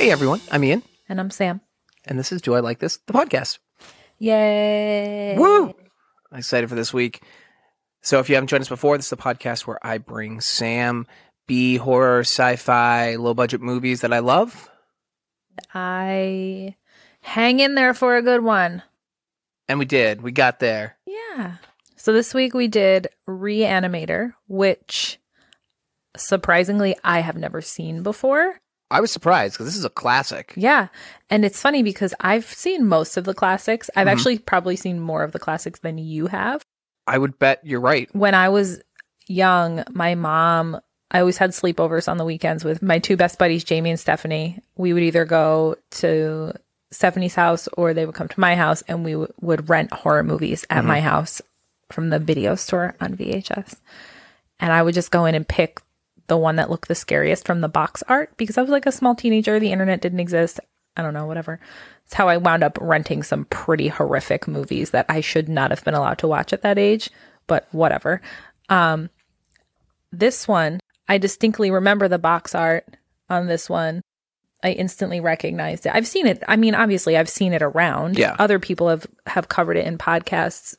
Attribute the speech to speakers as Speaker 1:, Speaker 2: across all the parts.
Speaker 1: Hey everyone, I'm Ian,
Speaker 2: And I'm Sam.
Speaker 1: and this is Do I Like This? The podcast.
Speaker 2: Yay.
Speaker 1: Woo! I'm excited for this week. So if you haven't joined us before, this is the podcast where I bring Sam B horror, sci-fi, low budget movies that I love.
Speaker 2: I hang in there for a good one.
Speaker 1: And we did. We got there.
Speaker 2: Yeah. So this week we did Reanimator, which surprisingly I have never seen before.
Speaker 1: I was surprised because this is a classic.
Speaker 2: Yeah. And it's funny because I've seen most of the classics. I've
Speaker 1: Mhm.
Speaker 2: actually probably seen more of the classics than you have.
Speaker 1: I would bet you're right.
Speaker 2: when I was young, my mom, I always had sleepovers on the weekends with my two best buddies, Jamie and Stephanie. We would either go to Stephanie's house or they would come to my house and we w- would rent horror movies at
Speaker 1: Mhm.
Speaker 2: my house from the video store on VHS. And I would just go in and pick the one that looked the scariest from the box art because I was like a small teenager. The internet didn't exist. I don't know, whatever. It's how I wound up renting some pretty horrific movies that I should not have been allowed to watch at that age, but whatever. Um, this one, I distinctly remember the box art on this one. I instantly recognized it. I've seen it. I mean, obviously, I've seen it around.
Speaker 1: Yeah.
Speaker 2: Other people have have covered it in podcasts.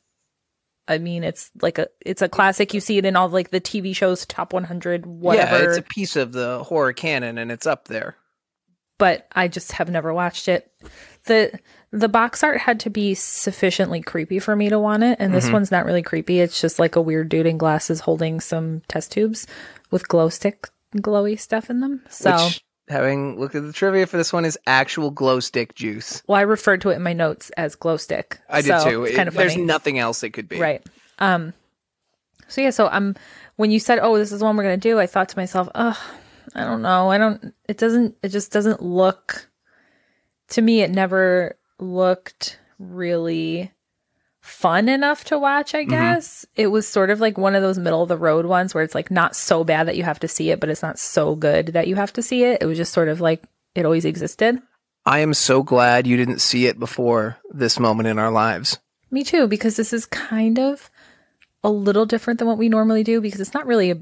Speaker 2: I mean, it's like a it's a classic. You see it in all like the TV shows, top 100, whatever
Speaker 1: Yeah, it's a piece of the horror canon and it's up there.
Speaker 2: but I just have never watched it. The the box art had to be sufficiently creepy for me to want it, and this
Speaker 1: Mhm.
Speaker 2: one's not really creepy. It's just like a weird dude in glasses holding some test tubes with glow stick glowy stuff in them. So
Speaker 1: Which, having looked at the trivia for this one, is actual glow stick juice.
Speaker 2: well I referred to it in my notes as glow stick.
Speaker 1: I did
Speaker 2: so
Speaker 1: too.
Speaker 2: It's
Speaker 1: It-
Speaker 2: kind of
Speaker 1: There's
Speaker 2: funny.
Speaker 1: nothing else it could be.
Speaker 2: Right. Um so yeah, so um when you said, Oh, this is one we're gonna do, I thought to myself, Ugh, I don't know. I don't it doesn't it just doesn't look to me it never looked really fun enough to watch, I
Speaker 1: Mhm.
Speaker 2: guess. It was sort of like one of those middle of the road ones where it's like not so bad that you have to see it, but it's not so good that you have to see it. It was just sort of like it always existed.
Speaker 1: I am so glad you didn't see it before this moment in our lives.
Speaker 2: Me too, because this is kind of a little different than what we normally do because it's not really a,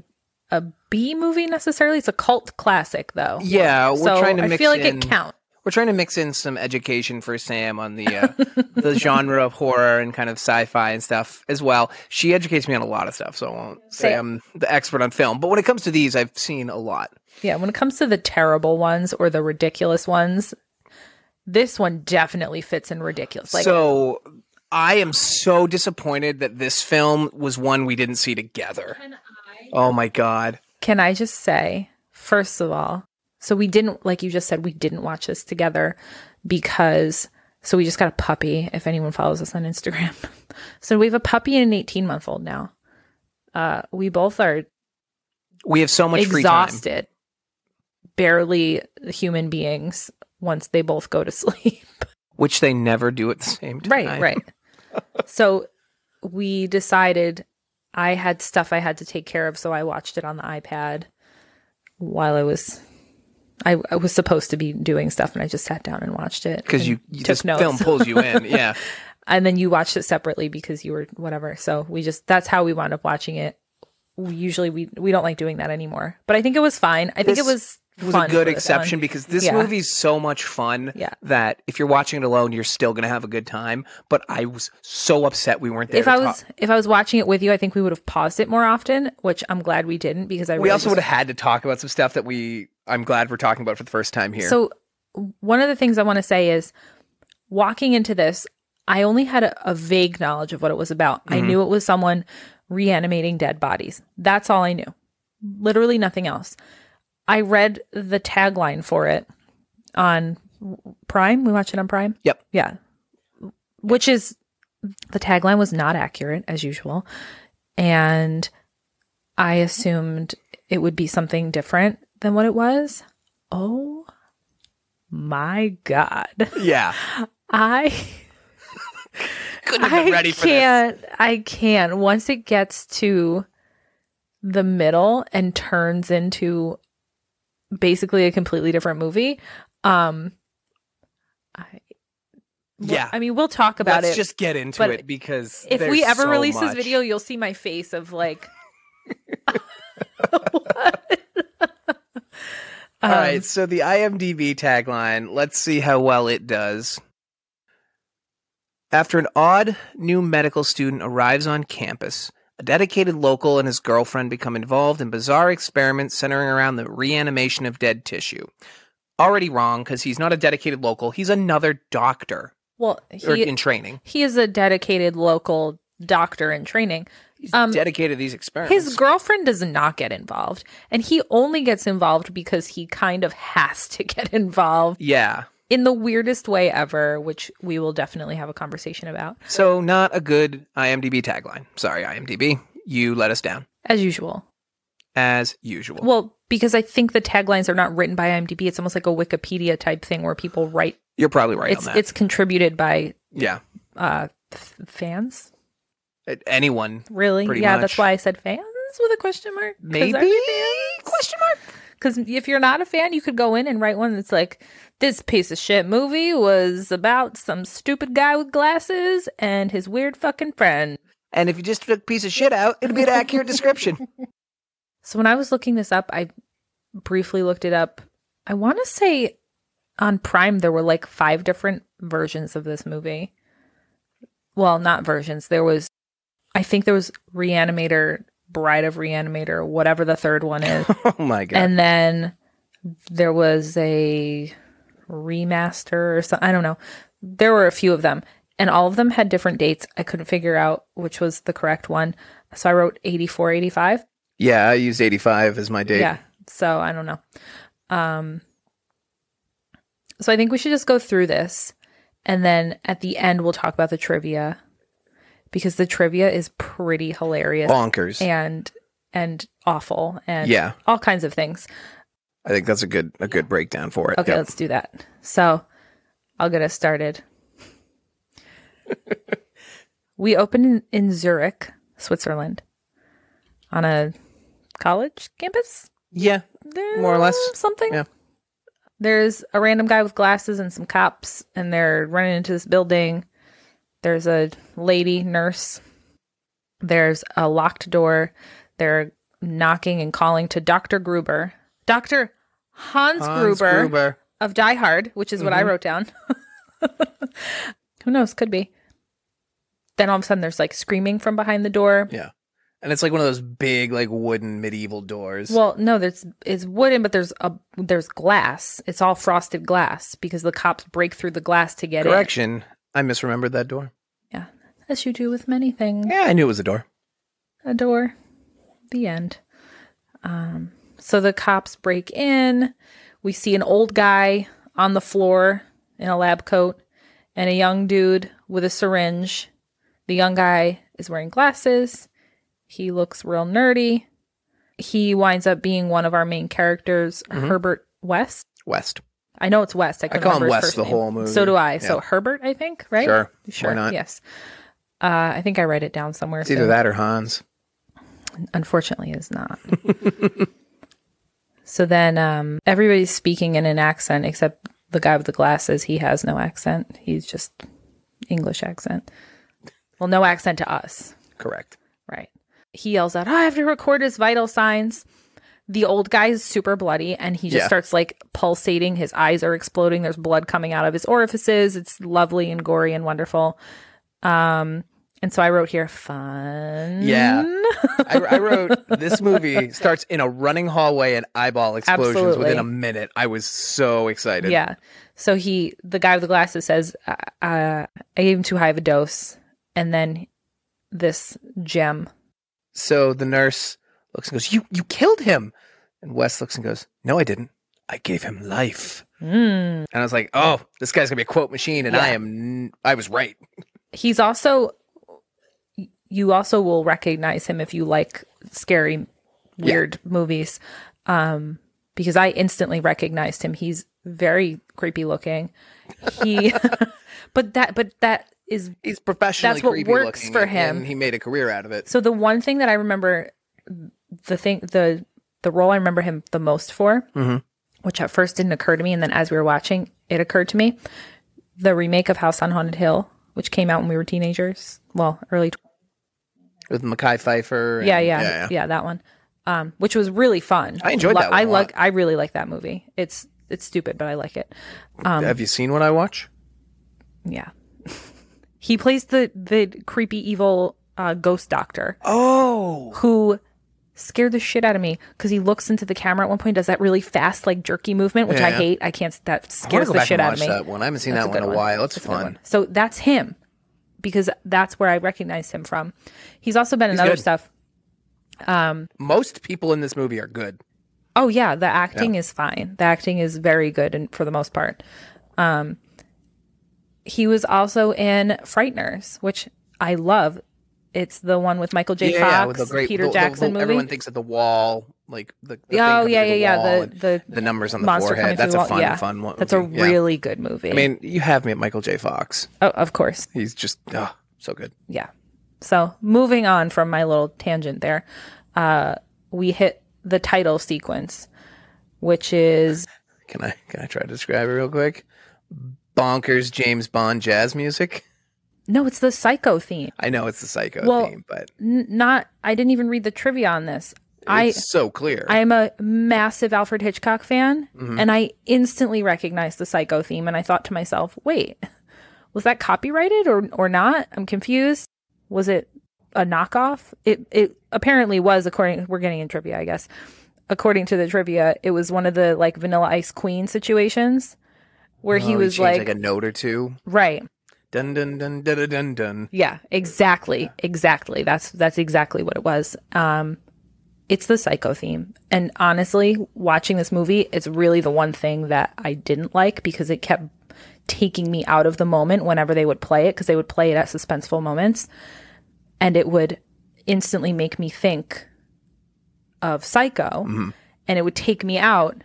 Speaker 2: a B movie necessarily. It's a cult classic, though.
Speaker 1: Yeah, we're
Speaker 2: so
Speaker 1: trying to mix
Speaker 2: I feel like
Speaker 1: in,
Speaker 2: it counts.
Speaker 1: We're trying to mix in some education for Sam on the uh, the genre of horror and kind of sci-fi and stuff as well. She educates me on a lot of stuff, so I won't say I'm
Speaker 2: Same.
Speaker 1: the expert on film. But when it comes to these, I've seen a lot.
Speaker 2: Yeah, when it comes to the terrible ones or the ridiculous ones, this one definitely fits in ridiculous. Like,
Speaker 1: so I am so disappointed that this film was one we didn't see together. Oh my god.
Speaker 2: can I just say, first of all, so we didn't, like you just said, we didn't watch this together because, so we just got a puppy, if anyone follows us on Instagram. so we have a puppy and an 18 month old now. Uh, we both are
Speaker 1: We have so much free time.
Speaker 2: exhausted, barely human beings once they both go to sleep.
Speaker 1: Which they never do at the same time.
Speaker 2: right, right. so we decided I had stuff I had to take care of, so I watched it on the iPad while I was. I, I was supposed to be doing stuff, and I just sat down and watched it
Speaker 1: Because
Speaker 2: and
Speaker 1: you, you
Speaker 2: took
Speaker 1: this
Speaker 2: notes.
Speaker 1: film pulls you in. Yeah.
Speaker 2: and then you watched it separately because you were whatever. So we just that's how we wound up watching it. We usually we we don't like doing that anymore, but I think it was fine. I think it
Speaker 1: This
Speaker 2: was
Speaker 1: was a
Speaker 2: fun
Speaker 1: good
Speaker 2: for this one.
Speaker 1: exception because this
Speaker 2: Yeah.
Speaker 1: movie's so much fun
Speaker 2: Yeah.
Speaker 1: that if you're watching it alone, you're still gonna have a good time. But I was so upset we weren't there.
Speaker 2: if
Speaker 1: to
Speaker 2: I
Speaker 1: talk.
Speaker 2: was if I was watching it with you, I think we would have paused it more often, which I'm glad we didn't because I
Speaker 1: we
Speaker 2: really
Speaker 1: also
Speaker 2: just-
Speaker 1: would have had to talk about some stuff that we. I'm glad we're talking about for the first time here.
Speaker 2: So one of the things I want to say is walking into this, I only had a, a vague knowledge of what it was about. I
Speaker 1: Mhm.
Speaker 2: knew it was someone reanimating dead bodies. That's all I knew. Literally nothing else. I read the tagline for it on Prime. We watched it on Prime.
Speaker 1: Yep.
Speaker 2: Yeah. Which is the tagline was not accurate as usual. And I assumed it would be something different than what it was. Oh my God.
Speaker 1: yeah,
Speaker 2: I
Speaker 1: couldn't have
Speaker 2: I
Speaker 1: been ready for this.
Speaker 2: can't I can't. Once it gets to the middle and turns into basically a completely different movie, um I well,
Speaker 1: Yeah.
Speaker 2: I mean we'll talk about
Speaker 1: Let's
Speaker 2: it.
Speaker 1: just get into
Speaker 2: but
Speaker 1: it because
Speaker 2: if
Speaker 1: there's
Speaker 2: we ever
Speaker 1: so
Speaker 2: release
Speaker 1: much.
Speaker 2: this video, you'll see my face of like
Speaker 1: All right, so the IMDb tagline, let's see how well it does. After an odd new medical student arrives on campus, a dedicated local and his girlfriend become involved in bizarre experiments centering around the reanimation of dead tissue. Already wrong because he's not a dedicated local, he's another doctor
Speaker 2: Well,
Speaker 1: or
Speaker 2: he,
Speaker 1: in training.
Speaker 2: he is a dedicated local doctor in training.
Speaker 1: He's
Speaker 2: Um,
Speaker 1: dedicated to these experiments.
Speaker 2: His girlfriend does not get involved, and he only gets involved because he kind of has to get involved
Speaker 1: yeah.
Speaker 2: in the weirdest way ever, which we will definitely have a conversation about,
Speaker 1: So not a good IMDb tagline. Sorry, IMDb. You let us down
Speaker 2: as usual.
Speaker 1: as usual.
Speaker 2: Well, because I think the taglines are not written by IMDb, it's almost like a Wikipedia type thing where people write.
Speaker 1: You're probably right
Speaker 2: it's
Speaker 1: on that.
Speaker 2: it's contributed by
Speaker 1: yeah.
Speaker 2: uh, f- fans,
Speaker 1: Uh, Anyone
Speaker 2: really?
Speaker 1: Pretty
Speaker 2: yeah,
Speaker 1: much.
Speaker 2: that's why I said fans with a question mark. 'Cause
Speaker 1: maybe
Speaker 2: I-
Speaker 1: question mark
Speaker 2: Because if you're not a fan, you could go in and write one that's like, this piece of shit movie was about some stupid guy with glasses and his weird fucking friend.
Speaker 1: and if you just took a piece of shit out it'd be an accurate description
Speaker 2: So when I was looking this up, I briefly looked it up. I want to say on Prime, there were like five different versions of this movie. Well, not versions. There was, I think there was Reanimator, Bride of Reanimator, whatever the third one is.
Speaker 1: oh my god
Speaker 2: And then there was a remaster or something. I don't know. There were a few of them, and all of them had different dates. I couldn't figure out which was the correct one. So I wrote 84, 85.
Speaker 1: yeah i used 85 as my date
Speaker 2: Yeah. So I don't know. Um, so I think we should just go through this. And then at the end, we'll talk about the trivia because the trivia is pretty hilarious
Speaker 1: bonkers
Speaker 2: and and awful and
Speaker 1: yeah
Speaker 2: all kinds of things.
Speaker 1: i think that's a good a good breakdown for it
Speaker 2: Okay,
Speaker 1: Yep.
Speaker 2: let's do that. So I'll get us started. we opened in, in Zurich, Switzerland, on a college campus,
Speaker 1: yeah
Speaker 2: there,
Speaker 1: More or less.
Speaker 2: Something.
Speaker 1: Yeah.
Speaker 2: There's a random guy with glasses and some cops, and they're running into this building. There's a lady nurse. There's a locked door. They're knocking and calling to Dr. Gruber. Dr. Hans,
Speaker 1: Hans
Speaker 2: Gruber
Speaker 1: Gruber.
Speaker 2: of Die Hard, which is what I
Speaker 1: Mhm.
Speaker 2: wrote down. Who knows? Could be. Then all of a sudden, there's like screaming from behind the door.
Speaker 1: and it's like one of those big like wooden medieval doors
Speaker 2: Well, no, there's it's wooden, but there's a there's glass. It's all frosted glass because the cops break through the glass to get
Speaker 1: correction i misremembered that door
Speaker 2: in, as you do with many things.
Speaker 1: yeah i knew it was a door
Speaker 2: a door. The end. Um, so the cops break in. We see an old guy on the floor in a lab coat and a young dude with a syringe. The young guy is wearing glasses. He looks real nerdy. He winds up being one of our main characters,
Speaker 1: Mhm.
Speaker 2: Herbert West.
Speaker 1: west
Speaker 2: I know it's West. I, couldn't
Speaker 1: call him
Speaker 2: remember his
Speaker 1: West
Speaker 2: first
Speaker 1: the
Speaker 2: name.
Speaker 1: whole movie.
Speaker 2: So do I. So
Speaker 1: Yeah.
Speaker 2: Herbert, I think, right?
Speaker 1: sure
Speaker 2: Sure.
Speaker 1: Why not?
Speaker 2: Yes. Uh, I think I write it down somewhere.
Speaker 1: it's either
Speaker 2: so-
Speaker 1: that or hans
Speaker 2: unfortunately is not. so then um, everybody's speaking in an accent except the guy with the glasses. He has no accent. He's just English accent. Well, no accent to us,
Speaker 1: correct
Speaker 2: right? He yells out, "I have to record his vital signs." The old guy is super bloody and he just
Speaker 1: Yeah.
Speaker 2: starts like pulsating. His eyes are exploding. There's blood coming out of his orifices. It's lovely and gory and wonderful. Um, and so I wrote here, fun.
Speaker 1: Yeah. I, I wrote this movie starts in a running hallway and eyeball explosions
Speaker 2: Absolutely.
Speaker 1: within a minute. I was so excited.
Speaker 2: Yeah. So he, the guy with the glasses, says, uh, "I gave him too high of a dose," and then this gem.
Speaker 1: So the nurse looks and goes, "You you killed him." And Wes looks and goes, "No, I didn't. I gave him life."
Speaker 2: Mm.
Speaker 1: And I was like, "Oh, this guy's gonna be a quote machine," and I
Speaker 2: Yeah.
Speaker 1: am. n- I was right.
Speaker 2: He's also, you also will recognize him if you like scary,
Speaker 1: Yeah.
Speaker 2: weird movies, um, because I instantly recognized him. He's very creepy looking. He, but that, but that is
Speaker 1: He's professionally.
Speaker 2: That's what
Speaker 1: creepy
Speaker 2: works
Speaker 1: looking,
Speaker 2: for
Speaker 1: and-
Speaker 2: him.
Speaker 1: and he made a career out of it.
Speaker 2: So the one thing that I remember, the thing, the the role I remember him the most for,
Speaker 1: Mhm.
Speaker 2: which at first didn't occur to me, and then as we were watching, it occurred to me, the remake of House on Haunted Hill, which came out when we were teenagers, well, early, tw-
Speaker 1: With Mackay Pfeiffer. and-
Speaker 2: yeah, yeah, yeah, that one. um, which was really fun.
Speaker 1: I enjoyed that one
Speaker 2: I
Speaker 1: a lot.
Speaker 2: like. I really like that movie. It's it's stupid, but I like it. Um,
Speaker 1: Have you seen what I watch?
Speaker 2: Yeah, he plays the the creepy evil uh, ghost doctor
Speaker 1: Oh,
Speaker 2: who scared the shit out of me because he looks into the camera at one point, does that really fast like jerky movement, which I
Speaker 1: Yeah.
Speaker 2: hate. I can't. That
Speaker 1: I want
Speaker 2: scares
Speaker 1: to go
Speaker 2: the
Speaker 1: back
Speaker 2: shit
Speaker 1: and
Speaker 2: out of
Speaker 1: watch
Speaker 2: me.
Speaker 1: that one. I haven't seen
Speaker 2: That's
Speaker 1: that
Speaker 2: a
Speaker 1: one in a
Speaker 2: good one.
Speaker 1: while. It's
Speaker 2: That's a good
Speaker 1: fun.
Speaker 2: one. So that's him because that's where I recognized him from. He's also been in other
Speaker 1: good.
Speaker 2: stuff.
Speaker 1: Most people in this movie are good.
Speaker 2: Oh yeah, the acting is fine. The acting is very good and for the most part. Um he was also in Frighteners, which I love. It's the one with Michael J. Fox, Peter
Speaker 1: the- the-
Speaker 2: Jackson
Speaker 1: the-
Speaker 2: movie.
Speaker 1: Everyone thinks of the wall, like the, the thing
Speaker 2: oh
Speaker 1: coming
Speaker 2: yeah,
Speaker 1: through
Speaker 2: yeah, yeah.
Speaker 1: wall
Speaker 2: The
Speaker 1: and
Speaker 2: the,
Speaker 1: the numbers on the
Speaker 2: monster coming
Speaker 1: forehead. That's
Speaker 2: through the
Speaker 1: a
Speaker 2: wall.
Speaker 1: fun,
Speaker 2: yeah.
Speaker 1: fun one.
Speaker 2: That's a
Speaker 1: movie. Yeah.
Speaker 2: really good movie.
Speaker 1: I mean, you have me at Michael J. Fox.
Speaker 2: oh, of course,
Speaker 1: He's just oh, so good.
Speaker 2: yeah. So moving on from my little tangent there, uh, we hit the title sequence, which is
Speaker 1: Can I can I try to describe it real quick? Bonkers James Bond jazz music.
Speaker 2: no, it's the Psycho theme.
Speaker 1: I know it's the Psycho
Speaker 2: Well,
Speaker 1: theme, but
Speaker 2: N- not, I didn't even read the trivia on this. I
Speaker 1: it's so clear.
Speaker 2: I am a massive Alfred Hitchcock fan,
Speaker 1: Mm-hmm.
Speaker 2: and I instantly recognized the Psycho theme, and I thought to myself, "Wait, was that copyrighted or or not? I'm confused. Was it a knockoff? It it apparently was. According, we're getting in trivia, I guess. According to the trivia, it was one of the like Vanilla Ice Queen situations where
Speaker 1: Oh,
Speaker 2: he was
Speaker 1: changed,
Speaker 2: like,
Speaker 1: like a note or two.
Speaker 2: right,
Speaker 1: Dun dun dun dun dun, dun dun.
Speaker 2: yeah, exactly. Exactly. That's that's exactly what it was. Um it's the psycho theme. And honestly, watching this movie, it's really the one thing that I didn't like because it kept taking me out of the moment whenever they would play it because they would play it at suspenseful moments and it would instantly make me think of psycho and it would take me out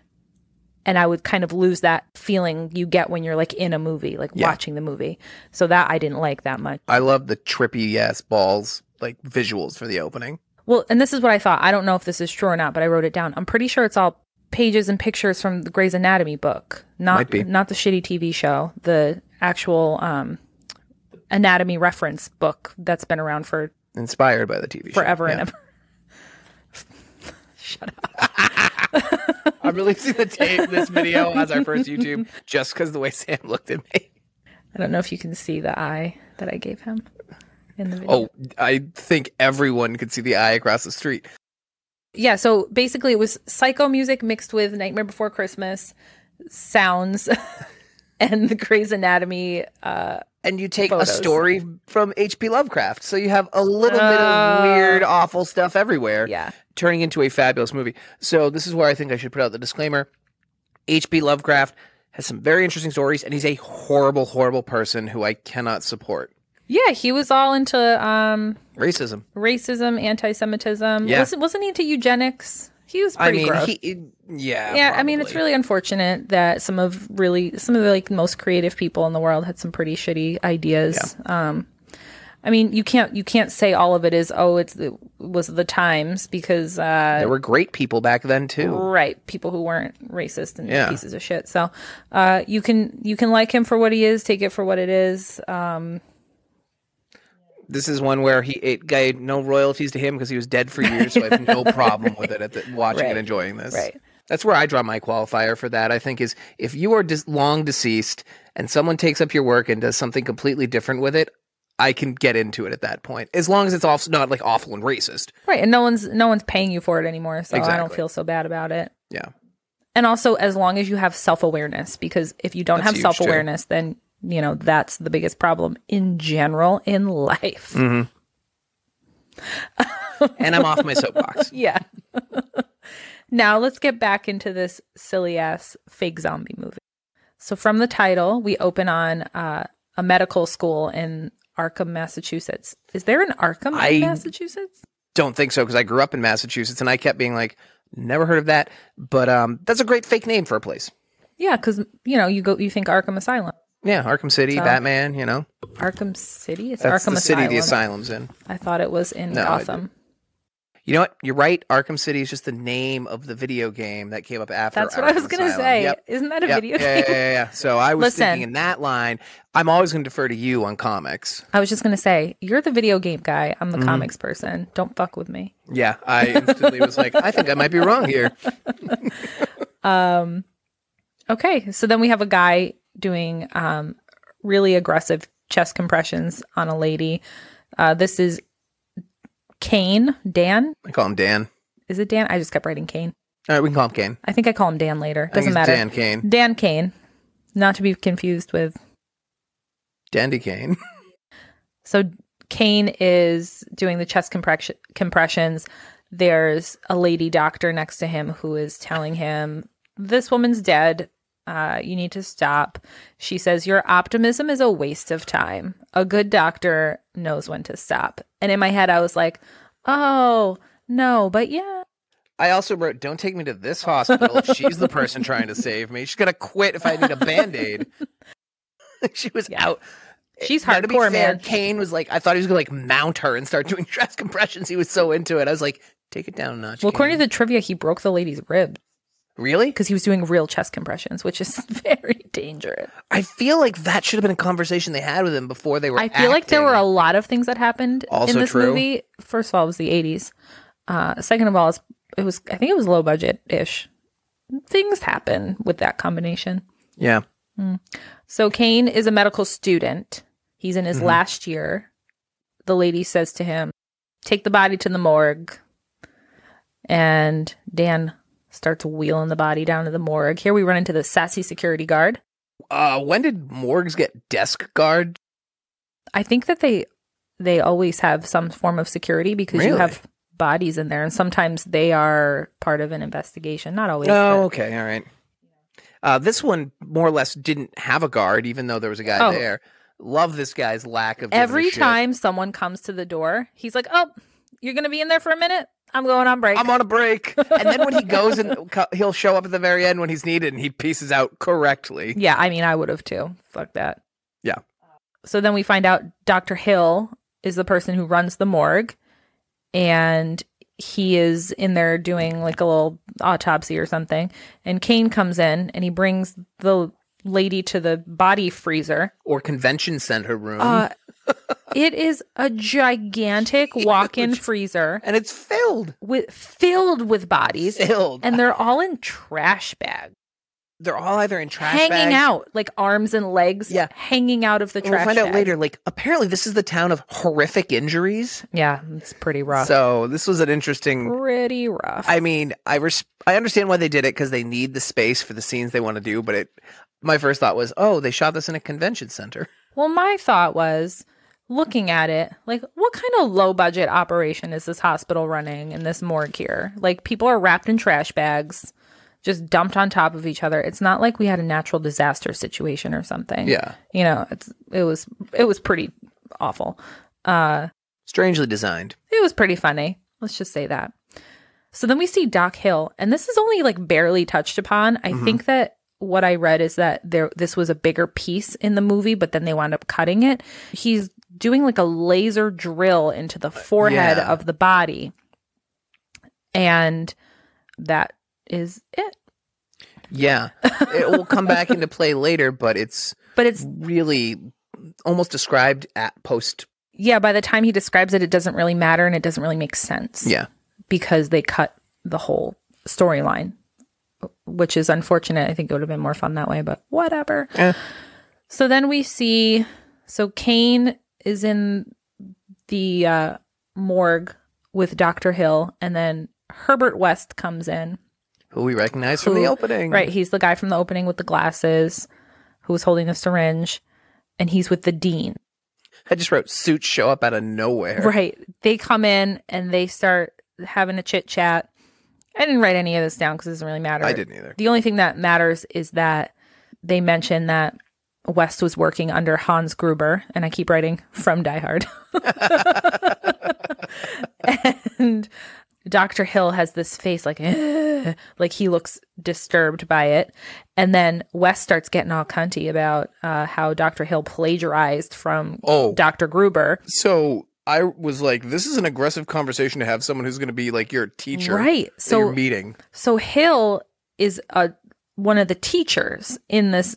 Speaker 2: and I would kind of lose that feeling you get when you're like in a movie, like
Speaker 1: Yeah.
Speaker 2: watching the movie. So that I didn't like that much.
Speaker 1: I love the trippy ass balls like visuals for the opening.
Speaker 2: Well, and this is what I thought. I don't know if this is true or not, but I wrote it down. I'm pretty sure it's all pages and pictures from the Grey's Anatomy book,
Speaker 1: Might
Speaker 2: not
Speaker 1: be.
Speaker 2: not the shitty TV show, the actual um, anatomy reference book that's been around for
Speaker 1: Inspired by the TV show.
Speaker 2: forever
Speaker 1: Yeah.
Speaker 2: and ever. Shut up.
Speaker 1: I'm releasing the tape, this video as our first YouTube, just because the way Sam looked at me.
Speaker 2: I don't know if you can see the eye that I gave him in the video.
Speaker 1: Oh, I think everyone could see the eye across the street.
Speaker 2: yeah so basically it was psycho music mixed with nightmare before christmas sounds and the Grey's anatomy uh
Speaker 1: And you take a
Speaker 2: Photos.
Speaker 1: story from H.P. Lovecraft, so you have a little bit of
Speaker 2: Oh.
Speaker 1: weird, awful stuff everywhere,
Speaker 2: yeah
Speaker 1: turning into a fabulous movie. So this is where I think I should put out the disclaimer: H.P. Lovecraft has some very interesting stories, and he's a horrible, horrible person who I cannot support.
Speaker 2: yeah he was all into um
Speaker 1: Racism.
Speaker 2: racism anti-semitism
Speaker 1: Yeah.
Speaker 2: wasn't, wasn't he into eugenics he was
Speaker 1: I
Speaker 2: pretty
Speaker 1: mean,
Speaker 2: gross
Speaker 1: he, yeah,
Speaker 2: yeah i mean it's
Speaker 1: probably.
Speaker 2: really unfortunate that some of really some of the like most creative people in the world had some pretty shitty ideas um i mean you can't you can't say all of it is oh it's the was the times because uh
Speaker 1: There were great people back then too.
Speaker 2: right people who weren't racist and
Speaker 1: Yeah.
Speaker 2: pieces of shit so uh you can you can like him for what he is take it for what it is um
Speaker 1: This is one where he it guy no royalties to him because he was dead for years, so I have no problem with it at the, watching
Speaker 2: Right.
Speaker 1: and enjoying this.
Speaker 2: Right.
Speaker 1: That's where I draw my qualifier for that. I think is if you are dis- long deceased and someone takes up your work and does something completely different with it, I can get into it at that point, as long as it's also not like awful and racist.
Speaker 2: right and no one's no one's paying you for it anymore so i don't
Speaker 1: Exactly.
Speaker 2: feel so bad about it
Speaker 1: Yeah,
Speaker 2: and also as long as you have self-awareness because if you don't
Speaker 1: That's
Speaker 2: have
Speaker 1: huge, too.
Speaker 2: self-awareness then you know that's the biggest problem in general in life
Speaker 1: Mm. and I'm off my soapbox.
Speaker 2: yeah now let's get back into this silly ass fake zombie movie so from the title we open on uh, a medical school in arkham massachusetts is there an arkham in
Speaker 1: I-
Speaker 2: massachusetts
Speaker 1: Don't think so because I grew up in Massachusetts and I kept being like, never heard of that. But um, that's a great fake name for a place.
Speaker 2: yeah because you know you go you think arkham asylum
Speaker 1: Yeah, Arkham City,
Speaker 2: So-
Speaker 1: Batman. You know,
Speaker 2: arkham city it's
Speaker 1: that's
Speaker 2: arkham
Speaker 1: the city the
Speaker 2: asylum
Speaker 1: asylum's in.
Speaker 2: i thought it was in
Speaker 1: No, I
Speaker 2: gotham
Speaker 1: You know what? You're right. Arkham City is just the name of the video game that came up after.
Speaker 2: That's what I
Speaker 1: Arkham
Speaker 2: was going to
Speaker 1: Asylum.
Speaker 2: say.
Speaker 1: Yep.
Speaker 2: Isn't that a
Speaker 1: Yep.
Speaker 2: video
Speaker 1: yeah,
Speaker 2: game?
Speaker 1: yeah, yeah, yeah. So I was
Speaker 2: Listen.
Speaker 1: thinking in that line, I'm always going to defer to you on comics.
Speaker 2: I was just going to say, you're the video game guy. I'm the
Speaker 1: Mhm.
Speaker 2: comics person. Don't fuck with me.
Speaker 1: Yeah, I instantly was like, I think I might be wrong here.
Speaker 2: Um, okay. So then we have a guy doing um, really aggressive chest compressions on a lady. Uh, this is Kane. Dan.
Speaker 1: I call him Dan.
Speaker 2: Is it Dan? I just kept writing Kane.
Speaker 1: All right, we can call him Kane.
Speaker 2: I think I call him Dan later.
Speaker 1: I think
Speaker 2: Doesn't
Speaker 1: he's
Speaker 2: matter.
Speaker 1: Dan Kane.
Speaker 2: Dan Kane. Not to be confused with.
Speaker 1: Dandy Kane.
Speaker 2: So Kane is doing the chest compression compressions. There's a lady doctor next to him who is telling him, This woman's dead. Uh, you need to stop. She says, Your optimism is a waste of time. A good doctor knows when to stop. And in my head, I was like, Oh, no, but yeah.
Speaker 1: I also wrote, Don't take me to this hospital if she's the person trying to save me. She's going to quit if I need a band aid. she was
Speaker 2: Yeah.
Speaker 1: out.
Speaker 2: She's
Speaker 1: Now, to be
Speaker 2: hardcore,
Speaker 1: fair,
Speaker 2: man.
Speaker 1: Kane was like, I thought he was going to like mount her and start doing chest compressions. He was so into it. I was like, Take it down a notch.
Speaker 2: Well, according
Speaker 1: Kane."
Speaker 2: to the trivia, he broke the lady's rib
Speaker 1: Really?
Speaker 2: because he was doing real chest compressions, which is very dangerous.
Speaker 1: I feel like that should have been a conversation they had with him before they were
Speaker 2: I feel like there
Speaker 1: acting.
Speaker 2: were a lot of things that happened
Speaker 1: Also
Speaker 2: in this
Speaker 1: true.
Speaker 2: movie. First of all, it was the eighties. Uh, second of all, it's- it was I think it was low budget ish. Things happen with that combination.
Speaker 1: Yeah.
Speaker 2: So Kane is a medical student. He's in his
Speaker 1: Mhm.
Speaker 2: last year. The lady says to him, "Take the body to the morgue." And Dan starts wheeling the body down to the morgue. Here we run into the sassy security guard.
Speaker 1: Uh, when did morgues get desk guard?
Speaker 2: I think that they they always have some form of security because you
Speaker 1: Really?
Speaker 2: have bodies in there, and sometimes they are part of an investigation. Not always.
Speaker 1: Oh,
Speaker 2: but-
Speaker 1: okay, all right. Uh, this one more or less didn't have a guard, even though there was a guy
Speaker 2: Oh.
Speaker 1: there. Love this guy's lack of giving a
Speaker 2: Every
Speaker 1: shit.
Speaker 2: time someone comes to the door, he's like, "Oh, you're gonna be in there for a minute. I'm going on break."
Speaker 1: I'm on a break, and then when he goes and co- he'll show up at the very end when he's needed, and he pieces out correctly.
Speaker 2: yeah, I mean, I would have too. Fuck that.
Speaker 1: Yeah.
Speaker 2: So then we find out Dr. Hill is the person who runs the morgue, and he is in there doing like a little autopsy or something. And Kane comes in and he brings the lady to the body freezer.
Speaker 1: Or convention center room,
Speaker 2: Uh, it is a gigantic walk-in
Speaker 1: Huge.
Speaker 2: freezer
Speaker 1: and it's filled,
Speaker 2: with filled with bodies,
Speaker 1: filled,
Speaker 2: and they're all in trash bags.
Speaker 1: they're all either in trash
Speaker 2: hanging
Speaker 1: bags.
Speaker 2: out like arms and legs
Speaker 1: Yeah.
Speaker 2: hanging out of the
Speaker 1: And
Speaker 2: trash
Speaker 1: We'll find out
Speaker 2: bag.
Speaker 1: later. Like apparently, this is the town of horrific injuries.
Speaker 2: yeah it's pretty rough
Speaker 1: So this was an interesting
Speaker 2: pretty rough
Speaker 1: I mean, I res- I understand why they did it because they need the space for the scenes they want to do. But it, my first thought was, oh, they shot this in a convention center.
Speaker 2: well my thought was looking at it like what kind of low budget operation is this hospital running in this morgue here like people are wrapped in trash bags just dumped on top of each other it's not like we had a natural disaster situation or something
Speaker 1: Yeah,
Speaker 2: you know it's it was it was pretty awful uh
Speaker 1: strangely designed.
Speaker 2: It was pretty funny. Let's just say that. So then we see Doc Hill, and this is only like barely touched upon. I
Speaker 1: Mhm.
Speaker 2: think that what I read is that there this was a bigger piece in the movie, but then they wound up cutting it. He's doing like a laser drill into the forehead
Speaker 1: yeah.
Speaker 2: of the body. And that is it.
Speaker 1: Yeah, it will come back into play later, but it's
Speaker 2: But it's
Speaker 1: really almost described at post.
Speaker 2: yeah, by the time he describes it, it doesn't really matter and it doesn't really make sense.
Speaker 1: Yeah.
Speaker 2: Because they cut the whole storyline, which is unfortunate. I think it would have been more fun that way, but whatever.
Speaker 1: Eh.
Speaker 2: So then we see so Kane is in the uh, morgue with Dr. Hill, and then Herbert West comes in.
Speaker 1: Who we recognize from the
Speaker 2: Who-
Speaker 1: opening,
Speaker 2: Right. He's the guy from the opening with the glasses who was holding a syringe, and he's with the dean.
Speaker 1: I just wrote suits show up out of nowhere.
Speaker 2: Right. They come in and they start having a chit chat. I didn't write any of this down because it doesn't really matter.
Speaker 1: I didn't either.
Speaker 2: The only thing that matters is that they mention that West was working under Hans Gruber, and I keep writing from Die Hard. and Dr. Hill has this face like, "Ugh," like he looks disturbed by it. And then West starts getting all cunty about uh, how Dr. Hill plagiarized from
Speaker 1: Oh,
Speaker 2: Dr. Gruber.
Speaker 1: so I was like, this is an aggressive conversation to have someone who's going to be like your teacher.
Speaker 2: Right.
Speaker 1: that you're
Speaker 2: So
Speaker 1: meeting.
Speaker 2: so Hill is a one of the teachers in this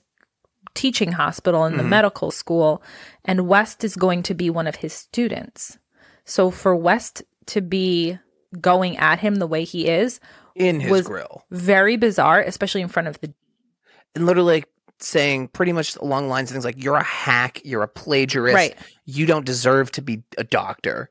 Speaker 2: teaching hospital in the
Speaker 1: Mhm.
Speaker 2: medical school and West is going to be one of his students. So for West to be going at him the way he is,
Speaker 1: in his
Speaker 2: was-
Speaker 1: grill
Speaker 2: very bizarre, especially in front of the
Speaker 1: and literally like, saying pretty much along the lines of things like you're a hack you're a plagiarist
Speaker 2: right.
Speaker 1: you don't deserve to be a doctor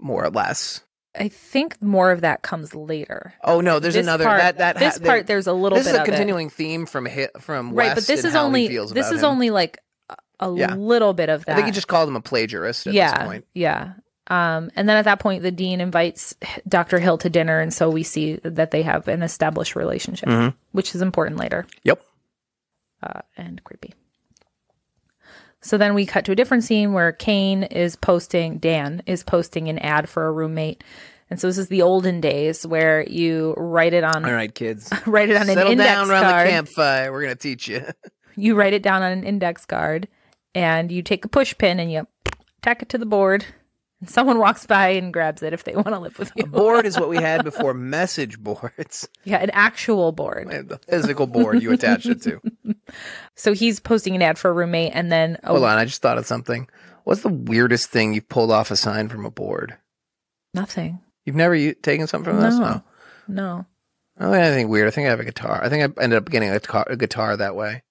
Speaker 1: more or less
Speaker 2: I think more of that comes later.
Speaker 1: oh no there's
Speaker 2: This
Speaker 1: another
Speaker 2: part-
Speaker 1: that that
Speaker 2: This
Speaker 1: they-
Speaker 2: part, there's a little
Speaker 1: this
Speaker 2: bit
Speaker 1: is a
Speaker 2: of it.
Speaker 1: continuing theme from hit from West
Speaker 2: right, but this
Speaker 1: and
Speaker 2: is
Speaker 1: how he
Speaker 2: only
Speaker 1: feels
Speaker 2: this
Speaker 1: about
Speaker 2: is
Speaker 1: him.
Speaker 2: only like a- a
Speaker 1: Yeah.
Speaker 2: little bit of that.
Speaker 1: I think he just called him a plagiarist at
Speaker 2: yeah,
Speaker 1: this point
Speaker 2: yeah. Um, and then at that point, the dean invites Dr. Hill to dinner, and so we see that they have an established relationship,
Speaker 1: Mhm.
Speaker 2: which is important later.
Speaker 1: Yep.
Speaker 2: Uh, and creepy. So then we cut to a different scene where Kane is posting, Dan is posting an ad for a roommate. And so this is the olden days where you write it on
Speaker 1: all right kids
Speaker 2: write it on an
Speaker 1: settle
Speaker 2: index
Speaker 1: down around
Speaker 2: card.
Speaker 1: the campfire we're gonna teach you
Speaker 2: You write it down on an index card, and you take a push pin and you tack it to the board. And someone walks by and grabs it if they want to live with you.
Speaker 1: board is what we had before message boards
Speaker 2: Yeah, an actual board.
Speaker 1: the physical board you attach it to
Speaker 2: So he's posting an ad for a roommate, and then oh,
Speaker 1: hold on i just thought of something what's the weirdest thing you've pulled off a sign from a board
Speaker 2: nothing.
Speaker 1: You've never u- taken something from this?
Speaker 2: No.
Speaker 1: No.
Speaker 2: No,
Speaker 1: I don't think anything weird. I think I have a guitar. I think I ended up getting a guitar, a guitar that way.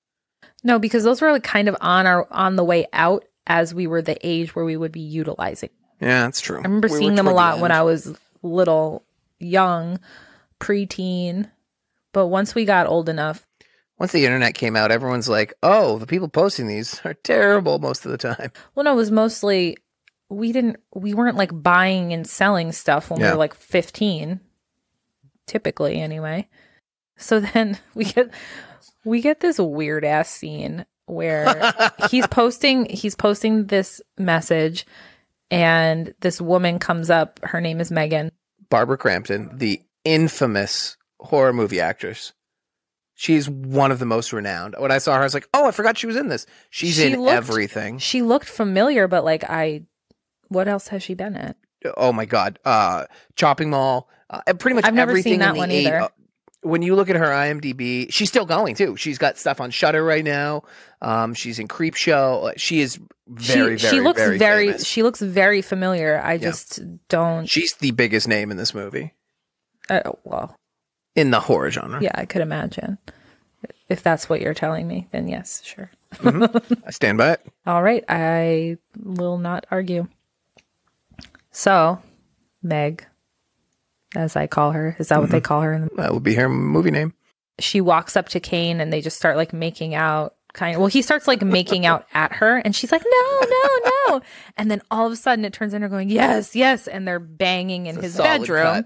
Speaker 2: no, because those were like kind of on our on the way out as we were the age where we would be utilizing.
Speaker 1: Yeah, that's true.
Speaker 2: I remember
Speaker 1: We were
Speaker 2: seeing them a
Speaker 1: toward the
Speaker 2: lot when
Speaker 1: end.
Speaker 2: I was little, young, preteen. But once we got old enough,
Speaker 1: Once the internet came out, everyone's like, "Oh, the people posting these are terrible most of the time."
Speaker 2: Well, no, it was mostly we didn't we weren't like buying and selling stuff when we
Speaker 1: Yeah.
Speaker 2: were like 15 typically anyway. So then we get we get this weird ass scene where he's posting he's posting this message and this woman comes up, her name is Megan.
Speaker 1: Barbara Crampton, the infamous horror movie actress. She's one of the most renowned. When I saw her, I was like, "Oh, I forgot she was in this. She's
Speaker 2: She
Speaker 1: in
Speaker 2: looked-
Speaker 1: everything."
Speaker 2: She looked familiar but like I what else has she been in?
Speaker 1: oh my god, uh, Chopping Mall, uh, pretty much
Speaker 2: I've never
Speaker 1: everything
Speaker 2: seen that
Speaker 1: in the
Speaker 2: one
Speaker 1: eight-
Speaker 2: either.
Speaker 1: uh, when you look at her IMDb, she's still going too. She's got stuff on Shutter right now. Um, she's in Creep Show. Uh, She is very,
Speaker 2: she,
Speaker 1: very,
Speaker 2: she looks
Speaker 1: very,
Speaker 2: very
Speaker 1: famous.
Speaker 2: she looks very familiar. I just don't
Speaker 1: she's the biggest name in this movie
Speaker 2: uh, well
Speaker 1: in the horror genre.
Speaker 2: Yeah, I could imagine. If that's what you're telling me, then yes, sure.
Speaker 1: I stand by it.
Speaker 2: All right, I will not argue. So, Meg, as I call her, is that what they call her? In the-
Speaker 1: That would be her movie name.
Speaker 2: she walks up to Kane and they just start like making out. Kind of, well, he starts like making out at her, and she's like, "No, no, no!" And then all of a sudden, it turns into going, "Yes, yes!" And they're banging in
Speaker 1: It's a
Speaker 2: his
Speaker 1: solid
Speaker 2: bedroom.
Speaker 1: cut.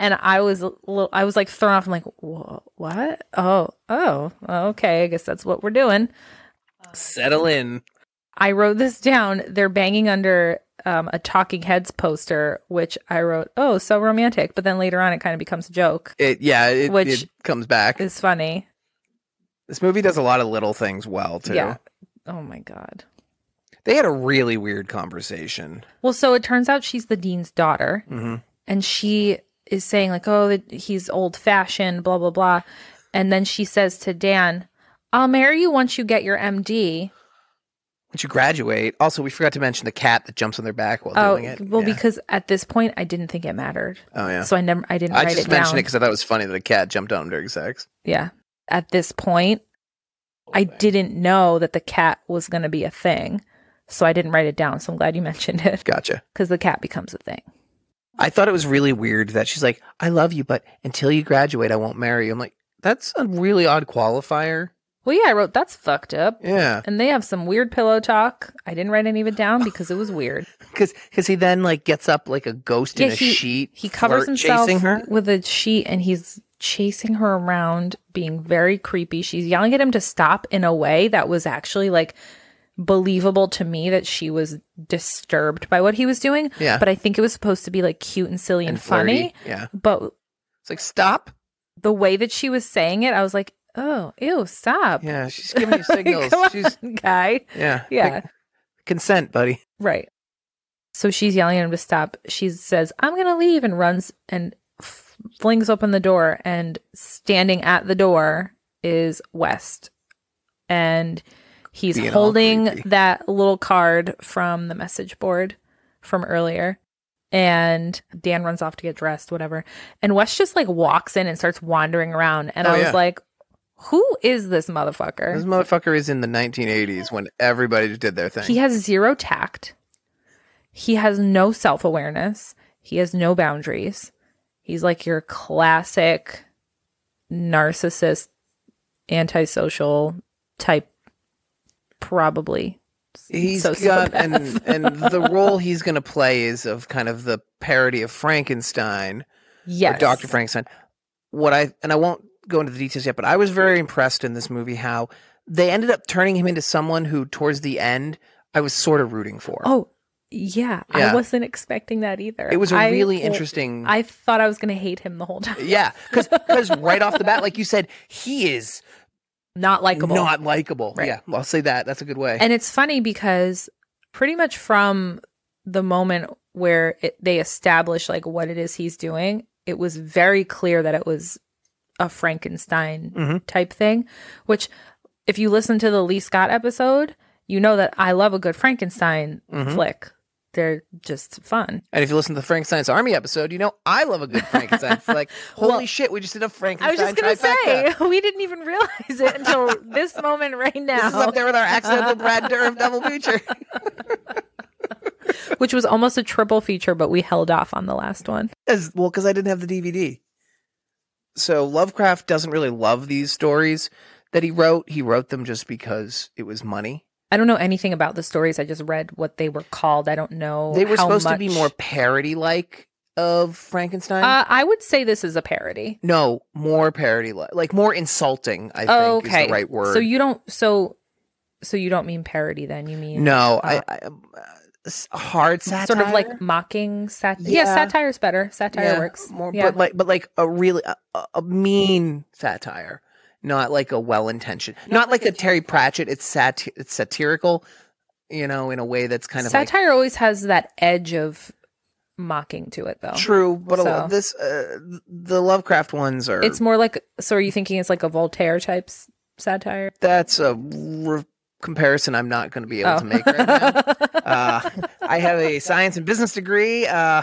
Speaker 2: and I was a little, I was like thrown off. I'm like, Whoa, what? Oh, oh, okay. I guess that's what we're doing.
Speaker 1: Settle in.
Speaker 2: I wrote this down. They're banging under um, a Talking Heads poster, which I wrote, oh, so romantic. But then later on, it kind of becomes a joke.
Speaker 1: It yeah, it,
Speaker 2: Which-
Speaker 1: it comes back.
Speaker 2: It's funny.
Speaker 1: This movie does a lot of little things well too.
Speaker 2: Yeah. Oh my god.
Speaker 1: They had a really weird conversation.
Speaker 2: Well, so it turns out she's the dean's daughter,
Speaker 1: Mm-hmm.
Speaker 2: and she is saying like, oh, that he's old fashioned, blah blah blah, and then she says to Dan, "I'll marry you once you get your MD."
Speaker 1: Once you graduate, also we forgot to mention the cat that jumps on their back while
Speaker 2: Oh,
Speaker 1: doing it.
Speaker 2: well,
Speaker 1: Yeah.
Speaker 2: because at this point I didn't think it mattered,
Speaker 1: oh yeah,
Speaker 2: so I never I didn't
Speaker 1: I
Speaker 2: write
Speaker 1: just
Speaker 2: it
Speaker 1: mentioned
Speaker 2: down.
Speaker 1: it because I thought it was funny that a cat jumped on him during sex.
Speaker 2: yeah, at this point I didn't know that the cat was going to be a thing, so I didn't write it down. So I'm glad you mentioned it
Speaker 1: Gotcha.
Speaker 2: because the cat becomes a thing.
Speaker 1: I thought it was really weird that she's like, "I love you, but until you graduate, I won't marry you." I'm like, that's a really odd qualifier.
Speaker 2: Well, yeah, I wrote that's fucked up.
Speaker 1: Yeah,
Speaker 2: And they have some weird pillow talk. I didn't write any of it down because it was weird.
Speaker 1: because he then like gets up like a ghost in
Speaker 2: Yeah,
Speaker 1: a
Speaker 2: he-
Speaker 1: sheet.
Speaker 2: He covers
Speaker 1: flirt
Speaker 2: himself
Speaker 1: chasing her.
Speaker 2: with a sheet and he's chasing her around, being very creepy. She's yelling at him to stop in a way that was actually like believable to me that she was disturbed by what he was doing.
Speaker 1: Yeah,
Speaker 2: But I think it was supposed to be like cute and silly and, funny.
Speaker 1: Uh. flirty. Yeah,
Speaker 2: But
Speaker 1: it's like stop.
Speaker 2: the way that she was saying it, I was like, oh, ew, stop.
Speaker 1: Yeah, she's giving you
Speaker 2: Like,
Speaker 1: signals.
Speaker 2: come
Speaker 1: she's
Speaker 2: on, guy.
Speaker 1: yeah,
Speaker 2: Yeah.
Speaker 1: Like, consent, buddy.
Speaker 2: Right. So she's yelling at him to stop. She says, I'm going to leave, and runs and f- flings open the door. And standing at the door is West. And he's
Speaker 1: Being all
Speaker 2: holding
Speaker 1: creepy.
Speaker 2: that little card from the message board from earlier. And Dan runs off to get dressed, whatever. And West just like walks in and starts wandering around. And
Speaker 1: Oh,
Speaker 2: I was
Speaker 1: yeah.
Speaker 2: like, who is this motherfucker?
Speaker 1: This motherfucker is in the 1980s when everybody just did their thing.
Speaker 2: He has zero tact. He has no self awareness. He has no boundaries. He's like your classic narcissist, antisocial type, probably.
Speaker 1: He's got
Speaker 2: sociopath.
Speaker 1: and and the role he's going to play is of kind of the parody of Frankenstein
Speaker 2: Yes.
Speaker 1: Dr. Frankenstein. What I and I won't go into the details yet, but I was very impressed in this movie how they ended up turning him into someone who towards the end I was sort of rooting for.
Speaker 2: Oh, yeah,
Speaker 1: Yeah.
Speaker 2: I wasn't expecting that either.
Speaker 1: it was a
Speaker 2: I-
Speaker 1: really interesting
Speaker 2: I thought I was going to hate him the whole time.
Speaker 1: Yeah, cuz cuz right off the bat like you said he is
Speaker 2: Not likable.
Speaker 1: not likable.
Speaker 2: Right.
Speaker 1: Yeah, I'll say that. That's a good way.
Speaker 2: And it's funny because pretty much from the moment where it, they establish like what it is he's doing, it was very clear that it was a Frankenstein
Speaker 1: Mhm.
Speaker 2: type thing, which if you listen to the Lee Scott episode, you know that I love a good Frankenstein
Speaker 1: Mhm.
Speaker 2: flick. They're just fun.
Speaker 1: And if you listen to the Frankenstein's Army episode, you know I love a good Frankenstein. It's like, holy
Speaker 2: Well,
Speaker 1: shit, we just did a
Speaker 2: I was
Speaker 1: Frankenstein.
Speaker 2: just going to
Speaker 1: trifecta.
Speaker 2: say, we didn't even realize it until this moment right now.
Speaker 1: This is up there with our accidental Brad Dourif double feature.
Speaker 2: which was almost a triple feature, but we held off on the last one.
Speaker 1: As, well, because I didn't have the DVD. So Lovecraft doesn't really love these stories that he wrote. He wrote them just because it was money.
Speaker 2: I don't know anything about the stories. I just read what they were called. I don't know.
Speaker 1: they were
Speaker 2: Oh, how
Speaker 1: supposed to
Speaker 2: much-
Speaker 1: be more parody like of Frankenstein.
Speaker 2: Uh, I would say this is a parody.
Speaker 1: no, more parody like more insulting, I think is
Speaker 2: okay,
Speaker 1: the right word.
Speaker 2: So you don't. So, so you don't mean parody then? You mean
Speaker 1: No, I,
Speaker 2: Uh,
Speaker 1: I um, uh, s- hard satire.
Speaker 2: sort of like mocking satire? Yeah,
Speaker 1: Yeah.
Speaker 2: satire's better. Satire
Speaker 1: Yeah,
Speaker 2: works.
Speaker 1: more,
Speaker 2: yeah.
Speaker 1: but like but like a really a, a- a mean satire, not like a well-intentioned, not like a Terry Pratchett. It's sat it's satirical, you know, in a way that's kind of like
Speaker 2: satire always has that edge of mocking to it, though.
Speaker 1: true. But a lo-
Speaker 2: So.
Speaker 1: this uh, th- the Lovecraft ones are
Speaker 2: It's more like. So are you thinking it's like a Voltaire type s- satire?
Speaker 1: that's a re- comparison I'm not going to be able
Speaker 2: Oh.
Speaker 1: to make right now. uh, I have a science and business degree. Uh,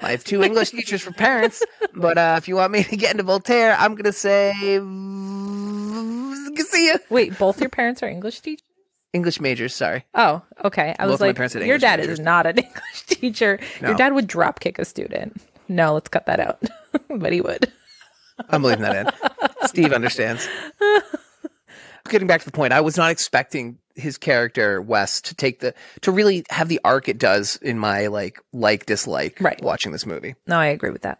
Speaker 1: I have two English teachers for parents. But uh, if you want me to get into Voltaire, I'm going to say, v- see ya.
Speaker 2: Wait, both your parents are English teachers.
Speaker 1: English majors, sorry.
Speaker 2: Oh, okay. I
Speaker 1: Both
Speaker 2: was
Speaker 1: my
Speaker 2: like,
Speaker 1: parents had
Speaker 2: your
Speaker 1: English
Speaker 2: dad
Speaker 1: majors."
Speaker 2: is not an English teacher.
Speaker 1: No.
Speaker 2: Your dad would drop kick a student. No, let's cut that out. but he would.
Speaker 1: I'm leaving that in. Steve understands. Getting back to the point, I was not expecting his character Wes to take the to really have the arc it does in my like like dislike
Speaker 2: Right.
Speaker 1: watching this movie.
Speaker 2: No, I agree with that.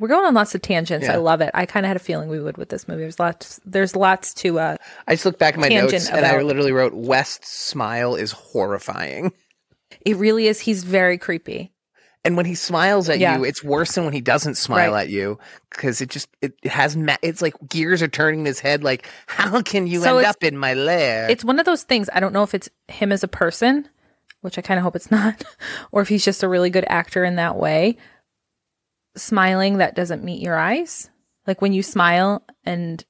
Speaker 2: We're going on lots of tangents.
Speaker 1: Yeah.
Speaker 2: I love it. I kind of had a feeling we would with this movie. There's lots. There's lots to. uh
Speaker 1: I just looked back at my
Speaker 2: Tangent
Speaker 1: notes and I
Speaker 2: about-
Speaker 1: literally wrote West's smile is horrifying.
Speaker 2: It really is. He's very creepy.
Speaker 1: And when he smiles at
Speaker 2: Yeah.
Speaker 1: you, it's worse than when he doesn't smile
Speaker 2: Right.
Speaker 1: at you because it just it, it has ma- it's like gears are turning in his head. Like, how can you
Speaker 2: So
Speaker 1: end
Speaker 2: it's-
Speaker 1: up in my lair?
Speaker 2: It's one of those things. I don't know if it's him as a person, which I kind of hope it's not, or if he's just a really good actor in that way. Smiling that doesn't meet your eyes. Like when you smile and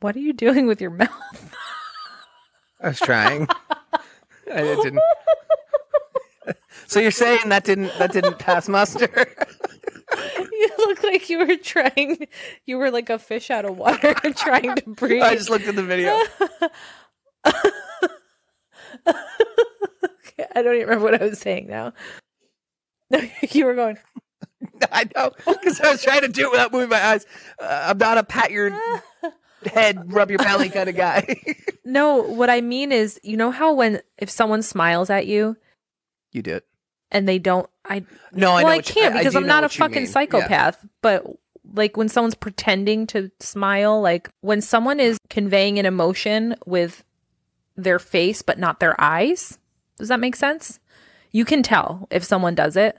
Speaker 2: what are you doing with your mouth?
Speaker 1: I was trying. I didn't. so you're saying that didn't that didn't pass muster?
Speaker 2: You look like you were trying, you were like a fish out of water trying to breathe.
Speaker 1: I just looked at the video.
Speaker 2: Okay, I don't even remember what I was saying now. you were going,
Speaker 1: I know because I was trying to do it without moving my eyes. Uh, I'm not a pat your head, rub your belly kind of guy.
Speaker 2: no, what I mean is, you know how when, if someone smiles at you
Speaker 1: you did.
Speaker 2: and they don't, I,
Speaker 1: No, I know.
Speaker 2: well, I
Speaker 1: what you-
Speaker 2: can't because
Speaker 1: do
Speaker 2: I'm
Speaker 1: know
Speaker 2: not a
Speaker 1: what you
Speaker 2: fucking
Speaker 1: mean. Yeah.
Speaker 2: psychopath. But like when someone's pretending to smile, like when someone is conveying an emotion with their face but not their eyes, does that make sense? You can tell if someone does it.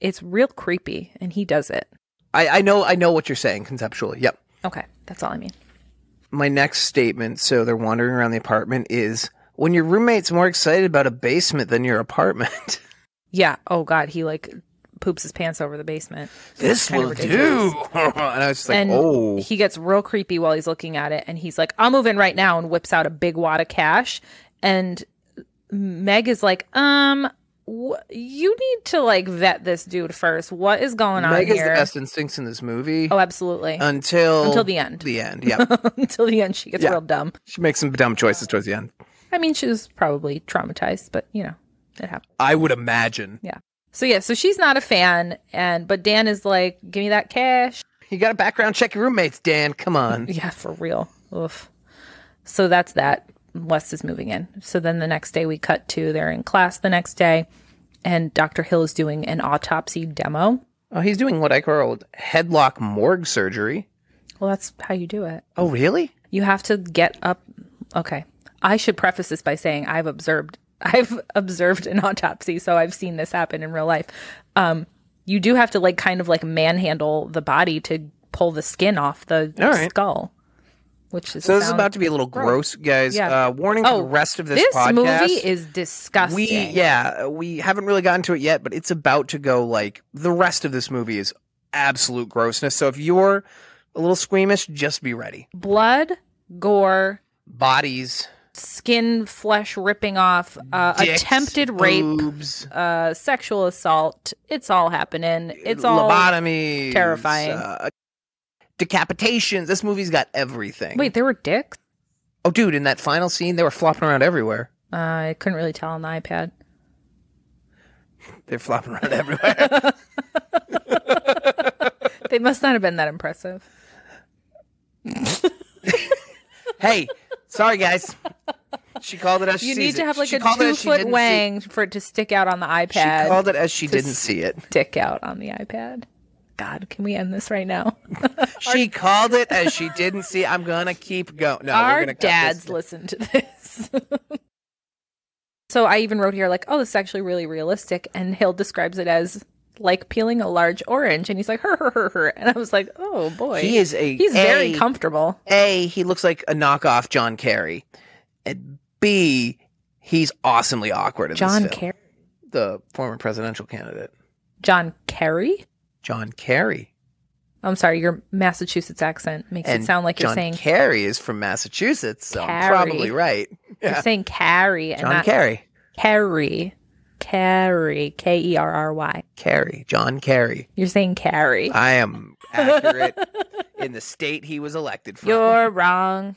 Speaker 2: It's real creepy, and he does it.
Speaker 1: I, I know. I know what you're saying conceptually. Yep.
Speaker 2: Okay, that's all I mean.
Speaker 1: my next statement, so they're wandering around the apartment, is when your roommate's more excited about a basement than your apartment.
Speaker 2: Yeah. Oh God, he like poops his pants over the basement.
Speaker 1: this
Speaker 2: kinda
Speaker 1: will
Speaker 2: ridiculous.
Speaker 1: do. and I was just like,
Speaker 2: and
Speaker 1: oh.
Speaker 2: he gets real creepy while he's looking at it and he's like i'll move in right now and whips out a big wad of cash and meg is like um wh- you need to like vet this dude first what is going on
Speaker 1: Meg has
Speaker 2: here
Speaker 1: the best instincts in this movie
Speaker 2: oh absolutely
Speaker 1: until
Speaker 2: until the end
Speaker 1: the end. Yeah,
Speaker 2: until the end she gets
Speaker 1: Yeah.
Speaker 2: real dumb
Speaker 1: she makes some dumb choices towards the end.
Speaker 2: i mean she was probably traumatized but you know it happened
Speaker 1: I would imagine
Speaker 2: so yeah so she's not a fan and but dan is like give me that cash
Speaker 1: you got to background check your roommates, Dan. Come on.
Speaker 2: Yeah, for real. Oof. So that's that. West is moving in. So then the next day we cut to they're in class the next day, and Dr. Hill is doing an autopsy demo.
Speaker 1: Oh, he's doing what I called headlock morgue surgery.
Speaker 2: Well, that's how you do it.
Speaker 1: Oh, really?
Speaker 2: You have to get up. Okay. I should preface this by saying I've observed I've observed an autopsy, so I've seen this happen in real life. Um, you do have to like kind of like manhandle the body to pull the skin off the
Speaker 1: All right.
Speaker 2: skull, which is
Speaker 1: So this is
Speaker 2: sound-
Speaker 1: about to be a little gross, guys.
Speaker 2: Yeah.
Speaker 1: Uh, warning for
Speaker 2: Oh,
Speaker 1: the rest of this,
Speaker 2: this
Speaker 1: podcast.
Speaker 2: movie is disgusting.
Speaker 1: we yeah, we haven't really gotten to it yet, but it's about to go like the rest of this movie is absolute grossness. So if you're a little squeamish, just be ready.
Speaker 2: Blood, gore,
Speaker 1: Bodies,
Speaker 2: skin, flesh ripping off, uh,
Speaker 1: dicks,
Speaker 2: attempted rape,
Speaker 1: boobs,
Speaker 2: uh, sexual assault. It's all happening. It's all.
Speaker 1: lobotomies,
Speaker 2: terrifying.
Speaker 1: uh, decapitations. This movie's got everything.
Speaker 2: Wait, there were dicks?
Speaker 1: oh, dude, in that final scene, they were flopping around everywhere.
Speaker 2: Uh, I couldn't really tell on the iPad.
Speaker 1: They're flopping around everywhere.
Speaker 2: They must not have been that impressive.
Speaker 1: hey, sorry guys. She called it as she
Speaker 2: You
Speaker 1: sees
Speaker 2: need to
Speaker 1: it.
Speaker 2: have like
Speaker 1: She
Speaker 2: a
Speaker 1: called it
Speaker 2: two
Speaker 1: as she
Speaker 2: foot
Speaker 1: didn't see-
Speaker 2: wang for it to stick out on the
Speaker 1: She
Speaker 2: iPad.
Speaker 1: called it as she
Speaker 2: to
Speaker 1: didn't see it.
Speaker 2: Stick out on the iPad. God, can we end this right now?
Speaker 1: She called it as she didn't see. I'm gonna keep going. No, we're
Speaker 2: our
Speaker 1: gonna cut
Speaker 2: dads
Speaker 1: this.
Speaker 2: listen to this. so I even wrote here like, oh, this is actually really realistic, and Hill describes it as like peeling a large orange, and he's like, her, her, her, her, and I was like, oh boy,
Speaker 1: He is a
Speaker 2: he's very
Speaker 1: a-
Speaker 2: comfortable.
Speaker 1: A, he looks like a knockoff John Kerry. And B, he's awesomely awkward in
Speaker 2: John
Speaker 1: this film.
Speaker 2: Car-
Speaker 1: the former presidential candidate.
Speaker 2: John Kerry.
Speaker 1: John Kerry.
Speaker 2: I'm sorry, your Massachusetts accent makes
Speaker 1: And
Speaker 2: it sound like you're
Speaker 1: John
Speaker 2: saying
Speaker 1: Kerry is from Massachusetts, so I'm
Speaker 2: Kerry.
Speaker 1: probably right. Yeah.
Speaker 2: you're saying Carrie and
Speaker 1: John
Speaker 2: not
Speaker 1: Kerry.
Speaker 2: Kerry. Carrie, K E R R Y.
Speaker 1: Kerry. John Kerry.
Speaker 2: You're saying Carrie.
Speaker 1: I am accurate in the state he was elected from.
Speaker 2: You're wrong.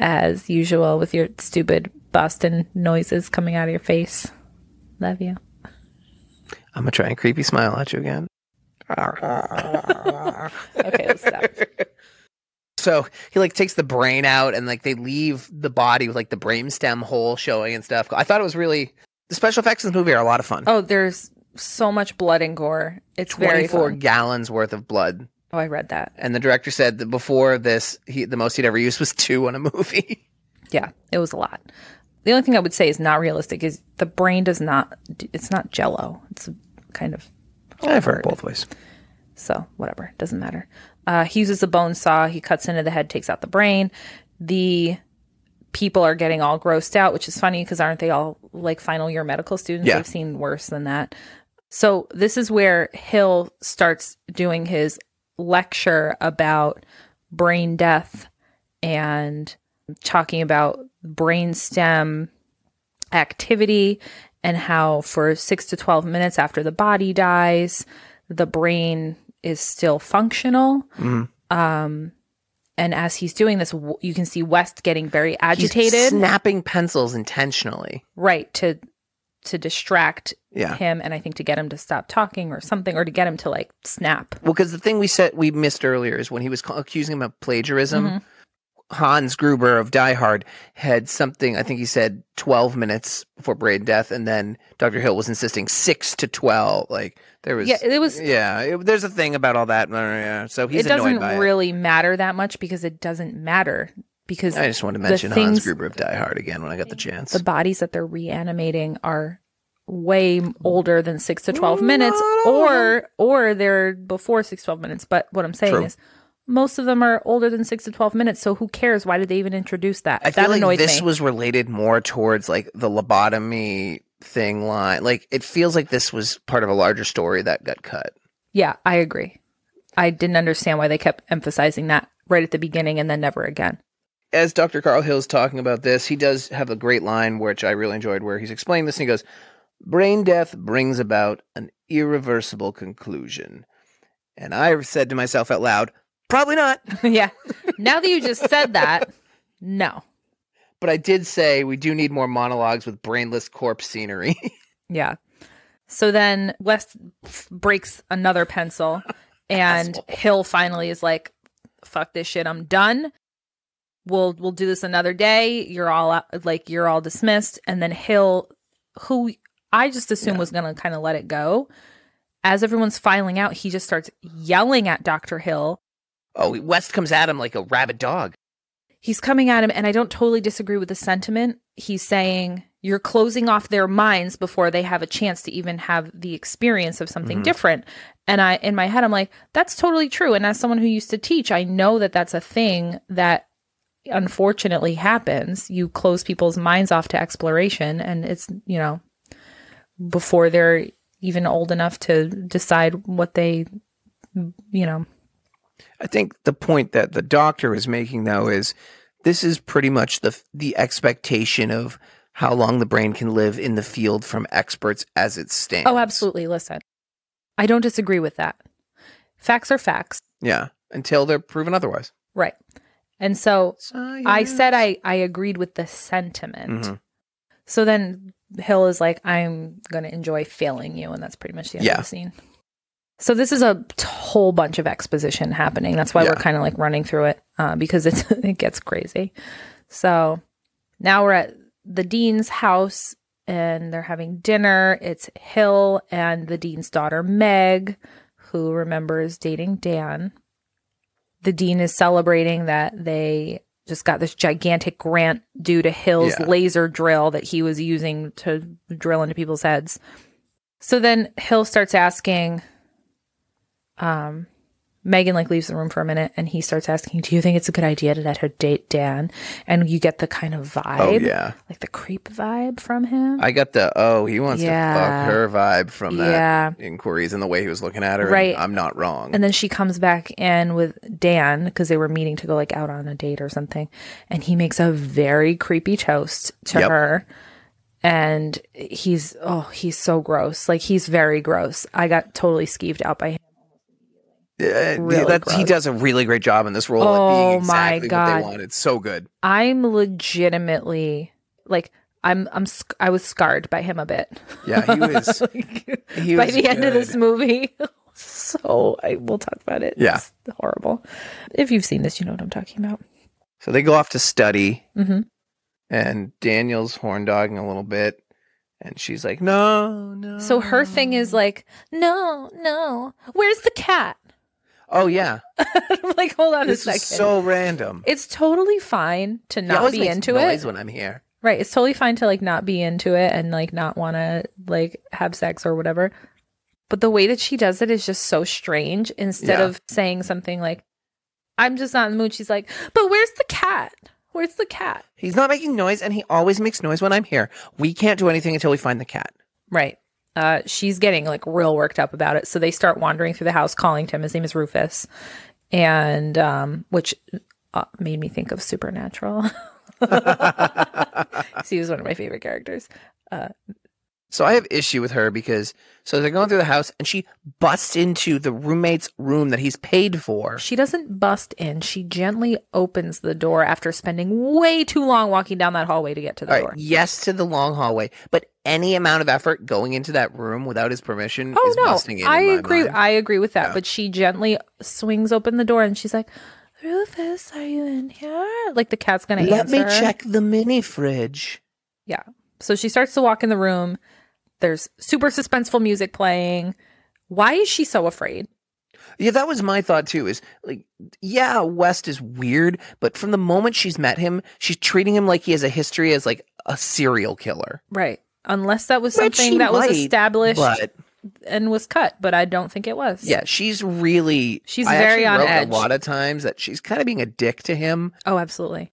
Speaker 2: As usual, with your stupid Boston noises coming out of your face. Love you.
Speaker 1: I'm gonna try and creepy smile at you again.
Speaker 2: Okay, let's stop.
Speaker 1: So he like takes the brain out and like they leave the body with like the brainstem hole showing and stuff. I thought it was really the special effects in this movie are a lot of fun.
Speaker 2: Oh, there's so much blood and gore. It's very
Speaker 1: 24
Speaker 2: fun.
Speaker 1: gallons worth of blood.
Speaker 2: Oh, I read that.
Speaker 1: And the director said that before this, he, the most he'd ever used was two on a movie.
Speaker 2: Yeah, it was a lot. The only thing I would say is not realistic is the brain does not. It's not Jello. It's a kind of
Speaker 1: I've heard both ways.
Speaker 2: So whatever, it doesn't matter. Uh, he uses a bone saw. He cuts into the head, takes out the brain. The people are getting all grossed out, which is funny because aren't they all like final year medical students?
Speaker 1: Yeah.
Speaker 2: I've seen worse than that. So this is where Hill starts doing his lecture about brain death and talking about brain stem activity and how for 6 to 12 minutes after the body dies the brain is still functional
Speaker 1: Mhm.
Speaker 2: um and as he's doing this w- you can see west getting very
Speaker 1: He's
Speaker 2: agitated
Speaker 1: snapping pencils intentionally.
Speaker 2: right to to distract
Speaker 1: Yeah.
Speaker 2: him and i think to get him to stop talking or something or to get him to like snap
Speaker 1: Well, because the thing we said we missed earlier is when he was ca- accusing him of plagiarism,
Speaker 2: Mhm.
Speaker 1: Hans Gruber of Die Hard had something, I think he said 12 minutes before brain death, and then Dr. Hill was insisting 6 to 12. Like, there was.
Speaker 2: yeah it was
Speaker 1: Yeah, it- there's a thing about all that. uh, yeah, So he's
Speaker 2: it doesn't
Speaker 1: annoyed by it.
Speaker 2: really matter that much because it doesn't matter because
Speaker 1: I just wanted to mention Hans
Speaker 2: things-
Speaker 1: Gruber of Die Hard again when I got the chance.
Speaker 2: the bodies that they're reanimating are way older than 6 to 12 minutes
Speaker 1: Not all.
Speaker 2: or or they're before 6 to 12 minutes but what i'm saying
Speaker 1: True.
Speaker 2: is most of them are older than six to 12 minutes. So who cares? Why did they even introduce that?
Speaker 1: I
Speaker 2: that
Speaker 1: feel like
Speaker 2: annoyed
Speaker 1: this
Speaker 2: me.
Speaker 1: was related more towards like the lobotomy thing line. Like it feels like this was part of a larger story that got cut.
Speaker 2: yeah, I agree. I didn't understand why they kept emphasizing that right at the beginning and then never again.
Speaker 1: As Dr. Carl Hill's talking about this, he does have a great line which I really enjoyed where he's explaining this and he goes, Brain death brings about an irreversible conclusion. And I said to myself out loud, probably not.
Speaker 2: yeah. Now that you just said that, no.
Speaker 1: But I did say we do need more monologues with brainless corpse scenery.
Speaker 2: Yeah. So then West f- breaks another pencil, and
Speaker 1: Asshole.
Speaker 2: Hill finally is like, "Fuck this shit, I'm done. We'll we'll do this another day. You're all out, like you're all dismissed." And then Hill, who I just assumed
Speaker 1: Yeah.
Speaker 2: was gonna kind of let it go, as everyone's filing out, he just starts yelling at Doctor Hill.
Speaker 1: oh, West comes at him like a rabid dog.
Speaker 2: He's coming at him, and I don't totally disagree with the sentiment. He's saying you're closing off their minds before they have a chance to even have the experience of something
Speaker 1: Mhm.
Speaker 2: different. And I, in my head, I'm like, that's totally true. And as someone who used to teach, I know that that's a thing that unfortunately happens. You close people's minds off to exploration, and it's, you know, before they're even old enough to decide what they, you know,
Speaker 1: I think the point that the doctor is making though is this is pretty much the the expectation of how long the brain can live in the field from experts as it stands.
Speaker 2: Oh, absolutely. Listen, I don't disagree with that. Facts are facts.
Speaker 1: Yeah, until they're proven otherwise.
Speaker 2: Right. And so I said I, I agreed with the sentiment.
Speaker 1: Mhm.
Speaker 2: So then Hill is like, I'm going to enjoy failing you. And that's pretty much the end
Speaker 1: Yeah.
Speaker 2: of the scene. So this is a t- whole bunch of exposition happening. That's why
Speaker 1: Yeah.
Speaker 2: we're kind of like running through it uh, because it's, it gets crazy. So now we're at the dean's house and they're having dinner. It's Hill and the dean's daughter, Meg, who remembers dating Dan. The dean is celebrating that they just got this gigantic grant due to Hill's
Speaker 1: Yeah.
Speaker 2: laser drill that he was using to drill into people's heads. So then Hill starts asking, um, Megan like leaves the room for a minute and he starts asking, Do you think it's a good idea to let her date Dan? And you get the kind of vibe
Speaker 1: Oh yeah,
Speaker 2: like the creep vibe from him.
Speaker 1: I got the oh he wants to
Speaker 2: Yeah.
Speaker 1: fuck her vibe from that
Speaker 2: yeah.
Speaker 1: inquiries and the way he was looking at her. and
Speaker 2: Right.
Speaker 1: I'm not wrong.
Speaker 2: And then she comes back in with Dan because they were meeting to go like out on a date or something. And he makes a very creepy toast to
Speaker 1: Yep.
Speaker 2: her. And he's, oh, he's so gross. Like he's very gross. I got totally skeeved out by him.
Speaker 1: Uh,
Speaker 2: really
Speaker 1: that's- he
Speaker 2: gross.
Speaker 1: does a really great job in this role. at
Speaker 2: Oh,
Speaker 1: being
Speaker 2: my
Speaker 1: exactly What
Speaker 2: God.
Speaker 1: they want. It's so good.
Speaker 2: I'm legitimately like, I'm, I'm, sc- I was scarred by him a bit.
Speaker 1: Yeah, he was.
Speaker 2: Like,
Speaker 1: He
Speaker 2: by
Speaker 1: was
Speaker 2: the end of
Speaker 1: good.
Speaker 2: this movie. so I will talk about it.
Speaker 1: Yeah.
Speaker 2: It's horrible. If you've seen this, you know what I'm talking about.
Speaker 1: So they go off to study,
Speaker 2: hmm
Speaker 1: and Daniel's horn dogging a little bit, and she's like, "No, no."
Speaker 2: So her thing is like, no, no, where's the cat?
Speaker 1: "Oh yeah,
Speaker 2: I'm like, hold on a
Speaker 1: this
Speaker 2: second.
Speaker 1: is so random."
Speaker 2: it's totally fine to
Speaker 1: He
Speaker 2: not
Speaker 1: always
Speaker 2: be
Speaker 1: makes
Speaker 2: into
Speaker 1: noise
Speaker 2: it.
Speaker 1: when I'm here.
Speaker 2: Right. It's totally fine to like not be into it and like not want to like have sex or whatever. But the way that she does it is just so strange. Instead
Speaker 1: Yeah.
Speaker 2: of saying something like, I'm just not in the mood, she's like, but where's the cat? Where's the cat?
Speaker 1: He's not making noise, and he always makes noise when I'm here. We can't do anything until we find the cat.
Speaker 2: Right. Uh, she's getting like real worked up about it. So they start wandering through the house, calling to him. His name is Rufus, and um, which uh, made me think of Supernatural. 'Cause he was one of my favorite characters.
Speaker 1: So I have issue with her because so they're going through the house, and she busts into the roommate's room that he's paid for.
Speaker 2: She doesn't bust in. She gently opens the door after spending way too long walking down that hallway to get to the
Speaker 1: All right,
Speaker 2: door.
Speaker 1: yes to the long hallway, but any amount of effort going into that room without his permission
Speaker 2: Oh
Speaker 1: is busting
Speaker 2: no,
Speaker 1: in.
Speaker 2: I
Speaker 1: in my
Speaker 2: agree.
Speaker 1: mind.
Speaker 2: I agree with that.
Speaker 1: Yeah.
Speaker 2: But she gently swings open the door and she's like, "Rufus, are you in here?" Like the cat's gonna
Speaker 1: Let
Speaker 2: answer.
Speaker 1: me check the mini fridge.
Speaker 2: So she starts to walk in the room. There's super suspenseful music playing. Why is she so afraid?
Speaker 1: Yeah, that was my thought too. Is like, yeah, West is weird, but from the moment she's met him, she's treating him like he has a history as like a serial killer.
Speaker 2: Right. Unless that was
Speaker 1: Which she
Speaker 2: something that was
Speaker 1: might,
Speaker 2: established
Speaker 1: But
Speaker 2: and was cut, but I don't think it was.
Speaker 1: Yeah, she's really.
Speaker 2: She's
Speaker 1: I
Speaker 2: very
Speaker 1: actually
Speaker 2: on
Speaker 1: wrote
Speaker 2: edge.
Speaker 1: A lot of times that she's kind of being a dick to him.
Speaker 2: Oh, absolutely.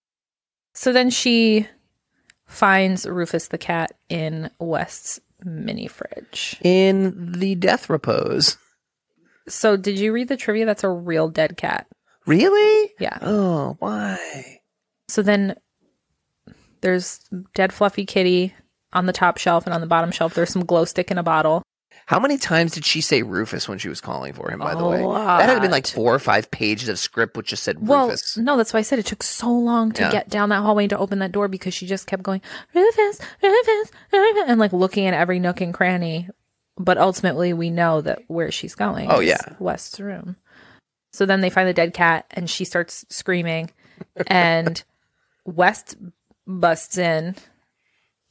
Speaker 2: So then she finds Rufus the cat in West's mini fridge.
Speaker 1: in the death repose.
Speaker 2: So did you read the trivia? That's a real dead cat.
Speaker 1: Really?
Speaker 2: Yeah.
Speaker 1: Oh, why?
Speaker 2: So then there's dead fluffy kitty on the top shelf and on the bottom shelf there's some glow stick in a bottle.
Speaker 1: How many times did she say Rufus when she was calling for him, by the
Speaker 2: A
Speaker 1: way? That had been like
Speaker 2: lot.
Speaker 1: four or five pages of script which just said
Speaker 2: Well,
Speaker 1: Rufus.
Speaker 2: no, that's why I said it took so long to
Speaker 1: Yeah.
Speaker 2: get down that hallway and to open that door because she just kept going, Rufus, Rufus, Rufus, and like looking at every nook and cranny. But ultimately, we know that where she's going.
Speaker 1: Oh,
Speaker 2: is
Speaker 1: yeah.
Speaker 2: West's room. So then they find the dead cat and she starts screaming. And West busts in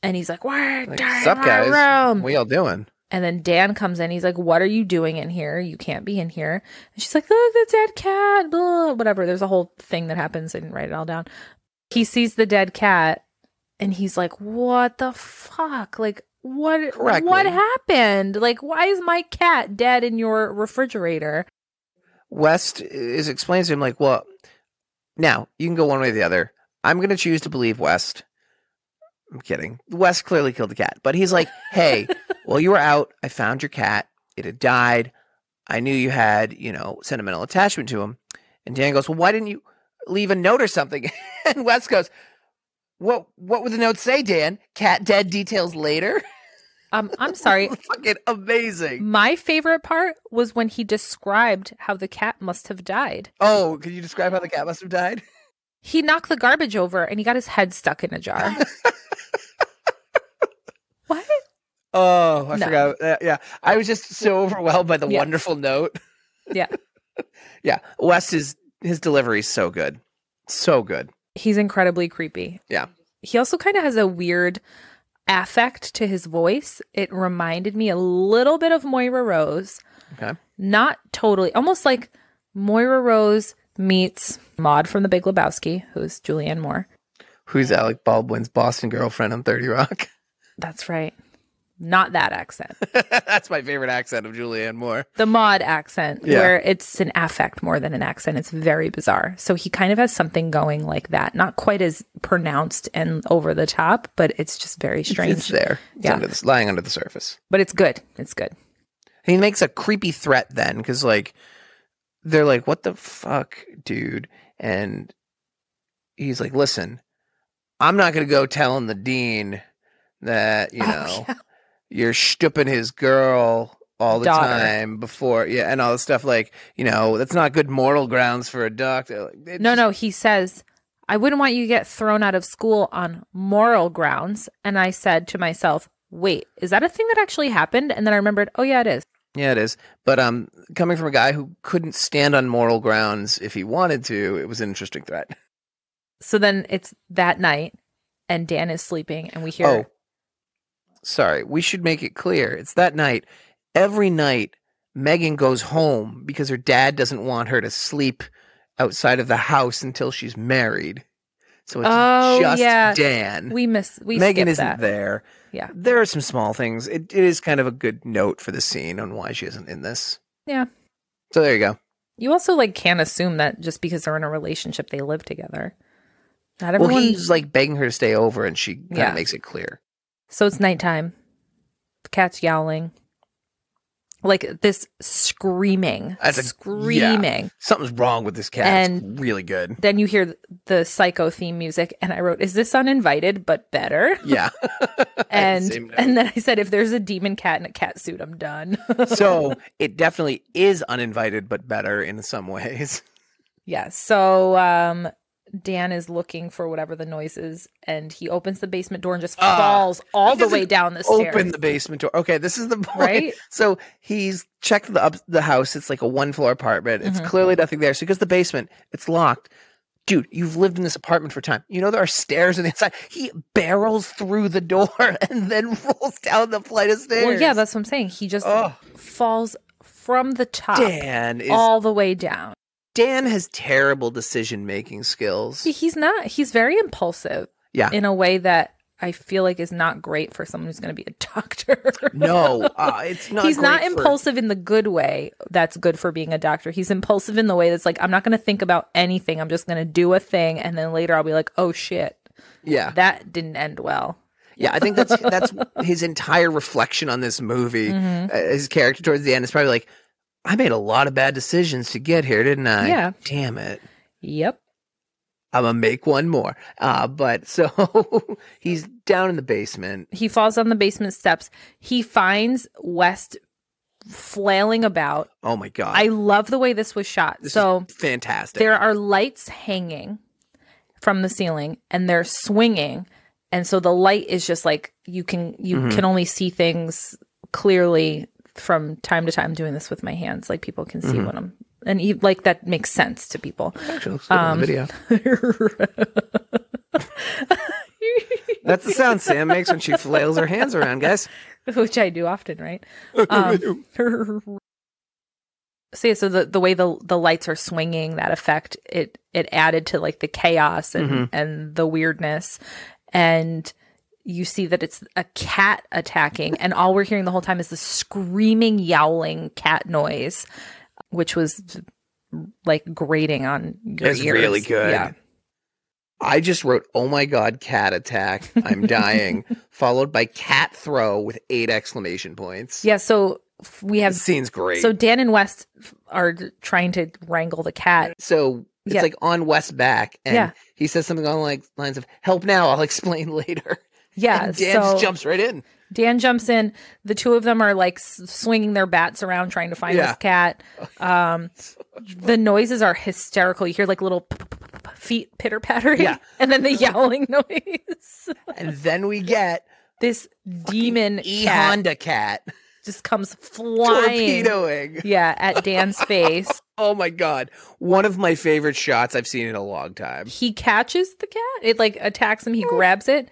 Speaker 2: and he's like, We're
Speaker 1: Like,
Speaker 2: dirty
Speaker 1: Sup,
Speaker 2: my
Speaker 1: guys?
Speaker 2: room.
Speaker 1: What y'all doing?
Speaker 2: And then Dan comes in. He's like, "What are you doing in here? You can't be in here." And she's like, "Look, the dead cat." Blah, whatever. There's a whole thing that happens. I didn't write it all down. He sees the dead cat, and he's like, "What the fuck? Like, what?
Speaker 1: Correctly.
Speaker 2: What happened? Like, why is my cat dead in your refrigerator?"
Speaker 1: West is explains to him like, well, now you can go one way or the other. I'm gonna choose to believe West. I'm kidding. West clearly killed the cat, but he's like, hey, while you were out, I found your cat. It had died. I knew you had, you know, sentimental attachment to him. And Dan goes, well, why didn't you leave a note or something? and West goes, what? What would the note say, Dan? Cat dead. Details later.
Speaker 2: Um, I'm sorry.
Speaker 1: Fucking amazing.
Speaker 2: my favorite part was when he described how the cat must have died.
Speaker 1: Oh, can you describe how the cat must have died?
Speaker 2: He knocked the garbage over, and he got his head stuck in a jar. what?
Speaker 1: Oh, I
Speaker 2: No.
Speaker 1: forgot. Uh, yeah, I was just so overwhelmed by the
Speaker 2: Yeah.
Speaker 1: wonderful note.
Speaker 2: Yeah.
Speaker 1: yeah. West is his delivery is so good, so good.
Speaker 2: he's incredibly creepy.
Speaker 1: Yeah.
Speaker 2: He also kind of has a weird affect to his voice. It reminded me a little bit of Moira Rose.
Speaker 1: Okay.
Speaker 2: Not totally, almost like Moira Rose meets Maud from The Big Lebowski, who's Julianne Moore.
Speaker 1: Who's Alec Baldwin's Boston girlfriend on Thirty Rock?
Speaker 2: That's right. Not that accent.
Speaker 1: That's my favorite accent of Julianne Moore.
Speaker 2: The Maud accent,
Speaker 1: Yeah.
Speaker 2: where it's an affect more than an accent. It's very bizarre. So he kind of has something going like that. Not quite as pronounced and over the top, but it's just very strange.
Speaker 1: It's there. It's
Speaker 2: Yeah.
Speaker 1: under the, lying under the surface.
Speaker 2: but it's good. It's good.
Speaker 1: He makes a creepy threat then, because like they're like, "What the fuck, dude?" And he's like, "Listen, I'm not gonna go telling the dean that you
Speaker 2: Oh,
Speaker 1: know."
Speaker 2: yeah.
Speaker 1: you're stooping his girl all the
Speaker 2: Daughter.
Speaker 1: time before yeah and all this stuff like you know that's not good moral grounds for a doctor like, it
Speaker 2: No,
Speaker 1: just-
Speaker 2: no, he says, I wouldn't want you to get thrown out of school on moral grounds. And I said to myself, wait, is that a thing that actually happened? And then I remembered, oh, yeah, it is.
Speaker 1: yeah it is but um coming from a guy who couldn't stand on moral grounds if he wanted to it was an interesting threat
Speaker 2: So then it's that night, and Dan is sleeping, and we hear,
Speaker 1: oh sorry we should make it clear it's that night every night megan goes home because her dad doesn't want her to sleep outside of the house until she's married so it's
Speaker 2: Oh,
Speaker 1: just
Speaker 2: yeah.
Speaker 1: dan
Speaker 2: we miss, we
Speaker 1: Megan
Speaker 2: skipped
Speaker 1: isn't
Speaker 2: that.
Speaker 1: there.
Speaker 2: Yeah.
Speaker 1: There are some small things. It, it is kind of a good note for the scene on why she isn't in this.
Speaker 2: Yeah.
Speaker 1: So there you go.
Speaker 2: You also like can't assume that just because they're in a relationship, they live together. Not
Speaker 1: Well,
Speaker 2: everyone.
Speaker 1: he's like begging her to stay over and she kind of
Speaker 2: Yeah.
Speaker 1: makes it clear.
Speaker 2: So it's nighttime. The cat's yowling. Like this screaming,
Speaker 1: That's a- yeah.
Speaker 2: screaming.
Speaker 1: Something's wrong with this cat.
Speaker 2: And-
Speaker 1: it's really good.
Speaker 2: then you hear th- the psycho theme music and i wrote is this uninvited but better
Speaker 1: Yeah.
Speaker 2: and
Speaker 1: Same note.
Speaker 2: and then i said if there's a demon cat in a cat suit i'm done
Speaker 1: so it definitely is uninvited, but better in some ways.
Speaker 2: yeah so um dan is looking for whatever the noise is and he opens the basement door and just
Speaker 1: Ah,
Speaker 2: falls all
Speaker 1: he
Speaker 2: the way
Speaker 1: doesn't
Speaker 2: down the stairs
Speaker 1: Open the basement door. Okay, this is the point.
Speaker 2: right
Speaker 1: So he's checked the up the house. It's like a one floor apartment. It's
Speaker 2: Mhm.
Speaker 1: clearly nothing there. So he goes to the basement. It's locked. Dude, you've lived in this apartment for time. You know there are stairs on the inside. He barrels through the door and then rolls down the flight of stairs.
Speaker 2: well yeah that's what i'm saying he just
Speaker 1: oh,
Speaker 2: falls from the top
Speaker 1: Dan is
Speaker 2: all the way down
Speaker 1: Dan has terrible decision making skills.
Speaker 2: See, he's not he's very impulsive
Speaker 1: Yeah.
Speaker 2: in a way that I feel like is not great for someone who's going to be a doctor.
Speaker 1: No, uh, it's not.
Speaker 2: he's not
Speaker 1: great for-
Speaker 2: impulsive in the good way that's good for being a doctor. He's impulsive in the way that's like, I'm not going to think about anything. I'm just going to do a thing. And then later I'll be like, oh shit,
Speaker 1: Yeah,
Speaker 2: that didn't end well.
Speaker 1: yeah. I think that's that's his entire reflection on this movie.
Speaker 2: Mhm.
Speaker 1: Uh, His character towards the end is probably like, I made a lot of bad decisions to get here, didn't I?
Speaker 2: Yeah.
Speaker 1: Damn it.
Speaker 2: Yep.
Speaker 1: I'm gonna make one more. Uh, but so he's down in the basement.
Speaker 2: He falls on the basement steps. He finds West flailing about.
Speaker 1: Oh my god,
Speaker 2: I love the way this was shot.
Speaker 1: This is
Speaker 2: so
Speaker 1: fantastic.
Speaker 2: there are lights hanging from the ceiling and they're swinging and so the light is just like you can you
Speaker 1: Mhm.
Speaker 2: can only see things clearly from time to time I'm doing this with my hands like people can see
Speaker 1: Mhm.
Speaker 2: what I'm and e like that makes sense to people
Speaker 1: Actually, looks good on the
Speaker 2: um,
Speaker 1: video. That's the sound Sam makes when she flails her hands around, guys.
Speaker 2: which I do often right Um, so yeah, so the, the way the the lights are swinging, that effect it it added to like the chaos and
Speaker 1: Mhm.
Speaker 2: and the weirdness, and you see that it's a cat attacking, and all we're hearing the whole time is the screaming, yowling cat noise, which was like grating on your
Speaker 1: It's
Speaker 2: ears.
Speaker 1: really good.
Speaker 2: Yeah,
Speaker 1: I just wrote, "Oh my god, cat attack! I'm dying!" followed by "cat throw" with eight exclamation points.
Speaker 2: yeah. So f- we
Speaker 1: the
Speaker 2: have
Speaker 1: scene's great.
Speaker 2: so Dan and West are trying to wrangle the cat.
Speaker 1: So it's
Speaker 2: Yeah.
Speaker 1: like on West back, and
Speaker 2: Yeah.
Speaker 1: he says something along like lines of "Help now! I'll explain later."
Speaker 2: Yeah,
Speaker 1: and Dan just
Speaker 2: so-
Speaker 1: jumps right in.
Speaker 2: Dan jumps in. The two of them are like s- swinging their bats around trying to find
Speaker 1: Yeah.
Speaker 2: this cat. Um, the noises are hysterical. You hear like little p- p- p- p- feet pitter pattering,
Speaker 1: Yeah.
Speaker 2: and then the yowling noise.
Speaker 1: And then we get
Speaker 2: this demon
Speaker 1: E
Speaker 2: cat
Speaker 1: Honda Cat
Speaker 2: just comes flying.
Speaker 1: torpedoing.
Speaker 2: Yeah, at Dan's face.
Speaker 1: Oh my god! One of my favorite shots I've seen in a long time.
Speaker 2: He catches the cat. It like attacks him. He grabs it.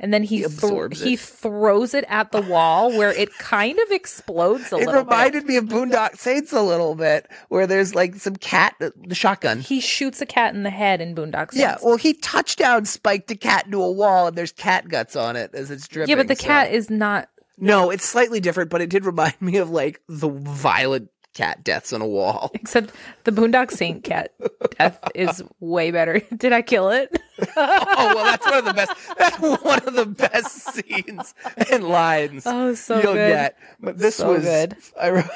Speaker 2: And then he
Speaker 1: Oh. He
Speaker 2: thro-
Speaker 1: absorbs it.
Speaker 2: he throws it at the wall where it kind of explodes a
Speaker 1: It
Speaker 2: little bit.
Speaker 1: reminded me of Boondock Saints a little bit, where there's like some cat, the shotgun.
Speaker 2: He shoots a cat in the head in Boondock Saints.
Speaker 1: Yeah, well, he touchdown spiked a cat into a wall, and there's cat guts on it as it's dripping.
Speaker 2: yeah, but the
Speaker 1: so-
Speaker 2: cat is not.
Speaker 1: No, it's slightly different, but it did remind me of like the violent cat deaths on a wall.
Speaker 2: Except the Boondock Saint cat death is way better. Did I kill it?
Speaker 1: oh well, that's one of the best. That's one of the best scenes and lines
Speaker 2: Oh, so
Speaker 1: you'll
Speaker 2: good.
Speaker 1: get. But this
Speaker 2: So
Speaker 1: was
Speaker 2: good.
Speaker 1: I wrote.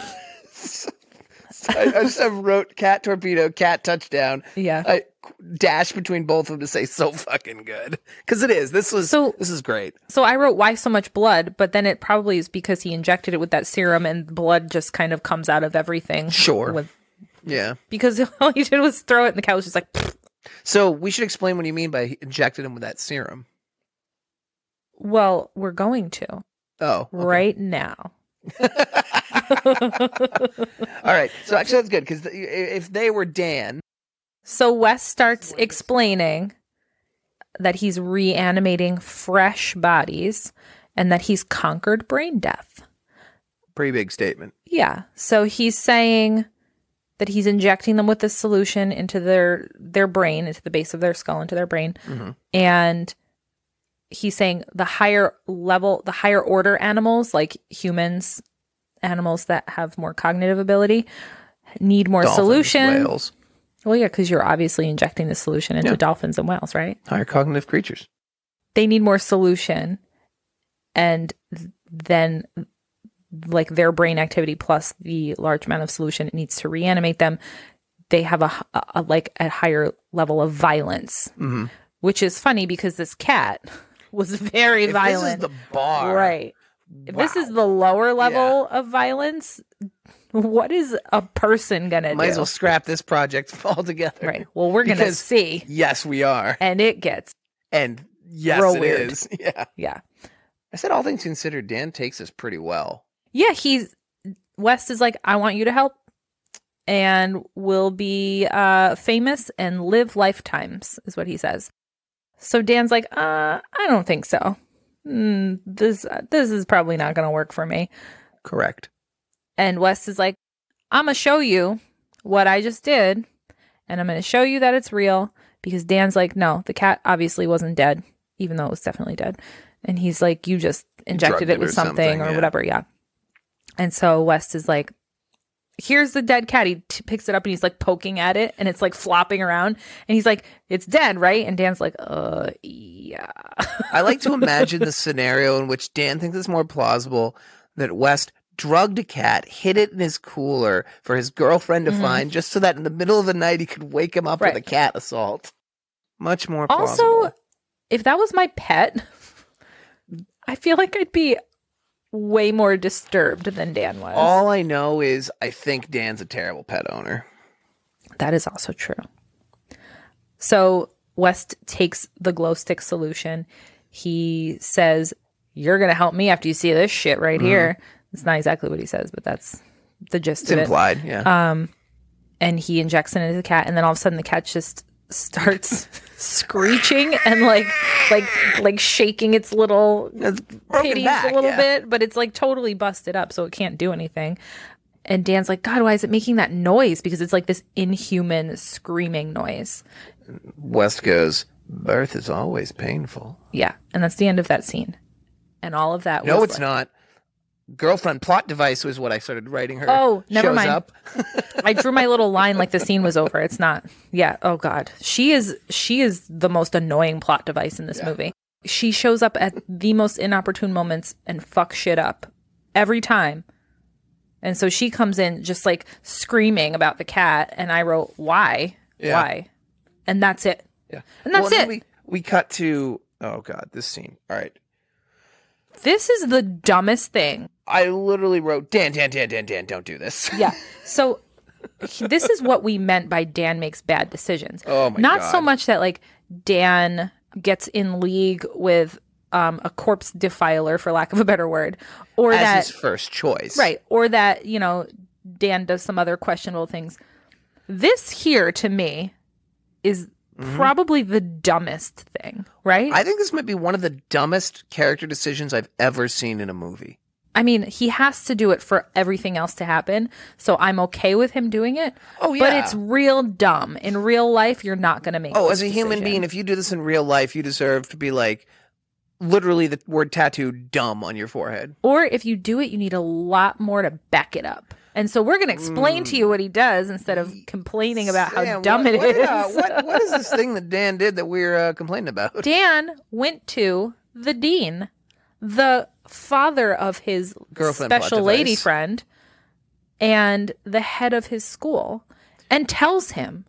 Speaker 1: I, I just wrote cat torpedo, cat touchdown.
Speaker 2: Yeah.
Speaker 1: I dashed between both of them to say so fucking good because it is. This was
Speaker 2: So-
Speaker 1: this is great.
Speaker 2: So I wrote why so much blood, but then it probably is because he injected it with that serum and blood just kind of comes out of everything.
Speaker 1: Sure.
Speaker 2: With,
Speaker 1: Yeah.
Speaker 2: because all he did was throw it and the cat was just like, "Pfft."
Speaker 1: So we should explain what you mean by he injected him with that serum.
Speaker 2: well, we're going to
Speaker 1: Oh, okay.
Speaker 2: right now.
Speaker 1: All right. So actually, that's good because if they were Dan,
Speaker 2: So Wes starts explaining that he's reanimating fresh bodies and that he's conquered brain death.
Speaker 1: pretty big statement.
Speaker 2: Yeah. So he's saying that he's injecting them with this solution into their their brain, into the base of their skull, into their brain.
Speaker 1: Mhm.
Speaker 2: And he's saying the higher level, the higher order animals like humans, animals that have more cognitive ability need more
Speaker 1: Dolphins,
Speaker 2: solution.
Speaker 1: whales,
Speaker 2: Well, yeah, because you're obviously injecting the solution into
Speaker 1: Yeah.
Speaker 2: dolphins and whales, right?
Speaker 1: higher cognitive creatures.
Speaker 2: They need more solution, and th- then like their brain activity plus the large amount of solution it needs to reanimate them. They have a, h- a- a- like a higher level of violence,
Speaker 1: Mm-hmm.
Speaker 2: which is funny because this cat was very violent,
Speaker 1: This is the bar,
Speaker 2: right? If this is
Speaker 1: wow.
Speaker 2: the lower level of violence. What is a person gonna
Speaker 1: Might
Speaker 2: do?
Speaker 1: as well scrap this project altogether.
Speaker 2: right. Well, we're gonna
Speaker 1: Because-
Speaker 2: see,
Speaker 1: Yes, we are.
Speaker 2: and it gets
Speaker 1: And yes,
Speaker 2: Real
Speaker 1: it
Speaker 2: weird.
Speaker 1: is. Yeah.
Speaker 2: Yeah.
Speaker 1: I said, all things considered, Dan takes us pretty well.
Speaker 2: Yeah, he's West is like, I want you to help and we'll be uh famous and live lifetimes is what he says. So Dan's like, uh, I don't think so. Hmm, this this is probably not going to work for me.
Speaker 1: Correct.
Speaker 2: And West is like, I'm going to show you what I just did and I'm going to show you that it's real because Dan's like, no, the cat obviously wasn't dead even though it was definitely dead. And he's like, you just injected
Speaker 1: drugged
Speaker 2: it
Speaker 1: it
Speaker 2: with
Speaker 1: or
Speaker 2: something,
Speaker 1: something,
Speaker 2: or
Speaker 1: yeah.
Speaker 2: whatever. Yeah. And so West is like, here's the dead cat. He t- picks it up and he's like poking at it and it's like flopping around. And he's like, it's dead, right? And Dan's like, uh, yeah.
Speaker 1: I like to imagine the scenario in which Dan thinks it's more plausible that West drugged a cat, hid it in his cooler for his girlfriend to
Speaker 2: Mhm.
Speaker 1: find, just so that in the middle of the night he could wake him up
Speaker 2: Right.
Speaker 1: with a cat assault. Much more
Speaker 2: Also,
Speaker 1: plausible.
Speaker 2: if that was my pet, I feel like I'd be way more disturbed than Dan was.
Speaker 1: All I know is I think Dan's a terrible pet owner.
Speaker 2: That is also true. So West takes the glow stick solution. He says, You're going to help me after you see this shit right
Speaker 1: Mm-hmm.
Speaker 2: here. It's not exactly what he says, but that's the gist
Speaker 1: It's
Speaker 2: of it. Uh,
Speaker 1: implied, yeah.
Speaker 2: And he injects it into the cat, and then all of a sudden the cat just starts screeching and like like like shaking its little
Speaker 1: It's broken
Speaker 2: titties
Speaker 1: back,
Speaker 2: a little
Speaker 1: yeah.
Speaker 2: bit, but it's like totally busted up, so it can't do anything. And Dan's like, God, why is it making that noise? Because it's like this inhuman screaming noise.
Speaker 1: West goes, birth is always painful.
Speaker 2: Yeah. And that's the end of that scene. And all of that
Speaker 1: No,
Speaker 2: was
Speaker 1: it's
Speaker 2: like-
Speaker 1: not. Girlfriend plot device was what I started writing her.
Speaker 2: Oh, never
Speaker 1: Shows
Speaker 2: mind.
Speaker 1: Up.
Speaker 2: I drew my little line like the scene was over. It's not. Yeah. Oh God. She is she is the most annoying plot device in this movie. She shows up at the most inopportune moments and fuck shit up every time. And so she comes in just like screaming about the cat and I wrote why?
Speaker 1: Yeah.
Speaker 2: Why? And that's it.
Speaker 1: Yeah.
Speaker 2: And that's
Speaker 1: Well, then
Speaker 2: it.
Speaker 1: We, we cut to, oh God, this scene. All right.
Speaker 2: This is the dumbest thing.
Speaker 1: I literally wrote, Dan, Dan, Dan, Dan, Dan, don't do this.
Speaker 2: Yeah. So this is what we meant by Dan makes bad decisions.
Speaker 1: Oh my
Speaker 2: Not
Speaker 1: God.
Speaker 2: so much that like Dan gets in league with um, a corpse defiler, for lack of a better word, or
Speaker 1: As
Speaker 2: that
Speaker 1: his first choice.
Speaker 2: right, or that you know Dan does some other questionable things. This here to me is probably the dumbest thing, right?
Speaker 1: Mm-hmm. I think this might be one of the dumbest character decisions I've ever seen in a movie.
Speaker 2: I mean, he has to do it for everything else to happen. So I'm okay with him doing it.
Speaker 1: Oh,
Speaker 2: But
Speaker 1: yeah.
Speaker 2: it's real dumb. In real life, you're not going to make
Speaker 1: Oh,
Speaker 2: this
Speaker 1: as a human
Speaker 2: decision.
Speaker 1: being, if you do this in real life, you deserve to be like literally the word tattooed dumb on your forehead.
Speaker 2: Or if you do it, you need a lot more to back it up. And so we're going to explain to you what he does instead of complaining about how
Speaker 1: Mm. Sam,
Speaker 2: dumb
Speaker 1: what,
Speaker 2: it is.
Speaker 1: what, uh, what, what is this thing that Dan did that we're uh, complaining about?
Speaker 2: Dan went to the dean, the father of his
Speaker 1: Girlfriend plot
Speaker 2: special lady
Speaker 1: device.
Speaker 2: friend, and the head of his school, and tells him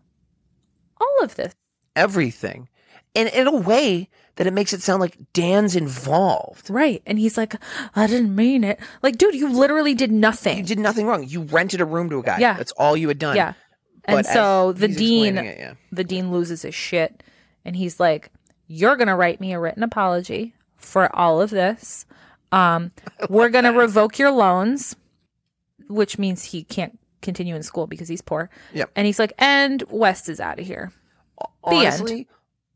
Speaker 2: all of this.
Speaker 1: Everything. And in a way that it makes it sound like Dan's involved.
Speaker 2: Right. And he's like, I didn't mean it. Like, dude, you literally did nothing.
Speaker 1: You did nothing wrong. You rented a room to a guy.
Speaker 2: Yeah.
Speaker 1: That's all you had done.
Speaker 2: Yeah.
Speaker 1: But
Speaker 2: And
Speaker 1: as
Speaker 2: so the
Speaker 1: he's
Speaker 2: dean
Speaker 1: explaining it, yeah.
Speaker 2: the dean loses his shit and he's like, You're gonna write me a written apology for all of this. Um we're gonna revoke your loans, which means he can't continue in school because he's poor.
Speaker 1: Yep.
Speaker 2: And he's like, and West is out of here. The end.
Speaker 1: honestly,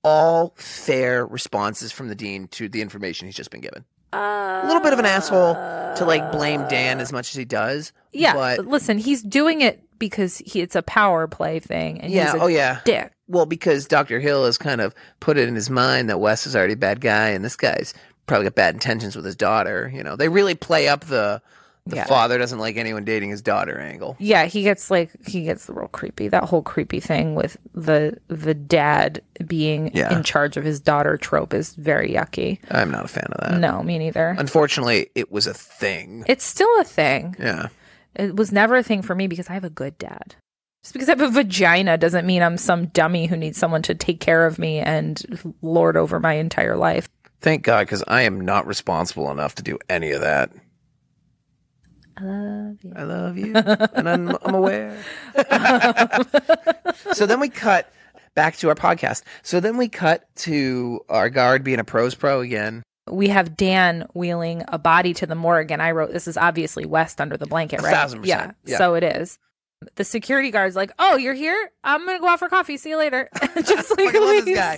Speaker 1: all fair responses from the dean to the information he's just been given.
Speaker 2: Uh,
Speaker 1: A little bit of an asshole to like blame Dan as much as he does.
Speaker 2: Yeah.
Speaker 1: but
Speaker 2: but listen, he's doing it because he it's a power play thing and
Speaker 1: yeah,
Speaker 2: he's a
Speaker 1: oh yeah.
Speaker 2: dick.
Speaker 1: Well, because Doctor Hill has kind of put it in his mind that Wes is already a bad guy, and this guy's probably got bad intentions with his daughter. You know, they really play up the the
Speaker 2: Yeah.
Speaker 1: father doesn't like anyone dating his daughter angle.
Speaker 2: Yeah, he gets like he gets real creepy. That whole creepy thing with the the dad being
Speaker 1: Yeah.
Speaker 2: in charge of his daughter trope is very yucky.
Speaker 1: I'm not a fan of that.
Speaker 2: no, me neither.
Speaker 1: Unfortunately, it was a thing.
Speaker 2: it's still a thing.
Speaker 1: Yeah.
Speaker 2: It was never a thing for me because I have a good dad. Just because I have a vagina doesn't mean I'm some dummy who needs someone to take care of me and lord over my entire life.
Speaker 1: Thank God, because I am not responsible enough to do any of that.
Speaker 2: I love you.
Speaker 1: I love you, and I'm, I'm aware. so then we cut back to our podcast. So then we cut to our guard being a pros pro again.
Speaker 2: We have Dan wheeling a body to the morgue, and I wrote this is obviously West under the blanket,
Speaker 1: A
Speaker 2: right?
Speaker 1: thousand percent.
Speaker 2: Yeah,
Speaker 1: Yeah.
Speaker 2: so it is. The security guard's like, "Oh, you're here. I'm gonna go out for coffee. See you later." Just like
Speaker 1: Fucking love this
Speaker 2: leaves.
Speaker 1: guy.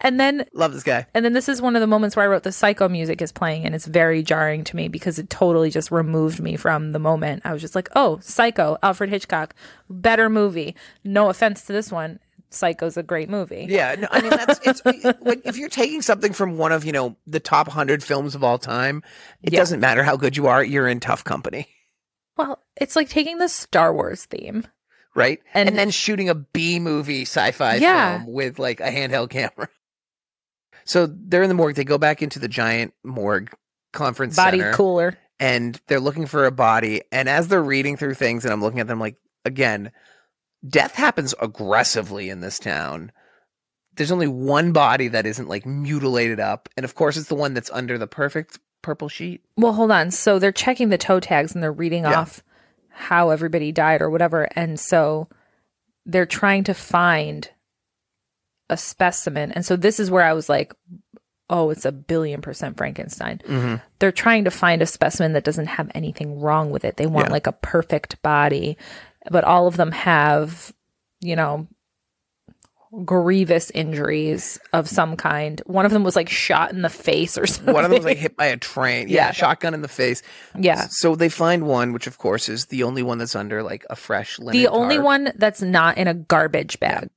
Speaker 2: And then
Speaker 1: Love this guy.
Speaker 2: And then this is one of the moments where I wrote the psycho music is playing, and it's very jarring to me because it totally just removed me from the moment. I was just like, oh, psycho, Alfred Hitchcock, better movie. No offense to this one. Psycho's a great movie.
Speaker 1: Yeah, no, I mean that's it's like if you're taking something from one of you know the top hundred films of all time, it
Speaker 2: Yeah.
Speaker 1: doesn't matter how good you are, you're in tough company,
Speaker 2: Well, it's like taking the Star Wars theme.
Speaker 1: right? And,
Speaker 2: And-
Speaker 1: then shooting a B movie sci-fi
Speaker 2: Yeah.
Speaker 1: film with like a handheld camera. So they're in the morgue. They go back into the giant morgue conference
Speaker 2: Body
Speaker 1: center,
Speaker 2: cooler.
Speaker 1: and they're looking for a body. And as they're reading through things, and I'm looking at them like again, death happens aggressively in this town. There's only one body that isn't like mutilated up, and of course, it's the one that's under the perfect purple sheet.
Speaker 2: Well, hold on. So they're checking the toe tags and they're reading
Speaker 1: Yeah.
Speaker 2: off how everybody died or whatever. And so they're trying to find a specimen. And so this is where I was like, oh, it's a billion percent Frankenstein.
Speaker 1: Mm-hmm.
Speaker 2: They're trying to find a specimen that doesn't have anything wrong with it. They want
Speaker 1: Yeah.
Speaker 2: like a perfect body, but all of them have, you know, grievous injuries of some kind. One of them was like shot in the face or something.
Speaker 1: One of them was like hit by a train. Yeah,
Speaker 2: Yeah.
Speaker 1: shotgun in the face.
Speaker 2: yeah.
Speaker 1: So they find one, which of course is the only one that's under like a fresh linen.
Speaker 2: the only
Speaker 1: tarp.
Speaker 2: one that's not in a garbage bag.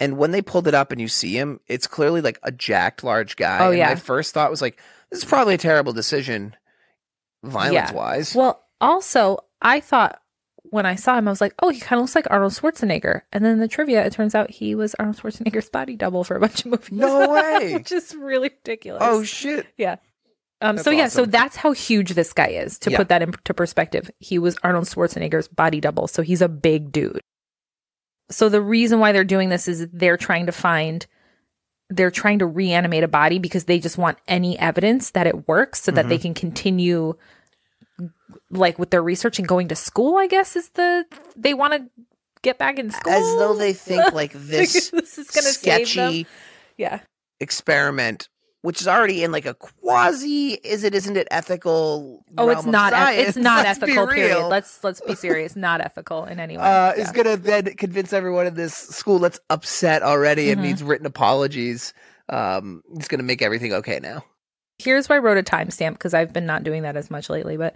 Speaker 1: And when they pulled it up and you see him, it's clearly like a jacked large guy.
Speaker 2: Oh,
Speaker 1: and My
Speaker 2: yeah.
Speaker 1: first thought was like, this is probably a terrible decision, violence wise.
Speaker 2: Well, also, I thought when I saw him, I was like, oh, he kind of looks like Arnold Schwarzenegger. And then in the trivia, it turns out he was Arnold Schwarzenegger's body double for a bunch of movies.
Speaker 1: No way.
Speaker 2: Which is really ridiculous.
Speaker 1: oh shit!
Speaker 2: um, so
Speaker 1: that's
Speaker 2: yeah, so
Speaker 1: awesome.
Speaker 2: that's how huge this guy is. To
Speaker 1: Yeah.
Speaker 2: put that into perspective, he was Arnold Schwarzenegger's body double, so he's a big dude. So the reason why they're doing this is they're trying to find they're trying to reanimate a body because they just want any evidence that it works so that they
Speaker 1: Mm-hmm.
Speaker 2: can continue like with their research and going to school, I guess is the they want to get back in school.
Speaker 1: As though they think like
Speaker 2: Because
Speaker 1: this
Speaker 2: this is gonna save them.
Speaker 1: sketchy
Speaker 2: Yeah.
Speaker 1: experiment, which is already in like a quasi is it isn't it ethical?
Speaker 2: Oh, it's
Speaker 1: realm of
Speaker 2: not. eth-
Speaker 1: science.
Speaker 2: it's not
Speaker 1: Let's be
Speaker 2: ethical. Period.
Speaker 1: real.
Speaker 2: Let's let's be serious. Not ethical in any way.
Speaker 1: uh,
Speaker 2: Yeah.
Speaker 1: is going to then convince everyone in this school that's upset already and
Speaker 2: Mhm.
Speaker 1: needs written apologies. Um, it's going to make everything okay now.
Speaker 2: Here's why I wrote a timestamp because I've been not doing that as much lately. But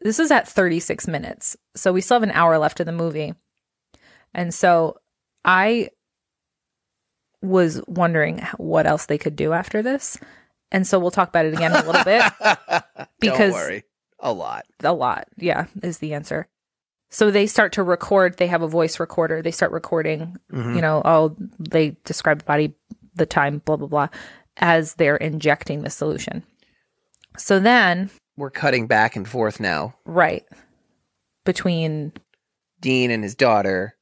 Speaker 2: this is at 36 minutes, so we still have an hour left of the movie, and so I was wondering h- what else they could do after this, and so we'll talk about it again in a little bit.
Speaker 1: Don't
Speaker 2: because-
Speaker 1: worry, a lot.
Speaker 2: a lot yeah is the answer so they start to record they have a voice recorder they start recording you know oh they describe the body the time blah blah blah as they're injecting the solution so then
Speaker 1: We're cutting back and forth now.
Speaker 2: right between
Speaker 1: Dean and his daughter,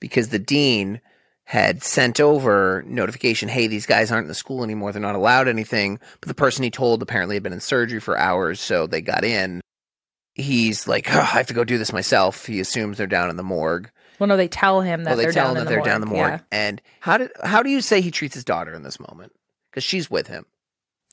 Speaker 1: because the dean had sent over notification hey these guys aren't in the school anymore they're not allowed anything but the person he told apparently had been in surgery for hours so they got in he's like "Ugh, i have to go do this myself he assumes they're down in the morgue
Speaker 2: well no they tell him that
Speaker 1: well, they
Speaker 2: are
Speaker 1: tell
Speaker 2: down
Speaker 1: him
Speaker 2: in
Speaker 1: that
Speaker 2: the
Speaker 1: they're
Speaker 2: morgue.
Speaker 1: down the morgue. And how did how do you say he treats his daughter in this moment? Because she's with him.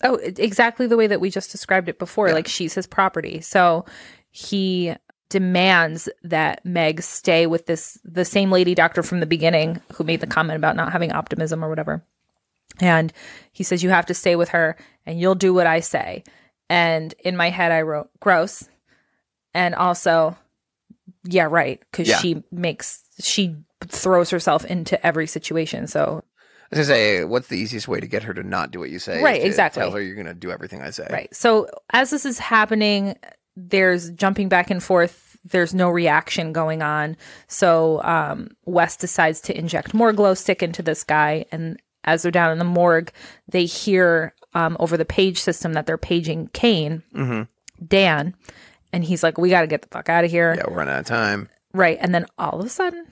Speaker 2: Yeah. oh it- exactly the way that we just described it before
Speaker 1: Yeah.
Speaker 2: like she's his property so he demands that meg stay with this the same lady doctor from the beginning who made the comment about not having optimism or whatever And he says, You have to stay with her and you'll do what I say. And in my head, I wrote, Gross. And also, yeah, right. Because
Speaker 1: Yeah.
Speaker 2: she makes, she throws herself into every situation. So,
Speaker 1: As I say, what's the easiest way to get her to not do what you say? is
Speaker 2: Right,
Speaker 1: to
Speaker 2: exactly.
Speaker 1: Tell her you're going to do everything I say.
Speaker 2: right. So, as this is happening, there's jumping back and forth. There's no reaction going on. So, um, Wes decides to inject more glow stick into this guy. And as they're down in the morgue, they hear um, over the page system that they're paging Kane.
Speaker 1: hmm
Speaker 2: Dan, and he's like, "We got to get the fuck out of here!"
Speaker 1: Yeah, we're running out of time.
Speaker 2: Right, and then all of a sudden,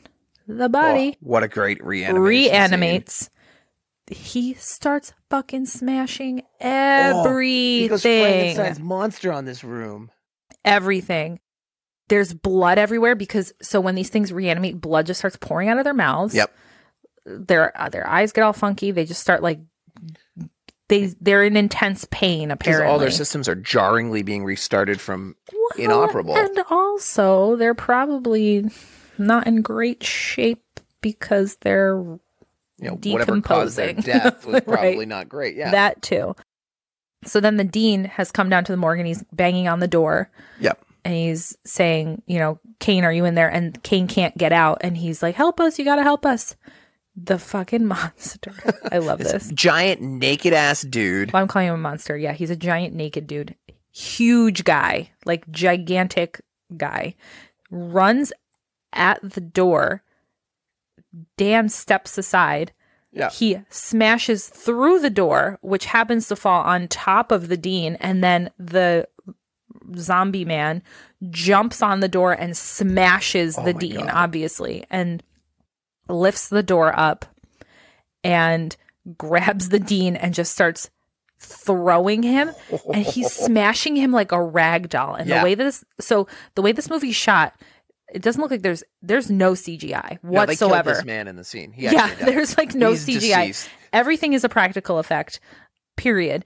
Speaker 2: the
Speaker 1: Oh,
Speaker 2: body
Speaker 1: what a great reanimation. Oh, scene.
Speaker 2: reanimates. He starts fucking
Speaker 1: Oh,
Speaker 2: smashing
Speaker 1: He goes
Speaker 2: everything.
Speaker 1: Frankenstein's monster on this room.
Speaker 2: everything. There's blood everywhere because so when these things reanimate, blood just starts pouring out of their mouths.
Speaker 1: Yep.
Speaker 2: Their uh, their eyes get all funky. They just start like they they're in intense pain
Speaker 1: Because
Speaker 2: apparently.
Speaker 1: all their systems are jarringly being restarted from.
Speaker 2: Well,
Speaker 1: inoperable.
Speaker 2: And also, they're probably not in great shape because they're
Speaker 1: You know, whatever caused their
Speaker 2: Decomposing.
Speaker 1: death was
Speaker 2: Right.
Speaker 1: probably not great. Yeah.
Speaker 2: that too. So then the dean has come down to the morgue and he's banging on the door.
Speaker 1: Yep.
Speaker 2: And he's saying, you know, Kane, are you in there? And Kane can't get out. And he's like, help us. You got to help us. the fucking monster. I love this.
Speaker 1: Giant naked ass dude.
Speaker 2: Well, I'm calling him a monster. Yeah, he's a giant naked dude. Huge guy, like gigantic guy. Runs at the door. Dan steps aside.
Speaker 1: Yeah.
Speaker 2: He smashes through the door, which happens to fall on top of the dean, and then the zombie man jumps on the door and smashes
Speaker 1: Oh
Speaker 2: the
Speaker 1: my
Speaker 2: dean,
Speaker 1: God.
Speaker 2: obviously, and lifts the door up and grabs the dean and just starts throwing him and he's smashing him like a rag doll. And
Speaker 1: Yeah.
Speaker 2: the way this so the way this movie's shot, it doesn't look like there's there's no CGI
Speaker 1: No, they killed
Speaker 2: whatsoever.
Speaker 1: this man in the scene. He
Speaker 2: yeah,
Speaker 1: actually died.
Speaker 2: there's like no
Speaker 1: He's
Speaker 2: CGI.
Speaker 1: deceased.
Speaker 2: Everything is a practical effect. Period.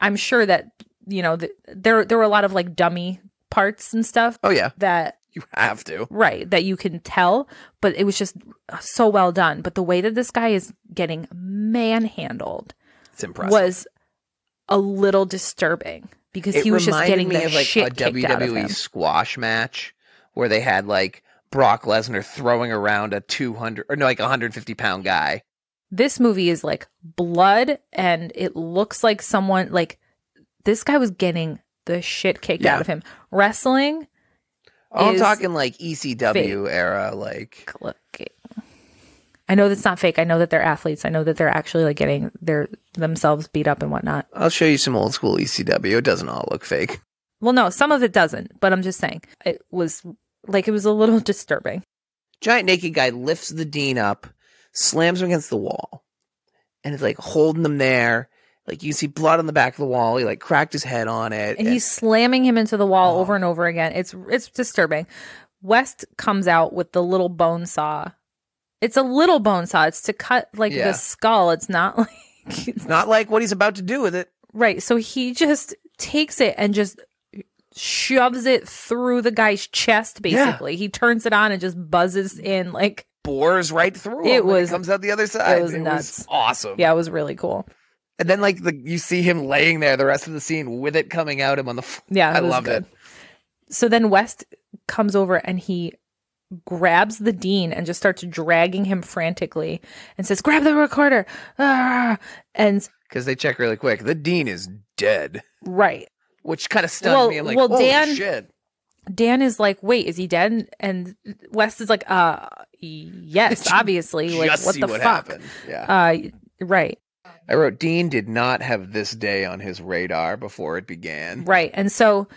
Speaker 2: I'm sure that you know th- there there were a lot of like dummy parts and stuff
Speaker 1: Oh yeah,
Speaker 2: that
Speaker 1: you have to.
Speaker 2: right that you can tell but it was just uh, so well done but the way that this guy is getting manhandled
Speaker 1: It's impressive.
Speaker 2: was a little disturbing because he was just
Speaker 1: reminded
Speaker 2: getting
Speaker 1: me
Speaker 2: the
Speaker 1: of like
Speaker 2: shit
Speaker 1: a E
Speaker 2: kicked out of him.
Speaker 1: WWE squash match where they had like Brock Lesnar throwing around a 200 or no, like a 150 pound guy.
Speaker 2: This movie is like blood, and it looks like someone like this guy was getting the shit kicked
Speaker 1: Yeah.
Speaker 2: out of him. Wrestling,
Speaker 1: Oh, I'm
Speaker 2: Is
Speaker 1: talking like ECW era, like
Speaker 2: look. I know that's not fake. I know that they're athletes. I know that they're actually like getting their themselves beat up and whatnot.
Speaker 1: I'll show you some old school ECW. It doesn't all look fake.
Speaker 2: Well, no, some of it doesn't, but I'm just saying it was like it was a little disturbing.
Speaker 1: Giant naked guy lifts the dean up, slams him against the wall, and is like holding him there. Like you see blood on the back of the wall. He like cracked his head on it.
Speaker 2: and he's slamming him into the wall
Speaker 1: Oh.
Speaker 2: over and over again. It's it's disturbing. West comes out with the little bone saw. It's a little bone saw. It's to cut like
Speaker 1: Yeah.
Speaker 2: the skull. It's not like
Speaker 1: It's not like what he's about to do with it.
Speaker 2: right. So he just takes it and just shoves it through the guy's chest.
Speaker 1: Yeah.
Speaker 2: Basically, he turns it on and just buzzes in. Like
Speaker 1: Bores right through him.
Speaker 2: It
Speaker 1: and
Speaker 2: was-
Speaker 1: comes out the other side.
Speaker 2: was nuts.
Speaker 1: awesome.
Speaker 2: yeah, it was really cool.
Speaker 1: And then like the you see him laying there the rest of the scene with it coming out him on the floor.
Speaker 2: Yeah,
Speaker 1: I
Speaker 2: was
Speaker 1: loved it.
Speaker 2: So then West comes over and he grabs the dean and just starts dragging him frantically and says, "Grab the recorder!" Ah! And
Speaker 1: because they check really quick. The dean is dead,
Speaker 2: right,
Speaker 1: which kind of stunned
Speaker 2: Well-
Speaker 1: me. I'm like,
Speaker 2: well,
Speaker 1: holy
Speaker 2: Dan-
Speaker 1: shit.
Speaker 2: Dan is like, "Wait, is he dead?" And West is like, "Uh, yes, obviously. like,
Speaker 1: Just
Speaker 2: what
Speaker 1: see
Speaker 2: the
Speaker 1: what
Speaker 2: fuck?"
Speaker 1: happened. Yeah,
Speaker 2: Uh, right,
Speaker 1: I wrote Dean did not have this day on his radar before it began.
Speaker 2: right. And so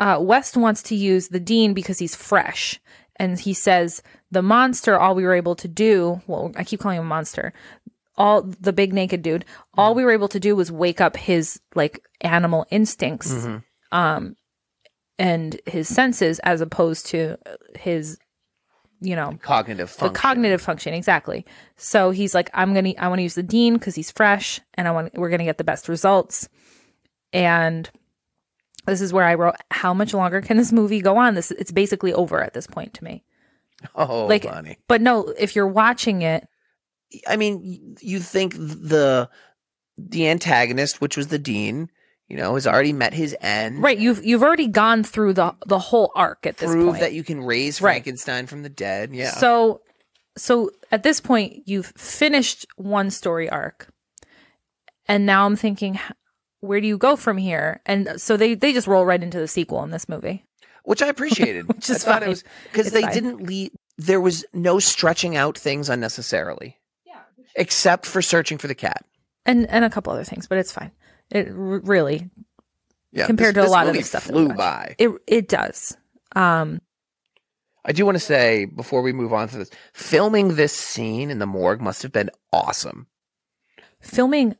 Speaker 2: uh, West wants to use the dean because he's fresh. And he says, the monster, all we were able to do, well, I keep calling him a monster, all the big naked dude, all we were able to do was wake up his like animal instincts
Speaker 1: Mhm.
Speaker 2: um, and his senses as opposed to his, you know,
Speaker 1: Cognitive function.
Speaker 2: the cognitive function exactly so he's like i'm gonna i want to use the dean because he's fresh and i want we're gonna get the best results and this is where i wrote how much longer can this movie go on this it's basically over at this point to me
Speaker 1: Oh,
Speaker 2: like-
Speaker 1: funny.
Speaker 2: but no if you're watching it
Speaker 1: I mean, y- you think the the antagonist, which was the dean, you know, has already met his end.
Speaker 2: right you've you've already gone through the the whole arc at this
Speaker 1: Prove
Speaker 2: point
Speaker 1: that you can raise
Speaker 2: Right.
Speaker 1: Frankenstein from the dead. Yeah.
Speaker 2: So so at this point you've finished one story arc. And now I'm thinking h- where do you go from here? And uh, so they they just roll right into the sequel in this movie.
Speaker 1: which I appreciated.
Speaker 2: Which is
Speaker 1: I thought it
Speaker 2: fine.
Speaker 1: was because
Speaker 2: It's
Speaker 1: they
Speaker 2: fine.
Speaker 1: didn't lead. There was no stretching out things unnecessarily. Yeah. Except for searching for the cat.
Speaker 2: And and a couple other things, but it's fine. It r- really
Speaker 1: Yeah.
Speaker 2: Compared
Speaker 1: this-
Speaker 2: to a
Speaker 1: this
Speaker 2: lot of the
Speaker 1: movie
Speaker 2: stuff that we
Speaker 1: flew
Speaker 2: watched.
Speaker 1: by.
Speaker 2: it it does. Um
Speaker 1: I do want to say before we move on to this, filming this scene in the morgue must have been awesome.
Speaker 2: filming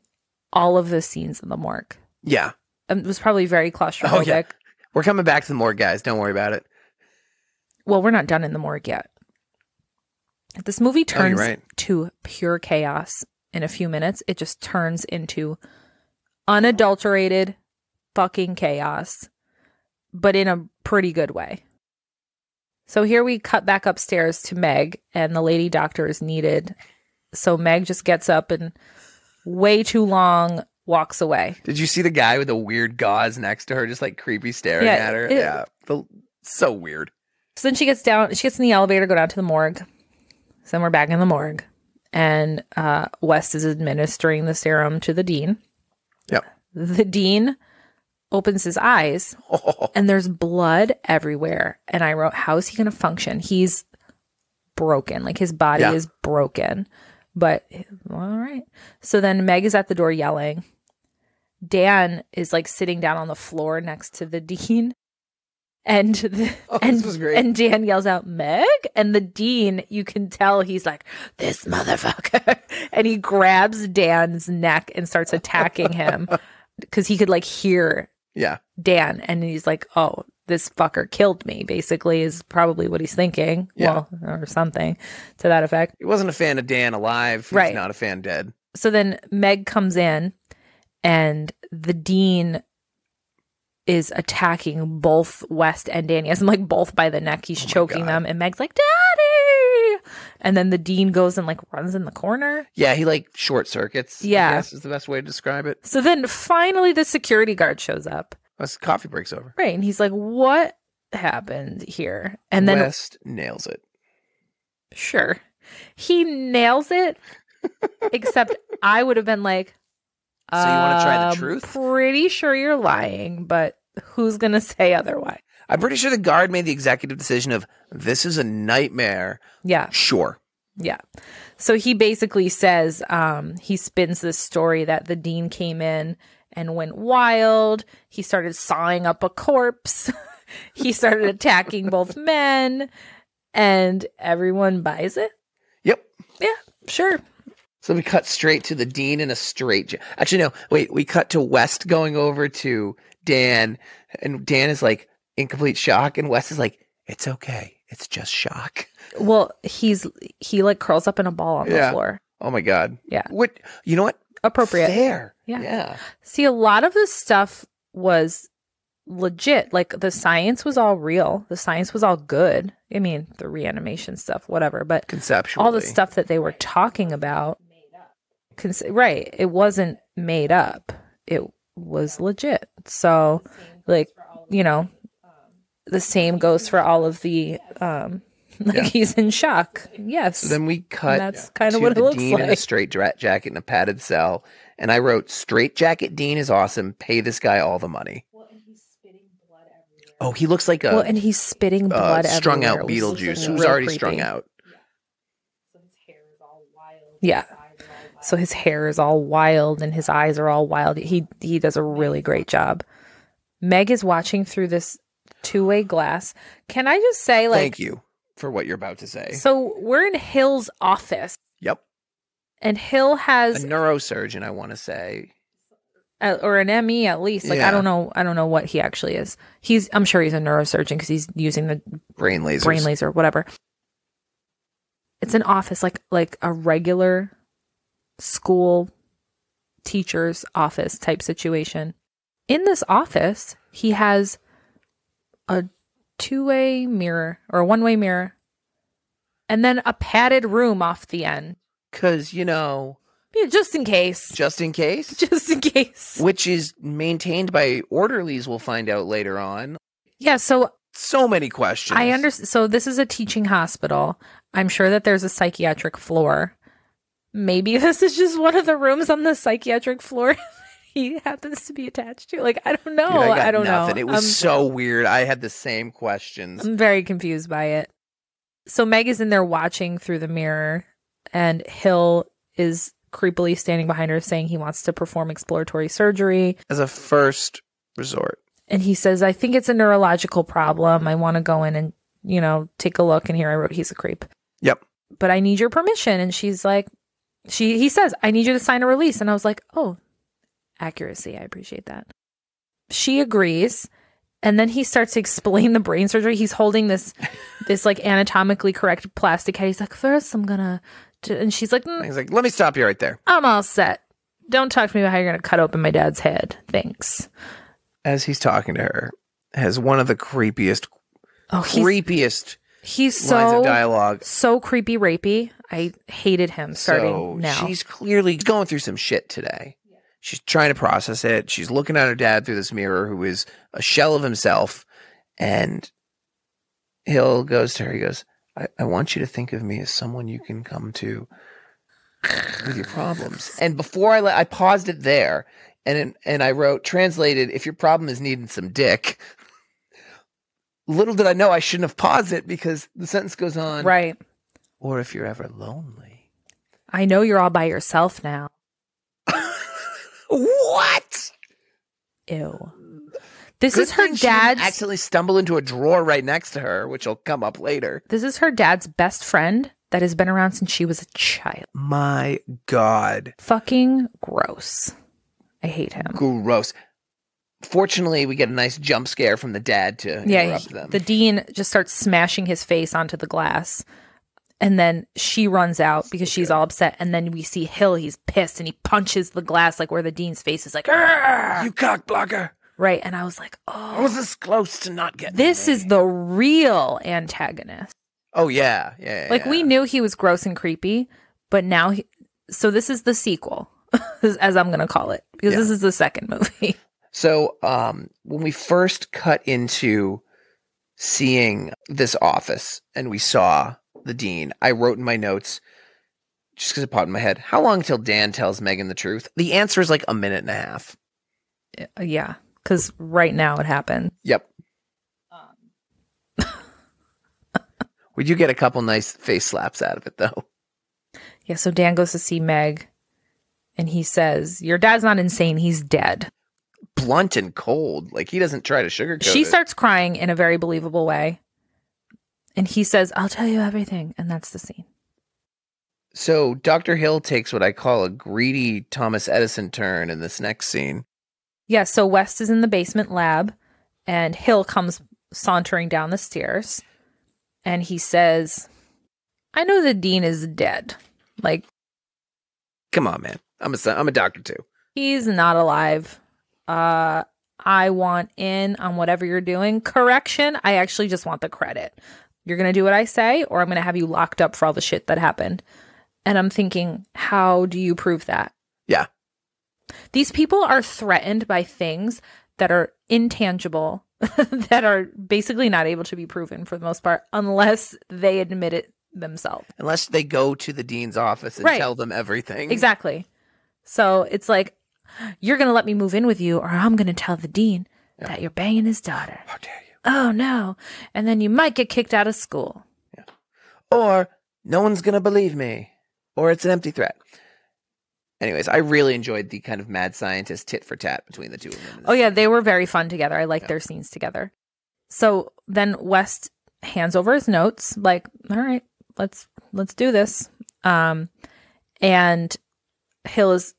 Speaker 2: all of the scenes in the morgue
Speaker 1: Yeah.
Speaker 2: um, was probably very
Speaker 1: Oh,
Speaker 2: claustrophobic.
Speaker 1: We're coming back to the morgue, guys. Don't worry about it.
Speaker 2: Well, we're not done in the morgue yet. This
Speaker 1: Oh,
Speaker 2: movie
Speaker 1: you're
Speaker 2: turns
Speaker 1: right.
Speaker 2: to pure chaos in a few minutes. It just turns into unadulterated fucking chaos, but in a pretty good way. So here we cut back upstairs to Meg, and the lady doctor is needed. So Meg just gets up and way too long walks away.
Speaker 1: Did you see the guy with the weird gauze next to her, just like creepy staring
Speaker 2: Yeah,
Speaker 1: at her?
Speaker 2: it-
Speaker 1: yeah. The- so weird.
Speaker 2: So then she gets down, she gets in the elevator, go down to the morgue. So then we're back in the morgue. and uh, West is administering the serum to the dean.
Speaker 1: Yep.
Speaker 2: The dean opens his eyes
Speaker 1: Oh.
Speaker 2: and there's blood everywhere. And I wrote, How is he going to function? He's broken. Like his body
Speaker 1: Yeah.
Speaker 2: is broken. But well, all right. So then Meg is at the door yelling. Dan is like sitting down on the floor next to the dean. And the,
Speaker 1: Oh,
Speaker 2: and,
Speaker 1: this was great.
Speaker 2: and Dan yells out, Meg? And the dean, you can tell he's like, this motherfucker. And he grabs Dan's neck and starts attacking him because he could like hear
Speaker 1: yeah.
Speaker 2: Dan. And he's like, oh, this fucker killed me, basically, is probably what he's thinking.
Speaker 1: Yeah.
Speaker 2: Well, or something to that effect.
Speaker 1: He wasn't a fan of Dan alive. He's
Speaker 2: Right.
Speaker 1: not a fan dead.
Speaker 2: so then Meg comes in and the dean is attacking both West and Danny. As I'm like both by the neck. He's
Speaker 1: Oh my
Speaker 2: choking
Speaker 1: God.
Speaker 2: them and Meg's like, Daddy and then the dean goes and like runs in the corner.
Speaker 1: Yeah, he like short circuits. I
Speaker 2: Yeah.
Speaker 1: guess is the best way to describe it.
Speaker 2: So then finally the security guard shows up.
Speaker 1: Once the coffee breaks over,
Speaker 2: Right. And he's like, What happened here? And then
Speaker 1: West nails it.
Speaker 2: sure. He nails it. except I would have been like
Speaker 1: So you wanna try the
Speaker 2: "I'm
Speaker 1: truth?"
Speaker 2: Pretty sure you're lying, but who's gonna say otherwise?
Speaker 1: I'm pretty sure the guard made the executive decision of this is a nightmare.
Speaker 2: Yeah.
Speaker 1: Sure.
Speaker 2: So he basically says um, he spins this story that the dean came in and went wild. He started sawing up a corpse. he started attacking both men, and everyone buys it.
Speaker 1: Yep.
Speaker 2: Sure.
Speaker 1: So we cut straight to the dean in a straight. Ja- Actually, no. Wait, we cut to West going over to Dan, and Dan is like in complete shock, and West is like, "It's okay. It's just shock."
Speaker 2: Well, he's he like curls up in a ball on
Speaker 1: Yeah.
Speaker 2: the floor.
Speaker 1: Oh my god.
Speaker 2: Yeah.
Speaker 1: What? You know what?
Speaker 2: Appropriate.
Speaker 1: Fair.
Speaker 2: Yeah.
Speaker 1: Yeah.
Speaker 2: See, a lot of this stuff was legit. Like the science was all real. The science was all good. I mean, the reanimation stuff, whatever. But
Speaker 1: Conceptually.
Speaker 2: all the stuff that they were talking about, cons- right? It wasn't made up. It was legit. So, like, you know, the same goes for all of the. um Like
Speaker 1: Yeah.
Speaker 2: he's in shock. Yes.
Speaker 1: So then we cut.
Speaker 2: And that's kind of
Speaker 1: to
Speaker 2: what it
Speaker 1: the
Speaker 2: looks
Speaker 1: dean in a
Speaker 2: like.
Speaker 1: straight dra- jacket and a padded cell. And I wrote, "Straight jacket Dean is awesome. Pay this guy all the money." Oh, he looks like a
Speaker 2: well, and he's spitting
Speaker 1: uh,
Speaker 2: blood.
Speaker 1: strung out
Speaker 2: everywhere, which is
Speaker 1: Beetlejuice who's
Speaker 2: real
Speaker 1: already
Speaker 2: creepy.
Speaker 1: strung out.
Speaker 2: Yeah. So his hair is all wild and his eyes are all wild. He he does a really great job. Meg is watching through this two-way glass. Can I just say like
Speaker 1: Thank you for what you're about to say.
Speaker 2: so we're in Hill's office
Speaker 1: yep,
Speaker 2: and Hill
Speaker 1: a
Speaker 2: has
Speaker 1: neurosurgeon. I want to say
Speaker 2: uh, or an ME at least. Like
Speaker 1: Yeah.
Speaker 2: I don't know I don't know what he actually is. He's I'm sure he's a neurosurgeon cuz he's using the
Speaker 1: brain lasers.
Speaker 2: brain laser whatever. It's an office like like a regular school teacher's office type situation. In this office, he has a two-way mirror or a one-way mirror and then a padded room off the end.
Speaker 1: Because you know,
Speaker 2: Yeah, just in case.
Speaker 1: just in case,
Speaker 2: Just in case.
Speaker 1: which is maintained by orderlies. We'll find out later on.
Speaker 2: Yeah, so
Speaker 1: So many questions.
Speaker 2: I understand. So this is a teaching hospital. I'm sure that there's a psychiatric floor. Maybe this is just one of the rooms on the psychiatric floor he happens to be attached to. Like I don't know.
Speaker 1: Dude, I, got
Speaker 2: Oh, I, don't
Speaker 1: nothing.
Speaker 2: know. Um,
Speaker 1: It was
Speaker 2: I'm-
Speaker 1: so weird. I had the same questions.
Speaker 2: I'm very confused by it. So Meg is in there watching through the mirror, and Hill is creepily standing behind her, saying he wants to perform exploratory surgery.
Speaker 1: As a first resort.
Speaker 2: and he says, I think it's a neurological problem. I want to go in and, you know, take a look. And here I wrote, he's a creep.
Speaker 1: Yep.
Speaker 2: But I need your permission. And she's like, she, he says, I need you to sign a release. And I was like, oh, accuracy. I appreciate that. She agrees. And then he starts to explain the brain surgery. He's holding this, this like anatomically correct plastic head. He's like, first I'm going to, and she's like, "Mm,
Speaker 1: And He's like, let me stop you right there.
Speaker 2: I'm all set. Don't talk to me about how you're going to cut open my dad's head. Thanks.
Speaker 1: As he's talking to her, has one of the creepiest,
Speaker 2: Oh, he's,
Speaker 1: creepiest
Speaker 2: he's so
Speaker 1: lines of dialogue.
Speaker 2: so creepy rapey. I hated him starting
Speaker 1: so
Speaker 2: now.
Speaker 1: she's clearly going through some shit today. She's trying to process it. She's looking at her dad through this mirror, who is a shell of himself. And Hill goes to her. He goes, I, I want you to think of me as someone you can come to with your problems. And before I let, I paused it there, and it, and I wrote translated. If your problem is needing some dick, little did I know I shouldn't have paused it because the sentence goes on.
Speaker 2: Right.
Speaker 1: Or if you're ever lonely.
Speaker 2: I know you're all by yourself now.
Speaker 1: What?
Speaker 2: Ew. This
Speaker 1: Good
Speaker 2: is her
Speaker 1: thing she didn't
Speaker 2: dad's
Speaker 1: Accidentally stumble into a drawer right next to her, which will come up later.
Speaker 2: This is her dad's best friend that has been around since she was a child.
Speaker 1: My God.
Speaker 2: Fucking gross. I hate him.
Speaker 1: Gross. Fortunately, we get a nice jump scare from the dad to
Speaker 2: Yeah,
Speaker 1: interrupt
Speaker 2: he-
Speaker 1: them.
Speaker 2: the dean just starts smashing his face onto the glass. And then she runs out because she's all upset. And then we see Hill, he's pissed and he punches the glass like where the dean's face is like, "Argh!"
Speaker 1: you cock blocker.
Speaker 2: right. And I was like,
Speaker 1: I
Speaker 2: oh,
Speaker 1: was this close to not getting
Speaker 2: this
Speaker 1: me.
Speaker 2: is the real antagonist.
Speaker 1: Oh yeah, yeah. yeah,
Speaker 2: Like we
Speaker 1: yeah.
Speaker 2: knew he was gross and creepy, but now he so this is the sequel, as I'm gonna call it, because this is the second movie.
Speaker 1: So um, when we first cut into seeing this office and we saw the dean, I wrote in my notes just because it popped in my head. How long till Dan tells Megan the truth? The answer is like a minute and a half.
Speaker 2: Uh, yeah, because right now it happened.
Speaker 1: Yep. Um, We do get a couple nice face slaps out of it though.
Speaker 2: Yeah, so Dan goes to see Meg, and he says, "Your dad's not insane. He's dead."
Speaker 1: Blunt and cold. Like he doesn't try to sugarcoat
Speaker 2: she
Speaker 1: it.
Speaker 2: starts crying in a very believable way, and he says, "I'll tell you everything," and that's the scene.
Speaker 1: So Dr. Hill takes what I call a greedy Thomas Edison turn in this next scene.
Speaker 2: Yeah, so West is in the basement lab and Hill comes sauntering down the stairs and he says, I know the dean is dead. Like,
Speaker 1: Come on, man. I'm a son- I'm a doctor too.
Speaker 2: he's not alive. Uh, I want in on whatever you're doing. Correction, I actually just want the credit. You're going to do what I say, or I'm going to have you locked up for all the shit that happened. And I'm thinking, how do you prove that?
Speaker 1: Yeah.
Speaker 2: These people are threatened by things that are intangible, that are basically not able to be proven for the most part, unless they admit it themselves.
Speaker 1: Unless they go to the dean's office and
Speaker 2: Right.
Speaker 1: tell them everything.
Speaker 2: Exactly. So it's like, you're going to let me move in with you, or I'm going to tell the dean
Speaker 1: Yeah.
Speaker 2: that you're banging his daughter.
Speaker 1: How dare you?
Speaker 2: Oh no. And then you might get kicked out of school.
Speaker 1: Or no one's gonna believe me. Or it's an empty threat. Anyways, I really enjoyed the kind of mad scientist tit for tat between the two of them. in this
Speaker 2: Oh yeah,
Speaker 1: scene.
Speaker 2: they were very fun together. I like
Speaker 1: Yeah.
Speaker 2: their scenes together. So then West hands over his notes, like, all right, let's let's do this. Um and Hill is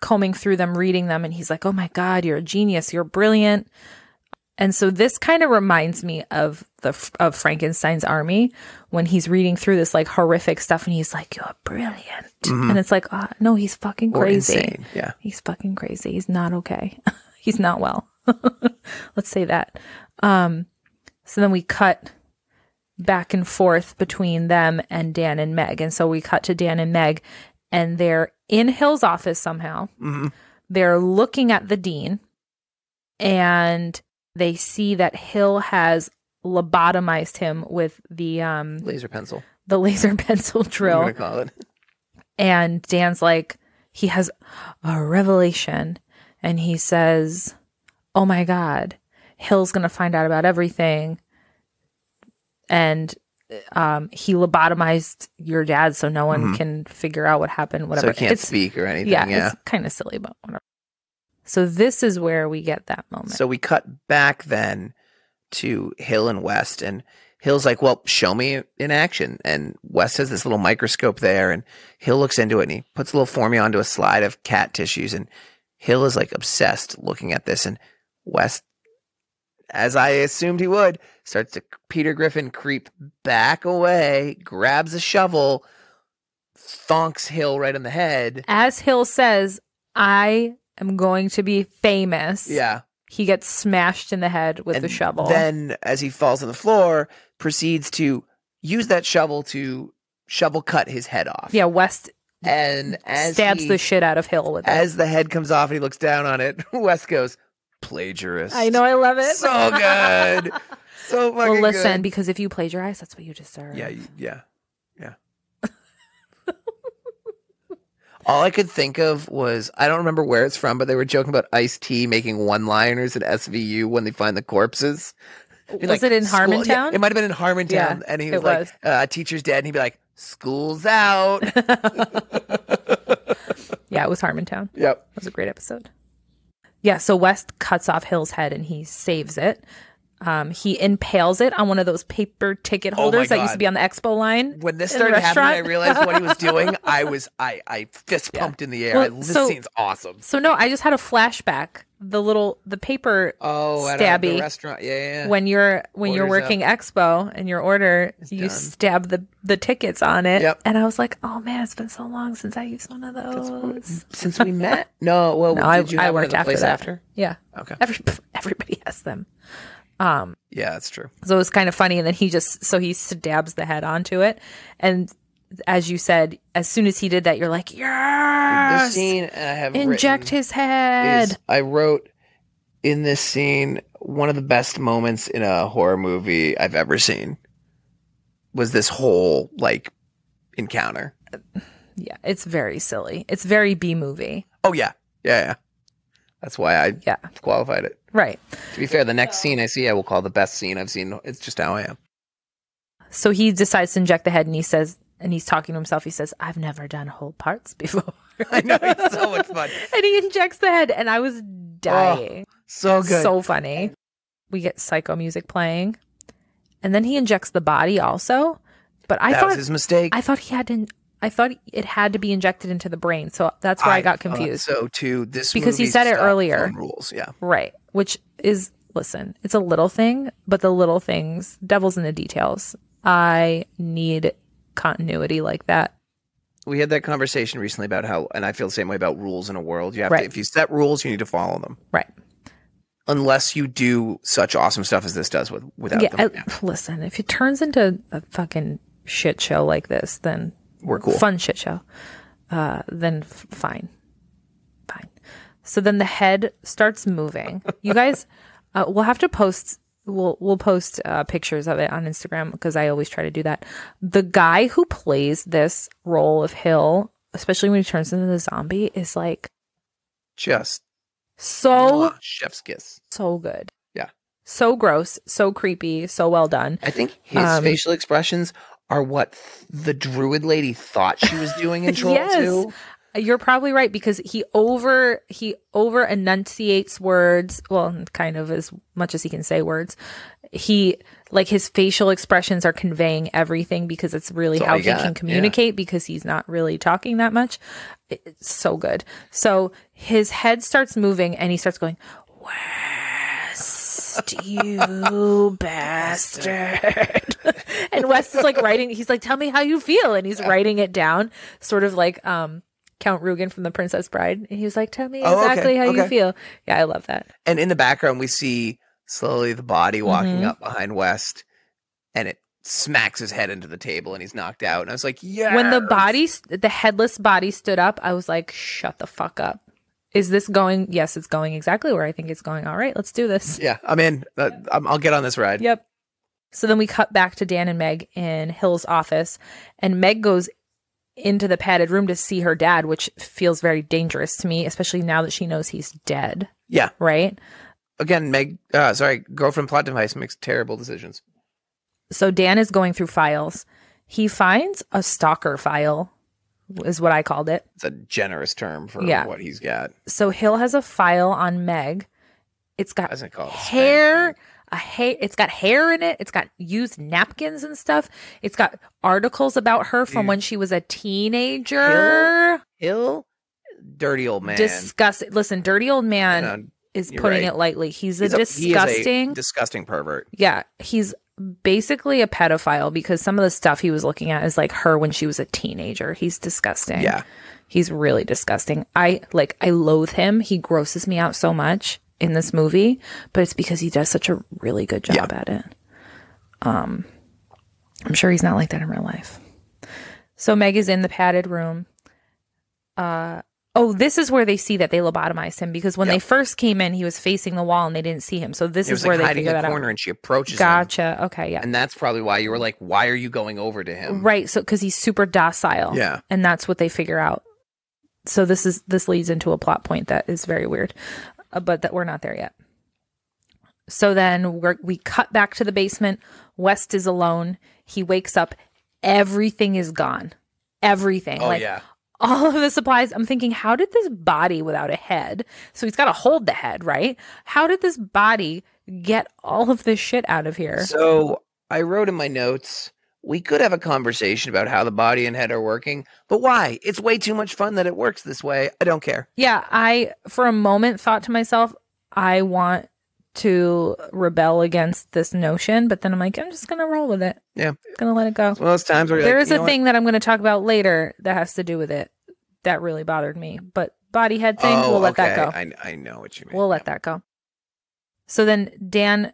Speaker 2: combing through them, reading them, and he's like, Oh my god, you're a genius, you're brilliant. And so this kind of reminds me of the of Frankenstein's army when he's reading through this like horrific stuff and he's like, You're brilliant.
Speaker 1: Mhm.
Speaker 2: And it's like, ah, no, he's fucking
Speaker 1: Or
Speaker 2: crazy.
Speaker 1: insane. Yeah.
Speaker 2: He's fucking crazy. He's not okay. He's not well. Let's say that. Um, so then we cut back and forth between them and Dan and Meg. And so we cut to Dan and Meg, and they're in Hill's office somehow.
Speaker 1: hmm
Speaker 2: They're looking at the dean, and they see that Hill has lobotomized him with the um,
Speaker 1: Laser pencil.
Speaker 2: the laser pencil drill.
Speaker 1: I'm gonna call it.
Speaker 2: And Dan's like, he has a revelation and he says, Oh my God, Hill's going to find out about everything. And um, he lobotomized your dad so no one
Speaker 1: Mhm.
Speaker 2: can figure out what happened,
Speaker 1: So
Speaker 2: whatever.
Speaker 1: he can't
Speaker 2: it's,
Speaker 1: speak or anything.
Speaker 2: yeah,
Speaker 1: Yeah.
Speaker 2: it's kind of silly, but whatever. So this is where we get that moment.
Speaker 1: So we cut back then to Hill and West, and Hill's like, "Well, show me in action." And West has this little microscope there, and Hill looks into it, and he puts a little formula onto a slide of cat tissues, and Hill is like obsessed looking at this, and West, as I assumed he would, starts to Peter Griffin creep back away, grabs a shovel, thonks Hill right in the head.
Speaker 2: As Hill says, I am going to be famous.
Speaker 1: Yeah.
Speaker 2: He gets smashed in the head with the
Speaker 1: and
Speaker 2: shovel.
Speaker 1: Then, as he falls on the floor, proceeds to use that shovel to shovel cut his head off.
Speaker 2: yeah, West
Speaker 1: and as
Speaker 2: stabs
Speaker 1: he-
Speaker 2: the shit out of Hill with it.
Speaker 1: as the head comes off and he looks down on it, West goes plagiarist.
Speaker 2: I know, I love it.
Speaker 1: so good, so fucking
Speaker 2: well, listen,
Speaker 1: good.
Speaker 2: because if you plagiarize, that's what you deserve.
Speaker 1: Yeah, you- yeah, yeah. All I could think of was I don't remember where it's from, but they were joking about Ice T making one liners at SVU when they find the corpses. He'd
Speaker 2: Was
Speaker 1: like,
Speaker 2: it in
Speaker 1: "School-"
Speaker 2: Harmontown?
Speaker 1: Yeah, it might have been in Harmontown.
Speaker 2: Yeah,
Speaker 1: and he
Speaker 2: it
Speaker 1: was like,
Speaker 2: was.
Speaker 1: Uh, teacher's dead. And he'd be like, school's out.
Speaker 2: Yeah, it was Harmontown.
Speaker 1: yep.
Speaker 2: That was a great episode. Yeah, so West cuts off Hill's head and he saves it. Um, he impales it on one of those paper ticket
Speaker 1: Oh my
Speaker 2: holders that used
Speaker 1: God.
Speaker 2: to be on the expo line.
Speaker 1: When this
Speaker 2: in the
Speaker 1: started happening, I
Speaker 2: restaurant.
Speaker 1: realized what he was doing. I was, I, I fist pumped in the air.
Speaker 2: Well,
Speaker 1: I- this
Speaker 2: so-
Speaker 1: scene's awesome.
Speaker 2: So no, I just had a flashback. The little the paper
Speaker 1: Oh, at uh, the
Speaker 2: Stabby.
Speaker 1: restaurant. Yeah, yeah. yeah.
Speaker 2: when you're when you're
Speaker 1: Orders
Speaker 2: working expo and your order, you
Speaker 1: done.
Speaker 2: stab the the tickets on it.
Speaker 1: Yep.
Speaker 2: And I was like, oh man, it's been so long since I used one of those.
Speaker 1: Since we met? No, well,
Speaker 2: No,
Speaker 1: did
Speaker 2: I,
Speaker 1: you
Speaker 2: I
Speaker 1: have
Speaker 2: worked
Speaker 1: worked
Speaker 2: after
Speaker 1: place
Speaker 2: that.
Speaker 1: after?
Speaker 2: Yeah,
Speaker 1: Okay.
Speaker 2: every everybody has them.
Speaker 1: Yeah, that's true.
Speaker 2: So it was kind of funny. And then he just, so he stabs the head onto it. And as you said, as soon as he did that, you're like,
Speaker 1: This
Speaker 2: yes,
Speaker 1: scene, and I have
Speaker 2: inject
Speaker 1: written,
Speaker 2: his head.
Speaker 1: is I wrote in this scene one of the best moments in a horror movie I've ever seen was this whole like encounter.
Speaker 2: yeah, it's very silly. It's very B movie.
Speaker 1: Oh yeah, yeah, yeah. That's why I
Speaker 2: Yeah,
Speaker 1: qualified it.
Speaker 2: right.
Speaker 1: To be fair, the next scene I see I will call the best scene I've seen. It's just how I am.
Speaker 2: So he decides to inject the head and he says, and he's talking to himself. He says, I've never done whole parts before.
Speaker 1: I know it's so much fun,
Speaker 2: and he injects the head. And I was dying.
Speaker 1: so good.
Speaker 2: So funny. We get psycho music playing. And then he injects the body also. But I
Speaker 1: that
Speaker 2: thought
Speaker 1: was his mistake.
Speaker 2: I thought he had to. I thought it had to be injected into the brain, so that's where I, got
Speaker 1: thought
Speaker 2: confused.
Speaker 1: So too, this
Speaker 2: Because he
Speaker 1: movie
Speaker 2: said it
Speaker 1: stopped
Speaker 2: earlier.
Speaker 1: some Rules, yeah.
Speaker 2: Right, which is listen, it's a little thing, but the little things, devil's in the details. I need continuity like that.
Speaker 1: we had that conversation recently about how and i feel the same way about rules in a world you have
Speaker 2: Right.
Speaker 1: to if you set rules you need to follow them
Speaker 2: Right.
Speaker 1: unless you do such awesome stuff as this does with without
Speaker 2: yeah. uh,
Speaker 1: them
Speaker 2: I- listen, if it turns into a fucking shit show like this, then
Speaker 1: we're cool
Speaker 2: fun shit show. Uh, then f- fine, fine. So then the head starts moving. You guys, uh, we'll have to post. We'll we'll post uh, pictures of it on Instagram because I always try to do that. The guy who plays this role of Hill, especially when he turns into the zombie, is like
Speaker 1: just
Speaker 2: so Oh.
Speaker 1: mwah, chef's kiss
Speaker 2: so good.
Speaker 1: Yeah.
Speaker 2: So gross, so creepy, so well done.
Speaker 1: i think his
Speaker 2: Um,
Speaker 1: facial expressions are what th- the druid lady thought she was doing in troll
Speaker 2: Yes.
Speaker 1: 2
Speaker 2: You're probably right because he over he over enunciates words, well, kind of as much as he can say words. He like his facial expressions are conveying everything because it's really
Speaker 1: That's all
Speaker 2: how
Speaker 1: you
Speaker 2: he
Speaker 1: got, yeah.
Speaker 2: can communicate because he's not really talking that much. It- It's so good. So his head starts moving and he starts going, West, you bastard. and West is like writing, he's like, tell me how you feel. And he's writing it down, sort of like um, Count Rugen from The Princess Bride. And he was like, tell me
Speaker 1: Oh, okay,
Speaker 2: exactly how you
Speaker 1: okay.
Speaker 2: feel. Yeah, I love that.
Speaker 1: and in the background we see slowly the body walking
Speaker 2: Mhm.
Speaker 1: up behind west and it smacks his head into the table and he's knocked out and i was like yeah
Speaker 2: When the body, the headless body stood up, I was like, shut the fuck up. Is this going? Yes, it's going exactly where I think it's going. All right, let's do this.
Speaker 1: yeah i'm in Uh, I'm, i'll get on this ride
Speaker 2: Yep. So then we cut back to Dan and Meg in Hill's office, and Meg goes into the padded room to see her dad, which feels very dangerous to me, especially now that she knows he's dead,
Speaker 1: yeah
Speaker 2: right?
Speaker 1: again, Meg, uh, sorry, girlfriend plot device makes terrible decisions.
Speaker 2: So Dan is going through files. He finds a stalker file, is what I called it.
Speaker 1: It's a generous term for
Speaker 2: Yeah.
Speaker 1: what he's got.
Speaker 2: So Hill has a file on Meg. It's got
Speaker 1: Doesn't call it
Speaker 2: hair, a hair. It's got hair in it. It's got used napkins and stuff. It's got articles about her from
Speaker 1: Dude.
Speaker 2: when she was a teenager.
Speaker 1: Hill, dirty old man.
Speaker 2: Disgust. Listen, dirty old man
Speaker 1: You know,
Speaker 2: is
Speaker 1: you're
Speaker 2: putting
Speaker 1: right.
Speaker 2: uh, it lightly. He's a
Speaker 1: he's a- he is a
Speaker 2: disgusting.
Speaker 1: disgusting pervert.
Speaker 2: yeah, he's basically a pedophile because some of the stuff he was looking at is like her when she was a teenager. He's disgusting.
Speaker 1: Yeah.
Speaker 2: He's really disgusting. I like I loathe him. He grosses me out so much in this movie, but it's because he does such a really good job at it. Um I'm sure he's not like that in real life. So Meg is in the padded room. Uh oh, this is where they see that they lobotomized him because when
Speaker 1: Yeah.
Speaker 2: they first came in, he was facing the wall and they didn't see him. So this
Speaker 1: He
Speaker 2: is
Speaker 1: was
Speaker 2: where
Speaker 1: like
Speaker 2: they
Speaker 1: hiding
Speaker 2: figure
Speaker 1: in
Speaker 2: that
Speaker 1: the
Speaker 2: out.
Speaker 1: corner and she approaches him.
Speaker 2: Gotcha. Okay, yeah.
Speaker 1: And that's probably why you were like, why are you going over to him?
Speaker 2: Right. So, because he's super docile.
Speaker 1: Yeah.
Speaker 2: And that's what they figure out. so this is this leads into a plot point that is very weird, uh, but that we're not there yet. So then we're, we cut back to the basement. West is alone. He wakes up. Everything is gone. Everything.
Speaker 1: Oh
Speaker 2: like
Speaker 1: yeah.
Speaker 2: all of the supplies. I'm thinking, how did this body without a head? So he's got to hold the head, right? How did this body get all of this shit out of here?
Speaker 1: So I wrote in my notes, we could have a conversation about how the body and head are working, but why? It's way too much fun that it works this way. I don't care.
Speaker 2: Yeah, I for a moment thought to myself, I want to rebel against this notion, but then I'm like, I'm just gonna roll with it.
Speaker 1: Yeah.
Speaker 2: gonna let it go.
Speaker 1: It's one of those times where you're
Speaker 2: There
Speaker 1: like,
Speaker 2: is
Speaker 1: "You
Speaker 2: a
Speaker 1: know what?
Speaker 2: thing that I'm gonna talk about later that has to do with it. That really bothered me. But body head thing,
Speaker 1: Oh,
Speaker 2: we'll let that
Speaker 1: okay.
Speaker 2: go.
Speaker 1: I, I know what you mean.
Speaker 2: We'll let that go. So then Dan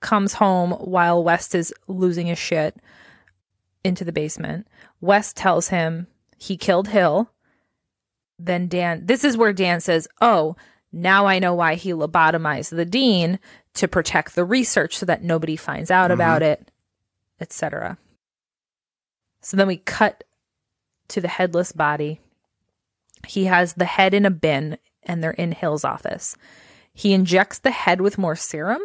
Speaker 2: comes home while West is losing his shit into the basement. West tells him he killed Hill. Then Dan, this is where Dan says, Oh, now I know why he lobotomized the dean to protect the research so that nobody finds out
Speaker 1: Mhm.
Speaker 2: about it, etc. So then we cut to the headless body. He has the head in a bin and they're in Hill's office. He injects the head with more serum.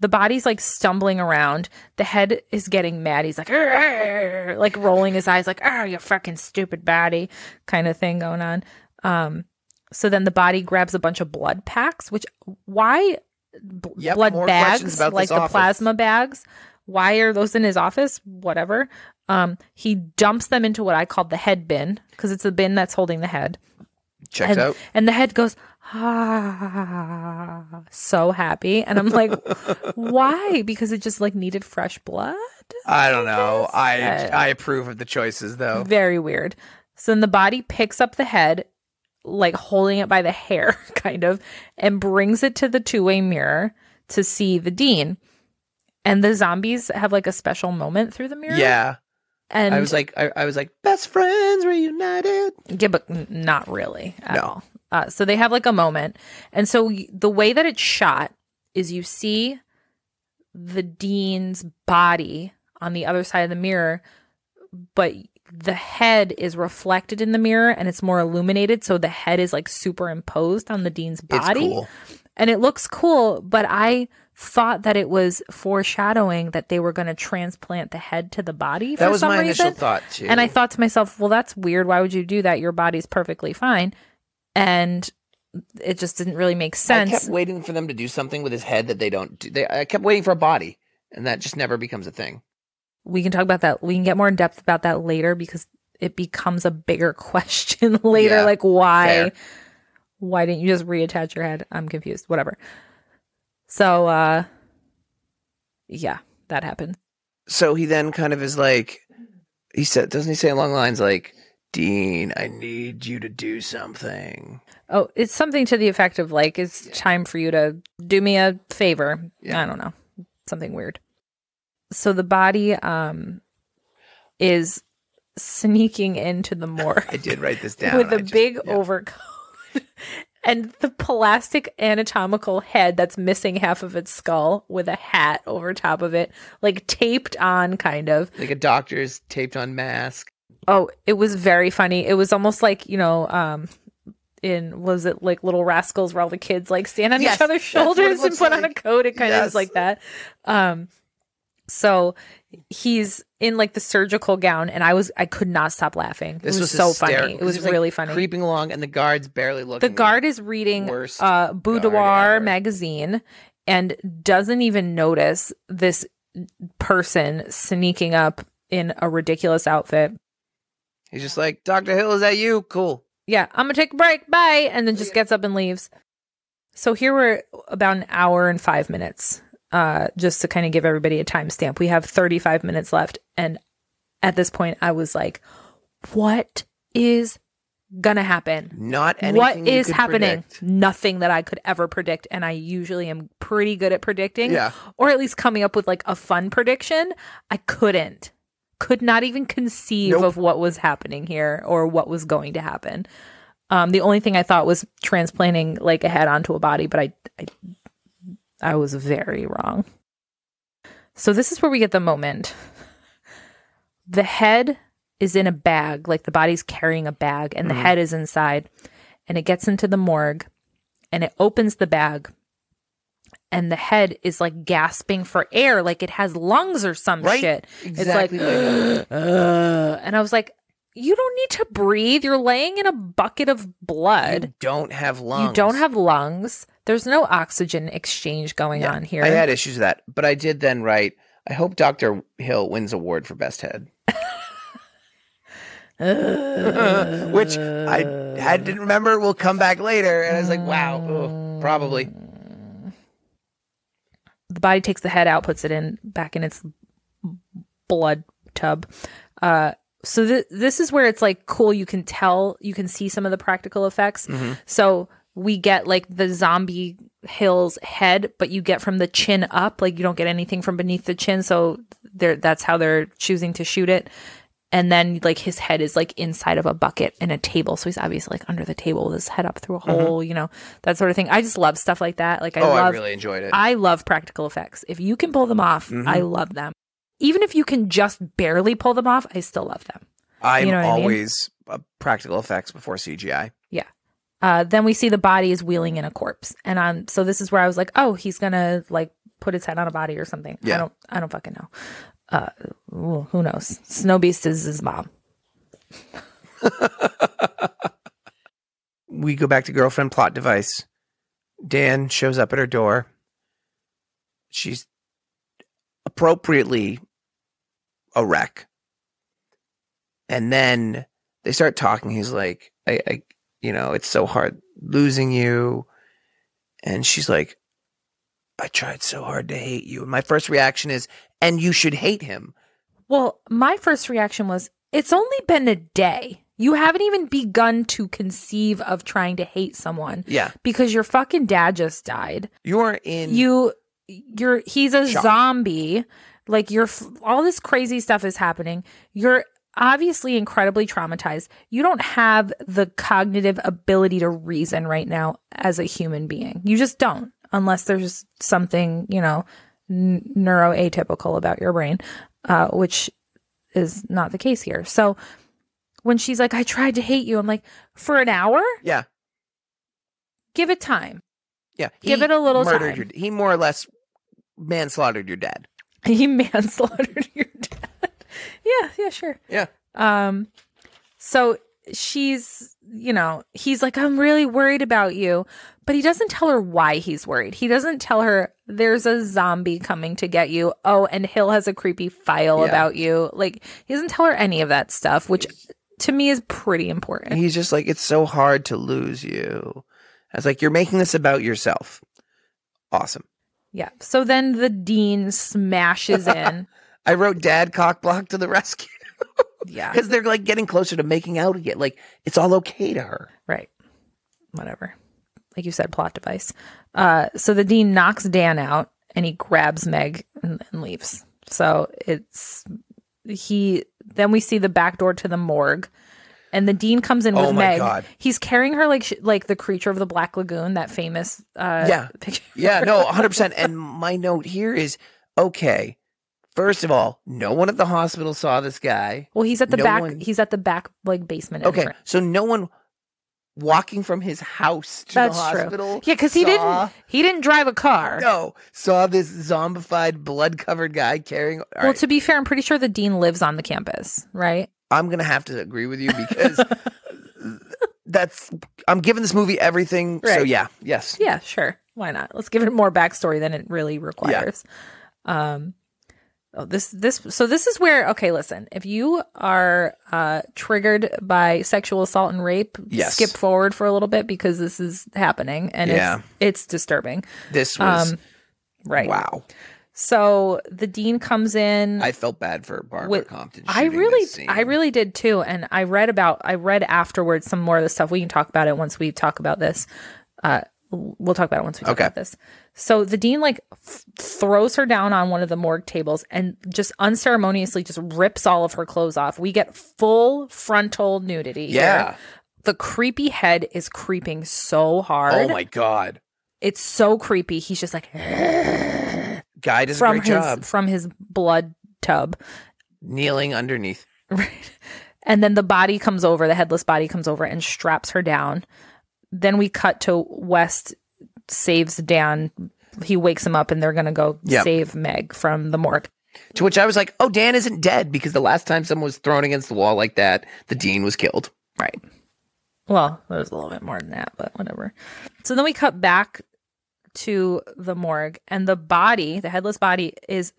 Speaker 2: The body's like stumbling around. The head is getting mad. He's like, "Arr," like rolling his eyes, like, oh, you fucking stupid body, kind of thing going on. Um, so then the body grabs a bunch of blood packs, which why b-
Speaker 1: Yep,
Speaker 2: blood
Speaker 1: more questions
Speaker 2: bags,
Speaker 1: about
Speaker 2: like
Speaker 1: this
Speaker 2: the
Speaker 1: office.
Speaker 2: plasma bags? Why are those in his office? Whatever. Um, he dumps them into what I call the head bin because it's the bin that's holding the head.
Speaker 1: Checks
Speaker 2: And,
Speaker 1: out.
Speaker 2: and the head goes, ah, so happy. And I'm like, why? Because it just like needed fresh blood?
Speaker 1: I don't know. I
Speaker 2: guess.
Speaker 1: I approve of the choices though.
Speaker 2: Very weird. So then the body picks up the head, like holding it by the hair, kind of, and brings it to the two way mirror to see the dean. And the zombies have like a special moment through the mirror.
Speaker 1: Yeah.
Speaker 2: And
Speaker 1: I was like I, I was like best friends reunited.
Speaker 2: Yeah, but n- not really at
Speaker 1: No.
Speaker 2: all. Uh, so they have like a moment. And so y- the way that it's shot is you see the dean's body on the other side of the mirror, but the head is reflected in the mirror and it's more illuminated. So the head is like superimposed on the dean's
Speaker 1: It's
Speaker 2: body.
Speaker 1: cool.
Speaker 2: And it looks cool, but I thought that it was foreshadowing that they were going to transplant the head to the body.
Speaker 1: That
Speaker 2: for
Speaker 1: was
Speaker 2: some
Speaker 1: my
Speaker 2: reason.
Speaker 1: initial thought too.
Speaker 2: And I thought to myself, well, that's weird. Why would you do that? Your body's perfectly fine. And it just didn't really make
Speaker 1: I
Speaker 2: sense.
Speaker 1: kept waiting for them to do something with his head that they don't do. They, I kept waiting for a body, and that just never becomes a thing.
Speaker 2: We can talk about that. We can get more in depth about that later because it becomes a bigger question later.
Speaker 1: Yeah,
Speaker 2: like, why?
Speaker 1: fair.
Speaker 2: Why didn't you just reattach your head? I'm confused. Whatever. So, uh, yeah, that happened.
Speaker 1: so he then kind of is like he said doesn't he say along the lines like dean i need you to do something
Speaker 2: Oh, it's something to the effect of like, it's time for you to do me a favor.
Speaker 1: Yeah.
Speaker 2: I don't know. Something weird. So the body um is sneaking into the
Speaker 1: i
Speaker 2: morgue
Speaker 1: did write this down
Speaker 2: with
Speaker 1: I
Speaker 2: a
Speaker 1: just-
Speaker 2: big
Speaker 1: yeah.
Speaker 2: overcoat and the plastic anatomical head that's missing half of its skull with a hat over top of it, like taped on kind of.
Speaker 1: like a doctor's taped on mask
Speaker 2: Oh, it was very funny. It was almost like, you know, um in was it like little rascals where all the kids like stand on
Speaker 1: Yes,
Speaker 2: each other's
Speaker 1: that's what it
Speaker 2: shoulders and
Speaker 1: looks
Speaker 2: put on a
Speaker 1: like.
Speaker 2: coat? It kind of
Speaker 1: Yes.
Speaker 2: is like that. Um so he's in like the surgical gown and I was I could not stop laughing.
Speaker 1: this
Speaker 2: it
Speaker 1: was,
Speaker 2: was, so
Speaker 1: hysterical.
Speaker 2: funny. It was
Speaker 1: like,
Speaker 2: really funny.
Speaker 1: creeping along and the guards barely looking
Speaker 2: the guard is reading
Speaker 1: worst
Speaker 2: uh Boudoir
Speaker 1: ever.
Speaker 2: magazine and doesn't even notice this person sneaking up in a ridiculous outfit.
Speaker 1: he's just like dr hill is that you cool
Speaker 2: yeah, I'm gonna take a break. Bye. And then just gets up and leaves. So here we're about an hour and five minutes. Uh, just to kind of give everybody a timestamp. We have 35 minutes left. And at this point I was like, what is gonna happen?
Speaker 1: not anything
Speaker 2: What
Speaker 1: you
Speaker 2: is
Speaker 1: could
Speaker 2: happening?
Speaker 1: predict.
Speaker 2: Nothing that I could ever predict. And I usually am pretty good at predicting
Speaker 1: yeah
Speaker 2: or at least coming up with like a fun prediction. I couldn't, could not even conceive
Speaker 1: Nope.
Speaker 2: of what was happening here or what was going to happen. Um, the only thing I thought was transplanting like a head onto a body, but I, I, I was very wrong. So this is where we get the moment. The head is in a bag, like the body's carrying a bag and
Speaker 1: Mm-hmm.
Speaker 2: the head is inside. And it gets into the morgue and it opens the bag and the head is like gasping for air, like it has lungs or some
Speaker 1: Right?
Speaker 2: shit.
Speaker 1: Exactly.
Speaker 2: It's like, "Ugh." and I was like, you don't need to breathe. You're laying in a bucket of blood.
Speaker 1: You don't have lungs.
Speaker 2: You don't have lungs. There's no oxygen exchange going
Speaker 1: Yeah,
Speaker 2: on here.
Speaker 1: I had issues with that, but I did then write. I hope Doctor Hill wins award for best head,
Speaker 2: Uh, Ugh.
Speaker 1: which I
Speaker 2: Uh.
Speaker 1: had didn't remember. Will come back later, and I was like, wow, ugh, probably.
Speaker 2: Mm. the body takes the head out, puts it in back in its blood tub. Uh, so th- this is where it's like cool. You can tell, you can see some of the practical effects.
Speaker 1: Mhm.
Speaker 2: So we get like the zombie Hill's head, but you get from the chin up. Like you don't get anything from beneath the chin. So they're that's how they're choosing to shoot it. And then like his head is like inside of a bucket and a table. So he's obviously like under the table with his head up through a hole, you know, that sort of thing. I just love stuff like that. Like I
Speaker 1: Mm-hmm. oh, I
Speaker 2: love
Speaker 1: really enjoyed it.
Speaker 2: I love practical effects. If you can pull them off, I love them. Even if you can just barely pull them off, I still love them.
Speaker 1: I'm
Speaker 2: you know what I mean?
Speaker 1: always uh, practical effects before CGI.
Speaker 2: Uh, then we see the body is wheeling in a corpse, and um, so this is where I was like, oh, he's gonna like put his head on a body or something.
Speaker 1: Yeah.
Speaker 2: I don't, I don't fucking know. Uh, ooh, who knows? Snow Beast is his mom.
Speaker 1: We go back to girlfriend plot device. Dan shows up at her door. She's appropriately a wreck. And then they start talking. He's like, I, I you know, it's so hard losing you. And she's like, I tried so hard to hate you. And my first reaction is, and you should hate him.
Speaker 2: Well, my first reaction was, it's only been a day. You haven't even begun to conceive of trying to hate someone
Speaker 1: Yeah.
Speaker 2: because your fucking dad just died.
Speaker 1: You're in
Speaker 2: you you're he's a
Speaker 1: Shock.
Speaker 2: zombie like you're f- all this crazy stuff is happening you're obviously incredibly traumatized you don't have the cognitive ability to reason right now as a human being you just don't unless there's something you know n- neuroatypical about your brain uh, which is not the case here so when she's like i tried to hate you i'm like for an hour
Speaker 1: Yeah.
Speaker 2: give it time
Speaker 1: Yeah,
Speaker 2: Give
Speaker 1: he
Speaker 2: it a little
Speaker 1: murdered
Speaker 2: time.
Speaker 1: Your, he more or less manslaughtered your dad.
Speaker 2: He manslaughtered your dad. yeah, yeah, sure.
Speaker 1: Yeah.
Speaker 2: Um so she's, you know, he's like I'm really worried about you, but he doesn't tell her why he's worried. He doesn't tell her there's a zombie coming to get you. Oh, and Hill has a creepy file
Speaker 1: Yeah.
Speaker 2: about you. Like he doesn't tell her any of that stuff, which to me is pretty
Speaker 1: And
Speaker 2: important.
Speaker 1: he's just like, it's so hard to lose you. I was like, you're making this about yourself. Awesome.
Speaker 2: yeah. So then the dean smashes in.
Speaker 1: I wrote dad cockblock to the rescue
Speaker 2: yeah.
Speaker 1: because they're like getting closer to making out again. Like it's all okay to her.
Speaker 2: Right. Whatever. Like you said, plot device. Uh, so the dean knocks Dan out and he grabs Meg and, and leaves. So it's he. Then we see the back door to the morgue, and the dean comes in
Speaker 1: Oh
Speaker 2: with
Speaker 1: my
Speaker 2: Meg.
Speaker 1: God.
Speaker 2: He's carrying her like sh- like the creature of the Black Lagoon, that famous. Uh,
Speaker 1: Yeah.
Speaker 2: picture.
Speaker 1: Yeah, no, 100%. And my note here is okay, first of all, no one at the hospital saw this guy.
Speaker 2: Well, he's at the
Speaker 1: No
Speaker 2: back.
Speaker 1: one-
Speaker 2: He's at the back like basement.
Speaker 1: Okay,
Speaker 2: entrance.
Speaker 1: so no one walking from his house to
Speaker 2: That's
Speaker 1: the
Speaker 2: true.
Speaker 1: hospital.
Speaker 2: Yeah, because he
Speaker 1: saw-
Speaker 2: didn't. He didn't drive a car.
Speaker 1: No, saw this zombified, blood covered guy carrying. All
Speaker 2: well,
Speaker 1: right,
Speaker 2: to be fair, I'm pretty sure the dean lives on the campus, right?
Speaker 1: I'm gonna have to agree with you because that's I'm giving this movie everything. So
Speaker 2: Right.
Speaker 1: yeah, yes,
Speaker 2: Yeah, sure. Why not? Let's give it more backstory than it really requires. Um oh, this this so this is where okay, listen. If you are uh triggered by sexual assault and rape,
Speaker 1: Yes.
Speaker 2: skip forward for a little bit because this is happening and
Speaker 1: Yeah.
Speaker 2: it's it's disturbing.
Speaker 1: this was
Speaker 2: um right.
Speaker 1: wow.
Speaker 2: So the dean comes in
Speaker 1: I felt bad for Barbara
Speaker 2: Wait,
Speaker 1: Compton.
Speaker 2: I
Speaker 1: shooting
Speaker 2: really,
Speaker 1: this scene.
Speaker 2: I really did too. And I read about, I read afterwards some more of the stuff. We can talk about it once we talk about this. Uh, we'll talk about it once we talk
Speaker 1: Okay.
Speaker 2: about this. So the dean like f- throws her down on one of the morgue tables and just unceremoniously just rips all of her clothes off. We get full frontal nudity. here.
Speaker 1: yeah.
Speaker 2: The creepy head is creeping so hard.
Speaker 1: Oh my god,
Speaker 2: It's so creepy. He's just like
Speaker 1: guy does a
Speaker 2: from
Speaker 1: great
Speaker 2: his
Speaker 1: job
Speaker 2: from his blood tub.
Speaker 1: kneeling underneath.
Speaker 2: Right. And then the body comes over, the headless body comes over and straps her down. Then we cut to West saves Dan. He wakes him up and they're going to go
Speaker 1: Yep.
Speaker 2: save Meg from the morgue.
Speaker 1: To which I was like, oh, Dan isn't dead because the last time someone was thrown against the wall like that, the dean was killed.
Speaker 2: Right. Well, there's a little bit more than that, but whatever. So then we cut back to the morgue, and the body, the headless body, is.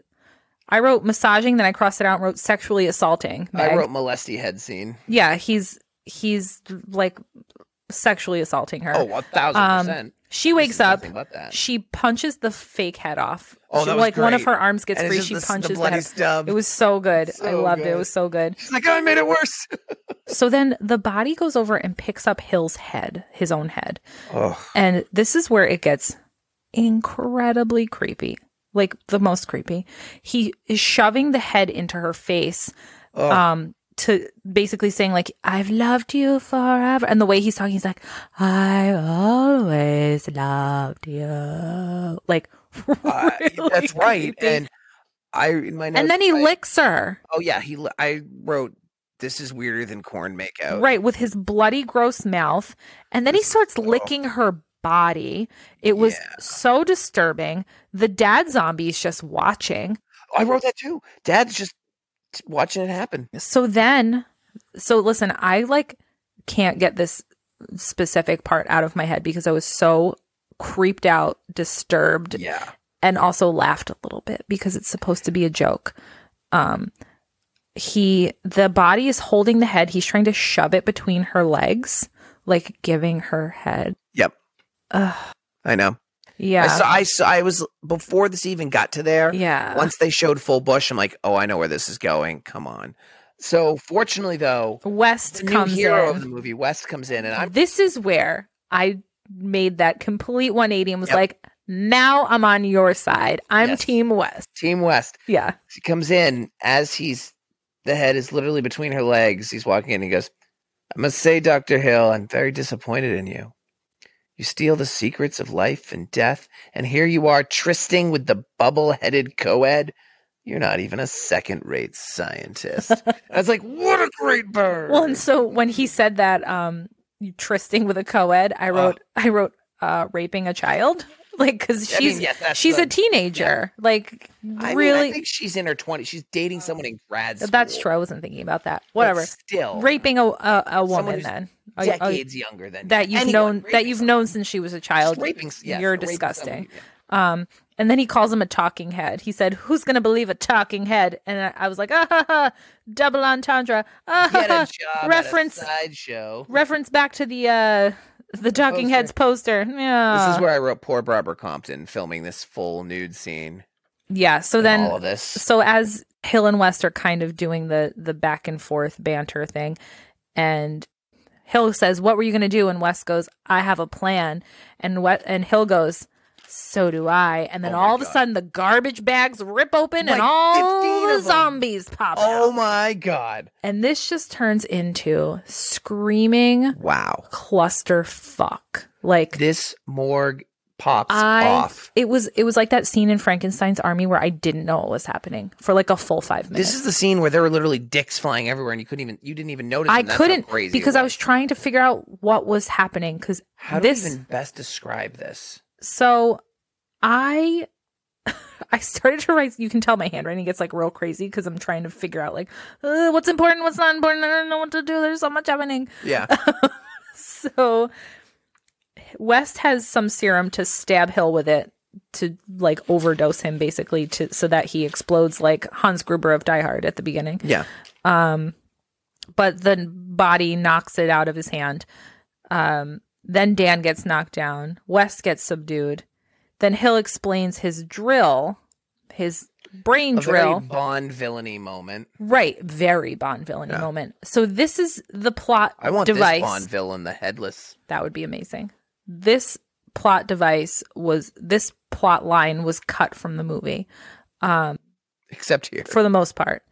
Speaker 2: I wrote massaging, then I crossed it out and wrote sexually assaulting.
Speaker 1: I
Speaker 2: Meg.
Speaker 1: wrote molesty head scene.
Speaker 2: Yeah, he's he's like sexually assaulting her.
Speaker 1: Oh, a thousand
Speaker 2: Um,
Speaker 1: percent.
Speaker 2: she
Speaker 1: This
Speaker 2: wakes
Speaker 1: is
Speaker 2: up.
Speaker 1: nothing But that.
Speaker 2: She punches the fake head off.
Speaker 1: Oh,
Speaker 2: She-
Speaker 1: that was
Speaker 2: like one of
Speaker 1: great.
Speaker 2: her arms gets
Speaker 1: And it's
Speaker 2: free.
Speaker 1: just
Speaker 2: She
Speaker 1: the s- the
Speaker 2: punches the
Speaker 1: bloody
Speaker 2: head. off.
Speaker 1: stub.
Speaker 2: It was so good. I
Speaker 1: So
Speaker 2: loved it. It
Speaker 1: good.
Speaker 2: was so good.
Speaker 1: She's like, oh, I made it worse.
Speaker 2: So then the body goes over and picks up Hill's head, his own head.
Speaker 1: Oh,
Speaker 2: And this is where it gets incredibly creepy. Like the most creepy. He is shoving the head into her face
Speaker 1: oh.
Speaker 2: um to basically saying like I've loved you forever and the way he's talking he's like I always loved you. Like
Speaker 1: Uh,
Speaker 2: really
Speaker 1: that's right.
Speaker 2: creepy.
Speaker 1: And I in my notes,
Speaker 2: And then he
Speaker 1: I-
Speaker 2: licks her.
Speaker 1: Oh yeah, he. li- I wrote this is weirder than corn makeout.
Speaker 2: Right, with his bloody, gross mouth. And then he starts
Speaker 1: Oh.
Speaker 2: licking her body. It was
Speaker 1: Yeah.
Speaker 2: so disturbing. The dad zombie's just watching.
Speaker 1: I wrote that too. Dad's just t- watching it happen.
Speaker 2: So then, so listen, I like can't get this specific part out of my head because I was so creeped out, disturbed,
Speaker 1: Yeah.
Speaker 2: and also laughed a little bit because it's supposed to be a joke. Um, he the body is holding the head. He's trying to shove it between her legs, like giving her head.
Speaker 1: Yep.
Speaker 2: Ugh,
Speaker 1: I know.
Speaker 2: yeah.
Speaker 1: I saw. I saw. I was before this even got to there.
Speaker 2: yeah.
Speaker 1: Once they showed full bush, I'm like, oh, I know where this is going. Come on. So fortunately, though, the
Speaker 2: West
Speaker 1: new
Speaker 2: comes
Speaker 1: hero
Speaker 2: in.
Speaker 1: of the movie West comes in, and I'm
Speaker 2: this is where I made that complete 180 and was
Speaker 1: Yep.
Speaker 2: like, now I'm on your side. I'm
Speaker 1: Yes.
Speaker 2: Team West.
Speaker 1: Team West.
Speaker 2: Yeah.
Speaker 1: She comes in as he's the head is literally between her legs. He's walking in. He goes, I must say, Dr. Hill, I'm very disappointed in you. You steal the secrets of life and death, and here you are trysting with the bubble headed co ed. You're not even a second rate scientist. I was like, what a great bird.
Speaker 2: Well, and so when he said that, um, you tristing with a co-ed, I wrote, I wrote, uh, raping a child, like, cause
Speaker 1: Oh. I mean,
Speaker 2: she's,
Speaker 1: yes, that's
Speaker 2: she's a
Speaker 1: the-
Speaker 2: teenager. Like
Speaker 1: I mean,
Speaker 2: really,
Speaker 1: I think she's in her 20s. She's dating someone in grad school.
Speaker 2: that's true. I wasn't thinking about that. Whatever.
Speaker 1: But still,
Speaker 2: raping a, a, a
Speaker 1: Someone
Speaker 2: woman
Speaker 1: who's
Speaker 2: then A- a-
Speaker 1: decades younger than
Speaker 2: that you've
Speaker 1: anyone,
Speaker 2: known, that
Speaker 1: raping
Speaker 2: you've
Speaker 1: someone.
Speaker 2: known since she was a
Speaker 1: Just
Speaker 2: child.
Speaker 1: raping, yes,
Speaker 2: You're
Speaker 1: raping someone,
Speaker 2: disgusting.
Speaker 1: yeah.
Speaker 2: Um, and then he calls him a talking head. He said, "Who's gonna believe a talking head?" And I, I was like, "Ah ha ha, double entendre." Ah, ha,
Speaker 1: get a
Speaker 2: ha.
Speaker 1: job
Speaker 2: reference-
Speaker 1: at a sideshow.
Speaker 2: Reference back to the uh, the talking
Speaker 1: Poster.
Speaker 2: heads poster. Yeah,
Speaker 1: this is where I wrote poor Barbara Compton filming this full nude scene.
Speaker 2: yeah. So
Speaker 1: and all
Speaker 2: then,
Speaker 1: of this.
Speaker 2: so as Hill and West are kind of doing the the back and forth banter thing, and Hill says, "What were you gonna do?" And West goes, "I have a plan." And what and Hill goes. So do I, and then
Speaker 1: Oh my
Speaker 2: all of a
Speaker 1: God.
Speaker 2: sudden the garbage bags rip open
Speaker 1: Like
Speaker 2: and all
Speaker 1: 15
Speaker 2: the
Speaker 1: of 'em.
Speaker 2: zombies pop out.
Speaker 1: Oh my god!
Speaker 2: And this just turns into screaming
Speaker 1: Wow,
Speaker 2: clusterfuck. Like
Speaker 1: this morgue pops
Speaker 2: I-
Speaker 1: off.
Speaker 2: it was it was like that scene in Frankenstein's army where I didn't know what was happening for like a full 5 minutes.
Speaker 1: This is the scene where there were literally dicks flying everywhere, and you couldn't even you didn't even notice.
Speaker 2: I
Speaker 1: them. That's how
Speaker 2: couldn't
Speaker 1: crazy it
Speaker 2: because I was trying to figure out what was happening cuz
Speaker 1: How do
Speaker 2: this-
Speaker 1: you even best describe this?
Speaker 2: so I I started to write you can tell my handwriting gets like real crazy cuz I'm trying to figure out like uh, what's important, what's not important, I don't know what to do. There's so much happening.
Speaker 1: Yeah,
Speaker 2: so West has some serum to stab Hill with it to like overdose him basically to so that he explodes like Hans Gruber of Die Hard at the beginning.
Speaker 1: yeah.
Speaker 2: Um but the body knocks it out of his hand. Um then Dan gets knocked down. West gets subdued. Then Hill explains his drill, his brain
Speaker 1: A
Speaker 2: drill.
Speaker 1: very Bond villainy moment.
Speaker 2: right, very Bond villainy
Speaker 1: Yeah.
Speaker 2: moment. So this is the plot
Speaker 1: I want
Speaker 2: device.
Speaker 1: this Bond villain, the headless.
Speaker 2: That would be amazing. This plot device was this plot line was cut from the movie um,
Speaker 1: Except here,
Speaker 2: for the most part.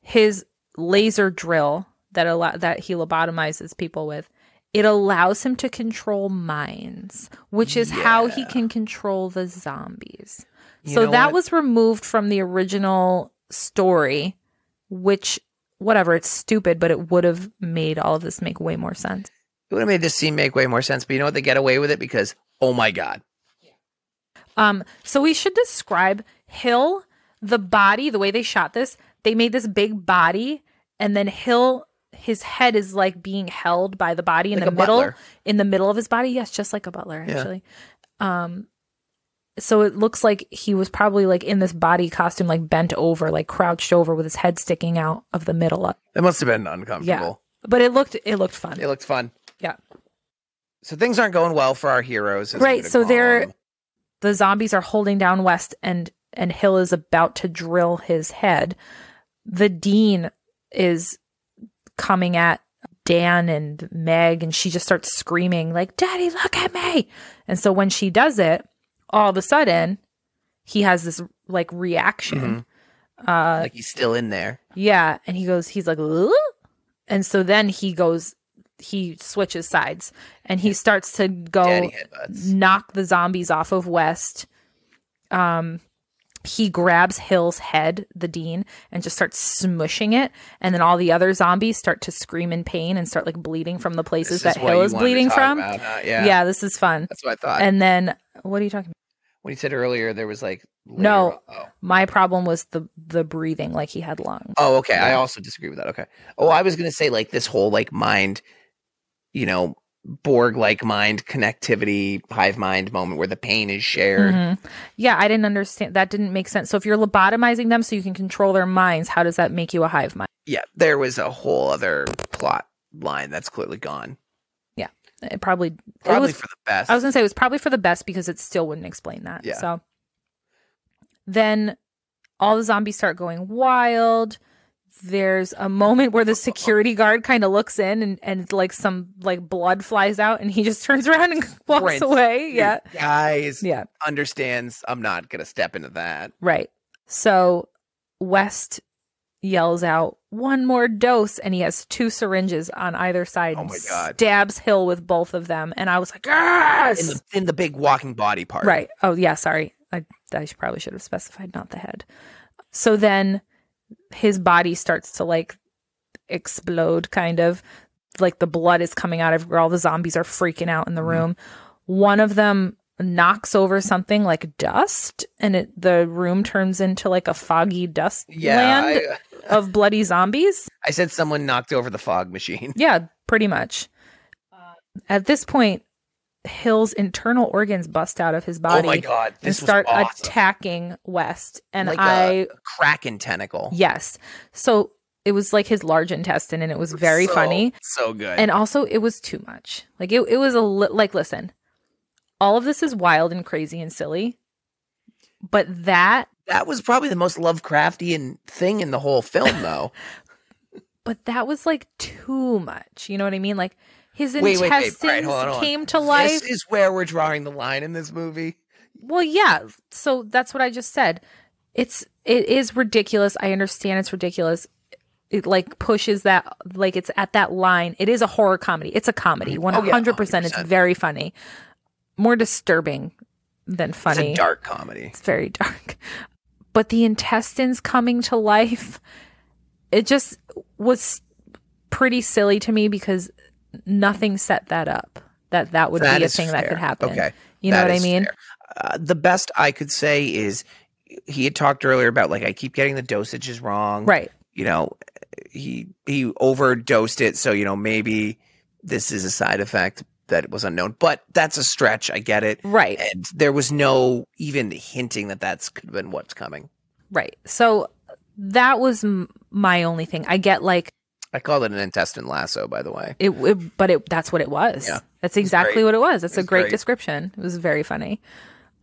Speaker 2: His laser drill that allow- that he lobotomizes people with it allows him to control minds, which is how he
Speaker 1: Yeah.
Speaker 2: can control the zombies.
Speaker 1: You
Speaker 2: so
Speaker 1: know
Speaker 2: that
Speaker 1: what?
Speaker 2: was removed from the original story, which whatever, it's stupid, but it would have made all of this make way more sense.
Speaker 1: It would have made this scene make way more sense, but you know what? They get away with it because, oh my God.
Speaker 2: Um, so we should describe Hill, the body, the way they shot this. They made this big body, and then Hill, his head is like being held by the body in
Speaker 1: Like
Speaker 2: the
Speaker 1: a
Speaker 2: middle,
Speaker 1: butler.
Speaker 2: in the middle of his body. Yes, just like a butler,
Speaker 1: Yeah.
Speaker 2: actually. Um, so it looks like he was probably like in this body costume, like bent over, like crouched over with his head sticking out of the middle. Of-
Speaker 1: It must have been uncomfortable.
Speaker 2: but it looked, it looked fun.
Speaker 1: It looked fun.
Speaker 2: Yeah.
Speaker 1: So things aren't going well for our heroes. as we
Speaker 2: Right,
Speaker 1: would
Speaker 2: so
Speaker 1: call
Speaker 2: they're-
Speaker 1: them.
Speaker 2: the zombies are holding down West and and Hill is about to drill his head. The dean is coming at Dan and Meg and she just starts screaming like daddy look at me. And so when she does it, all of a sudden he has this like reaction. Uh
Speaker 1: mm-hmm, like he's still in there.
Speaker 2: yeah, and he goes, he's like, "Ugh?" and so then he goes, he switches sides, and he starts to go
Speaker 1: Daddy headbutts.
Speaker 2: knock the zombies off of West. Um, he grabs Hill's head, the dean, and just starts smushing it, and then all the other zombies start to scream in pain and start like bleeding from the
Speaker 1: This
Speaker 2: places
Speaker 1: is
Speaker 2: that
Speaker 1: what
Speaker 2: Hill
Speaker 1: you
Speaker 2: is
Speaker 1: wanted to
Speaker 2: bleeding
Speaker 1: talk
Speaker 2: from.
Speaker 1: about, huh?
Speaker 2: Yeah.
Speaker 1: Yeah.
Speaker 2: this is fun.
Speaker 1: That's what I thought.
Speaker 2: And then what are you talking? about?
Speaker 1: when you said earlier, there was like. later-
Speaker 2: No.
Speaker 1: Oh.
Speaker 2: My problem was the the breathing, like he had lungs.
Speaker 1: Oh, okay. I
Speaker 2: Yeah.
Speaker 1: also disagree with that. Okay. Oh, I was going to say like this whole like mind, you know, Borg like mind connectivity, hive mind moment where the pain is shared.
Speaker 2: Mhm. Yeah, I didn't understand. That didn't make sense. So if you're lobotomizing them so you can control their minds, how does that make you a hive mind?
Speaker 1: Yeah. There was a whole other plot line that's clearly gone.
Speaker 2: It probably. it
Speaker 1: Probably
Speaker 2: was,
Speaker 1: for the best.
Speaker 2: I was gonna say it was probably for the best because it still wouldn't explain that.
Speaker 1: Yeah.
Speaker 2: So then all the zombies start going wild. There's a moment where the security guard kind of looks in and, and like some like blood flies out and he just turns around and walks
Speaker 1: Prince.
Speaker 2: away.
Speaker 1: Dude,
Speaker 2: Yeah.
Speaker 1: Guys
Speaker 2: Yeah.
Speaker 1: understands I'm not going to step into that.
Speaker 2: Right. So West yells out one more dose and he has two syringes on either side
Speaker 1: Oh
Speaker 2: and
Speaker 1: my God.
Speaker 2: stabs Hill with both of them and I was like yes
Speaker 1: In the, in the big walking body part.
Speaker 2: right oh yeah sorry I, I should, probably should have specified not the head so then his body starts to like explode kind of like the blood is coming out of all the zombies are freaking out in the
Speaker 1: Mhm.
Speaker 2: room one of them knocks over something like dust and it the room turns into like a foggy dust
Speaker 1: Yeah.
Speaker 2: land
Speaker 1: I,
Speaker 2: of bloody zombies
Speaker 1: I said someone knocked over the fog machine.
Speaker 2: yeah pretty much at this point hill's internal organs bust out of his
Speaker 1: oh
Speaker 2: body
Speaker 1: my God.
Speaker 2: and
Speaker 1: This was
Speaker 2: start
Speaker 1: awesome.
Speaker 2: attacking West. And
Speaker 1: Like a-
Speaker 2: I
Speaker 1: Kraken tentacle.
Speaker 2: yes, so it was like his large intestine, and it was very
Speaker 1: So-
Speaker 2: funny.
Speaker 1: So good.
Speaker 2: And also, it was too much. Like it, it was a li- like listen, all of this is wild and crazy and silly, but that,
Speaker 1: That was probably the most Lovecraftian thing in the whole film, though.
Speaker 2: but that was like too much. You know what I mean? Like his
Speaker 1: Wait, wait, wait. All right,
Speaker 2: intestines
Speaker 1: hold on, hold on.
Speaker 2: came to life.
Speaker 1: This is where we're drawing the line in this movie.
Speaker 2: Well, yeah. So that's what I just said. It's it is ridiculous. I understand it's ridiculous. It like pushes that like it's at that line. It is a horror comedy. It's a comedy. One
Speaker 1: Oh, yeah,
Speaker 2: hundred percent. It's
Speaker 1: 100%.
Speaker 2: very funny. More disturbing than funny.
Speaker 1: It's a dark comedy.
Speaker 2: It's very dark. But the intestines coming to life, it just was pretty silly to me because nothing set that up. That that would
Speaker 1: That
Speaker 2: be a
Speaker 1: is
Speaker 2: thing that
Speaker 1: fair.
Speaker 2: could happen.
Speaker 1: Okay.
Speaker 2: You know
Speaker 1: That
Speaker 2: what I
Speaker 1: is
Speaker 2: mean?
Speaker 1: fair. Uh, the best I could say is he had talked earlier about like I keep getting the dosages wrong.
Speaker 2: Right.
Speaker 1: You know, he he overdosed it, so you know maybe this is a side effect that was unknown. But that's a stretch. I get it.
Speaker 2: Right.
Speaker 1: And there was no even hinting that that's could have been what's coming.
Speaker 2: Right. So that was m- my only thing. I get like
Speaker 1: I called it an intestine lasso, by the way.
Speaker 2: it, it but it that's what it was.
Speaker 1: Yeah.
Speaker 2: That's exactly
Speaker 1: great.
Speaker 2: what it was. That's
Speaker 1: It
Speaker 2: a
Speaker 1: was
Speaker 2: great,
Speaker 1: great.
Speaker 2: description. It was very funny.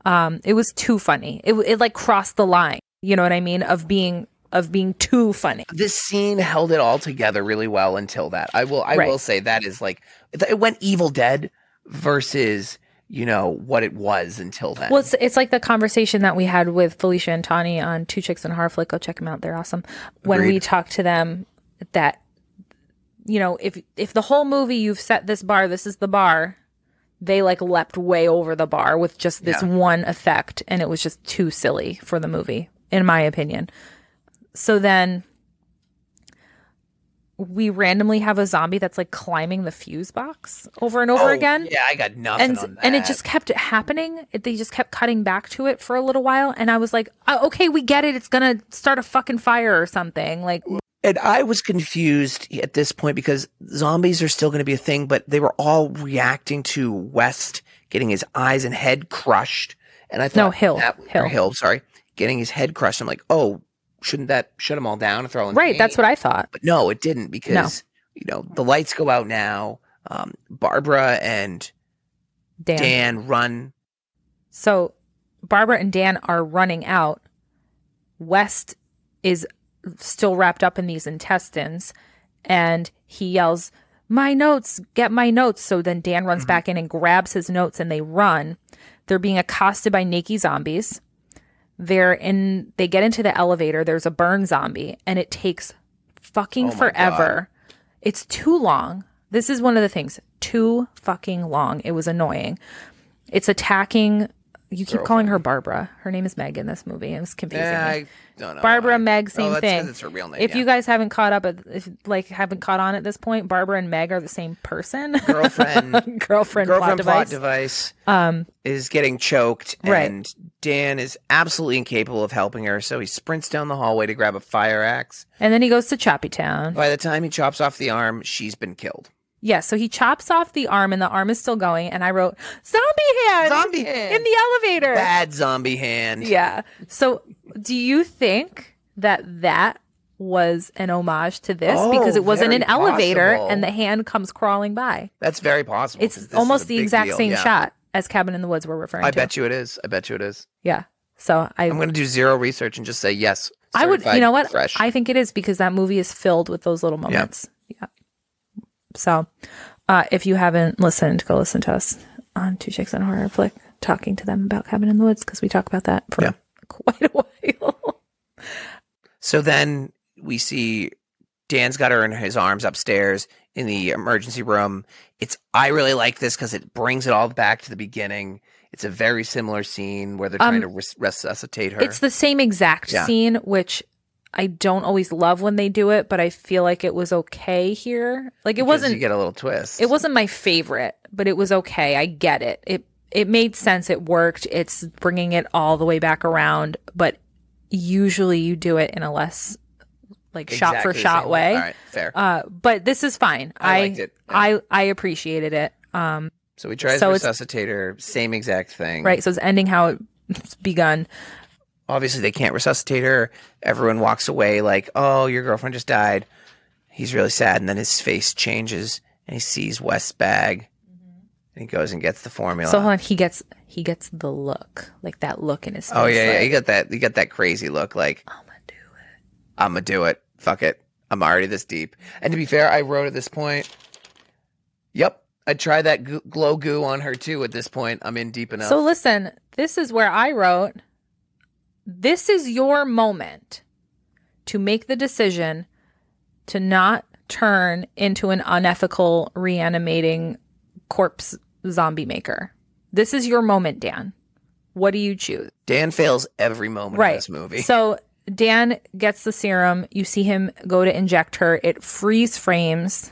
Speaker 2: Um it was too funny. It it like crossed the line, you know what I mean, of being of being too funny.
Speaker 1: this scene held it all together really well until that. I will I
Speaker 2: Right.
Speaker 1: will say that is like it went Evil Dead versus you know what it was until then.
Speaker 2: Well, it's, it's like the conversation that we had with Felicia and Tani on Two Chicks and a Horror Flick. Go check them out; they're awesome. When we
Speaker 1: Agreed.
Speaker 2: talked to them, that you know, if if the whole movie you've set this bar, this is the bar. They like leapt way over the bar with just this
Speaker 1: Yeah.
Speaker 2: one effect, and it was just too silly for the movie, in my opinion. So then, we randomly have a zombie that's like climbing the fuse box over and over
Speaker 1: Oh,
Speaker 2: again.
Speaker 1: Yeah, I got nothing
Speaker 2: And,
Speaker 1: on that.
Speaker 2: and it just kept happening. It, they just kept cutting back to it for a little while. And I was like, oh, okay, we get it. It's going to start a fucking fire or something. Like,
Speaker 1: And I was confused at this point because zombies are still going to be a thing, but they were all reacting to West getting his eyes and head crushed. And I thought,
Speaker 2: No, Hill.
Speaker 1: that- or
Speaker 2: Hill.
Speaker 1: Hill, sorry, getting his head crushed. I'm like, oh, shouldn't that shut them all down and throw in?
Speaker 2: right. That's what I thought.
Speaker 1: But no, it didn't because you know the lights go out now. Um, Barbara and
Speaker 2: Damn.
Speaker 1: Dan run.
Speaker 2: So Barbara and Dan are running out. West is still wrapped up in these intestines and he yells, My notes, get my notes. So then Dan runs
Speaker 1: Mhm.
Speaker 2: back in and grabs his notes and they run. They're being accosted by naked zombies. They're in they get into the elevator. There's a burn zombie and it takes
Speaker 1: Oh
Speaker 2: fucking
Speaker 1: my
Speaker 2: forever. It's too long. This is one of the things. Too fucking long. It was annoying. It's attacking you keep calling her Barbara. Her name is Meg in this movie. It was confusing.
Speaker 1: Yeah,
Speaker 2: me.
Speaker 1: Eh, I don't know.
Speaker 2: Barbara,
Speaker 1: I-
Speaker 2: Meg, same
Speaker 1: oh, that's 'cause
Speaker 2: thing.
Speaker 1: It's her real name.
Speaker 2: If
Speaker 1: yeah.
Speaker 2: you guys haven't caught up, at, if like haven't caught on at this point, Barbara and Meg are the same person.
Speaker 1: Girlfriend.
Speaker 2: girlfriend, plot
Speaker 1: girlfriend
Speaker 2: device.
Speaker 1: plot device
Speaker 2: um,
Speaker 1: is getting choked,
Speaker 2: Right.
Speaker 1: and Dan is absolutely incapable of helping her, so he sprints down the hallway to grab a fire axe.
Speaker 2: and then he goes to Choppy Town.
Speaker 1: By the time he chops off the arm, she's been killed.
Speaker 2: Yeah, so he chops off the arm, and the arm is still going. And I wrote zombie hand,
Speaker 1: Zombie hand.
Speaker 2: in the elevator.
Speaker 1: Bad zombie hand.
Speaker 2: Yeah. So, do you think that that was an homage to this
Speaker 1: Oh,
Speaker 2: because it wasn't
Speaker 1: very
Speaker 2: an elevator
Speaker 1: possible.
Speaker 2: and the hand comes crawling by?
Speaker 1: That's very possible. 'cause
Speaker 2: It's
Speaker 1: this is a
Speaker 2: almost the
Speaker 1: big
Speaker 2: exact
Speaker 1: deal,
Speaker 2: same
Speaker 1: yeah.
Speaker 2: shot as Cabin in the Woods we're referring
Speaker 1: I
Speaker 2: to.
Speaker 1: bet you it is. I bet you it is.
Speaker 2: Yeah. So I
Speaker 1: I'm going to do zero research and just say yes.
Speaker 2: I would you
Speaker 1: certified
Speaker 2: know what?
Speaker 1: Fresh.
Speaker 2: I think it is because that movie is filled with those little moments. Yeah. So uh if you haven't listened, go listen to us on Two Chicks and a Horror Flick talking to them about Cabin in the Woods because we talk about that for
Speaker 1: Yeah.
Speaker 2: quite a while.
Speaker 1: So then we see Dan's got her in his arms upstairs in the emergency room. It's I really like this because it brings it all back to the beginning. It's a very similar scene where they're
Speaker 2: Um,
Speaker 1: trying to res- resuscitate her.
Speaker 2: It's the same exact
Speaker 1: Yeah.
Speaker 2: scene, which I don't always love when they do it, but I feel like it was okay here. Like it
Speaker 1: Because
Speaker 2: wasn't
Speaker 1: You get a little twist.
Speaker 2: It wasn't my favorite, but it was okay. I get it. It it made sense. It worked. It's bringing it all the way back around, but usually you do it in a less like shot for
Speaker 1: Exactly the
Speaker 2: shot
Speaker 1: same
Speaker 2: way.
Speaker 1: All right, fair.
Speaker 2: Uh, but this is fine.
Speaker 1: I,
Speaker 2: I I,
Speaker 1: liked it. Yeah.
Speaker 2: I appreciated it. Um,
Speaker 1: so he tries
Speaker 2: so
Speaker 1: to
Speaker 2: it's-
Speaker 1: resuscitate her. Same exact thing.
Speaker 2: right. So it's ending how it's begun.
Speaker 1: Obviously, they can't resuscitate her. Everyone walks away like, "Oh, your girlfriend just died." He's really sad, and then his face changes, and he sees West's bag, and he goes and gets the formula.
Speaker 2: So hold on. He gets he gets the look like that look in his face.
Speaker 1: Oh yeah, yeah,
Speaker 2: like,
Speaker 1: you got that. You got that crazy look. Like
Speaker 2: I'm gonna do it.
Speaker 1: I'm gonna do it. Fuck it. I'm already this deep. And to be fair, I wrote at this point. Yep, I tried that goo- glow goo on her too. At this point, I'm in deep enough.
Speaker 2: So listen, this is where I wrote this is your moment to make the decision to not turn into an unethical reanimating corpse zombie maker. This is your moment, Dan. What do you choose?
Speaker 1: Dan fails every moment
Speaker 2: Right.
Speaker 1: in this movie.
Speaker 2: So Dan gets the serum. You see him go to inject her. It freeze frames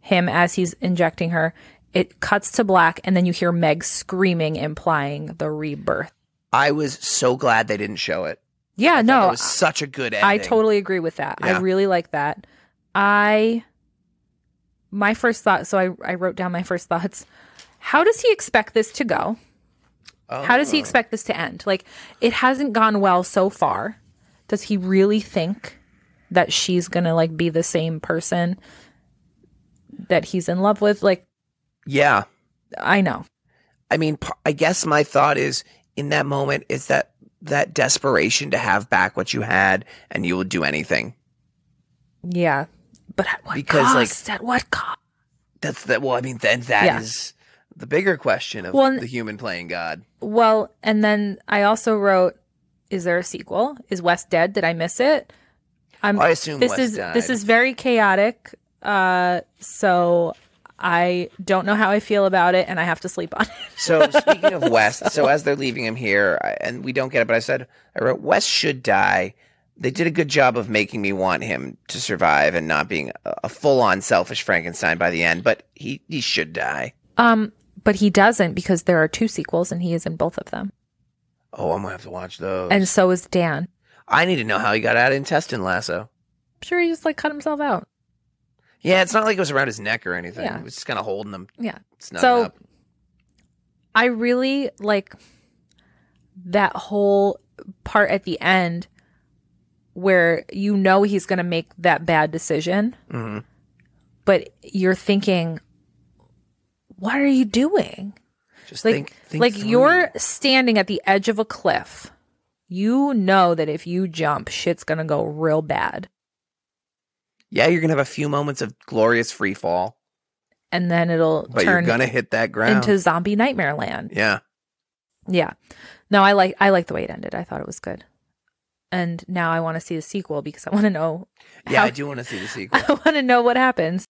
Speaker 2: him as he's injecting her. It cuts to black, and then you hear Meg screaming, implying the rebirth.
Speaker 1: I was so glad they didn't show it.
Speaker 2: Yeah,
Speaker 1: It
Speaker 2: no,
Speaker 1: was such a good ending.
Speaker 2: I totally agree with that.
Speaker 1: Yeah.
Speaker 2: I really like that. I my first thought, so I, I wrote down my first thoughts. How does he expect this to go?
Speaker 1: Oh.
Speaker 2: How does he expect this to end? Like it hasn't gone well so far. Does he really think that she's going to like be the same person that he's in love with? Like
Speaker 1: Yeah,
Speaker 2: I know.
Speaker 1: I mean, p- I guess my thought is in that moment is that that desperation to have back what you had, and you will do anything.
Speaker 2: Yeah. But at what
Speaker 1: Because, like-
Speaker 2: cost? at what cost?
Speaker 1: That's that. Well, I mean, then that is
Speaker 2: Yeah.
Speaker 1: the bigger question of
Speaker 2: Well, and-
Speaker 1: the human playing God.
Speaker 2: Well, and then I also wrote, "Is there a sequel? Is West dead? Did I miss it?" I'm.
Speaker 1: I assume
Speaker 2: Um, this
Speaker 1: West
Speaker 2: is
Speaker 1: died.
Speaker 2: this is very chaotic. Uh, so I don't know how I feel about it, and I have to sleep on it.
Speaker 1: so. Speaking of West, so as they're leaving him here, I, and we don't get it, but I said I wrote West should die,
Speaker 3: they did a good job of making me want him to survive and not being a, a full-on selfish Frankenstein by the end, but he he should die.
Speaker 2: Um, but he doesn't because there are two sequels and he is in both of them.
Speaker 3: Oh, I'm gonna have to watch those.
Speaker 2: And so is Dan.
Speaker 3: I need to know how he got out of intestine lasso.
Speaker 2: I'm sure he just like cut himself out.
Speaker 1: Yeah, it's not like it was around his neck or anything.
Speaker 2: Yeah.
Speaker 1: It was just kind of holding him.
Speaker 2: Yeah.
Speaker 3: Snug
Speaker 2: So-
Speaker 3: up.
Speaker 2: I really like that whole part at the end where you know he's going to make that bad decision,
Speaker 1: Mhm.
Speaker 2: but you're thinking, what are you doing?
Speaker 1: Just
Speaker 2: Like-
Speaker 1: think, think
Speaker 2: like
Speaker 1: through.
Speaker 2: you're standing at the edge of a cliff. You know that if you jump, shit's going to go real bad.
Speaker 1: yeah, you're gonna have a few moments of glorious free fall,
Speaker 2: And then it'll
Speaker 1: but you're
Speaker 2: turn
Speaker 1: gonna hit that ground.
Speaker 2: into zombie nightmare land.
Speaker 1: yeah,
Speaker 2: Yeah. No, I like I like the way it ended. I thought it was good. And now I want to see the sequel because I want to know
Speaker 1: yeah,
Speaker 2: how-
Speaker 1: I do want to see the sequel.
Speaker 2: I want to know what happens.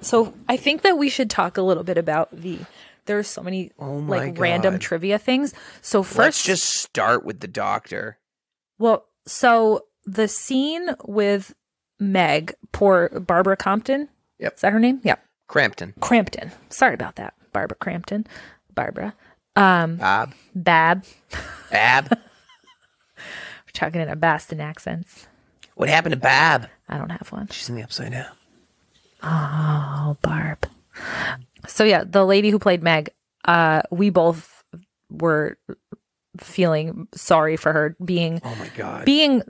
Speaker 2: So, I think that we should talk a little bit about the there's so many
Speaker 1: Oh my
Speaker 2: like
Speaker 1: god!
Speaker 2: random trivia things. So, 1st
Speaker 1: Let's just start with the doctor.
Speaker 2: Well, so the scene with Meg, poor Barbara Compton.
Speaker 1: Yep.
Speaker 2: Is that her name? Yeah.
Speaker 1: Crampton,
Speaker 2: Crampton. Sorry about that. Barbara Crampton. Barbara. Um,
Speaker 1: Bob,
Speaker 2: Bab.
Speaker 1: Bab.
Speaker 2: We're talking in a Boston accents.
Speaker 1: what happened to Bab?
Speaker 2: I don't have one.
Speaker 1: She's in the upside down.
Speaker 2: Oh, Barb. So yeah, the lady who played Meg, uh, we both were feeling sorry for her being
Speaker 1: Oh my god!
Speaker 2: being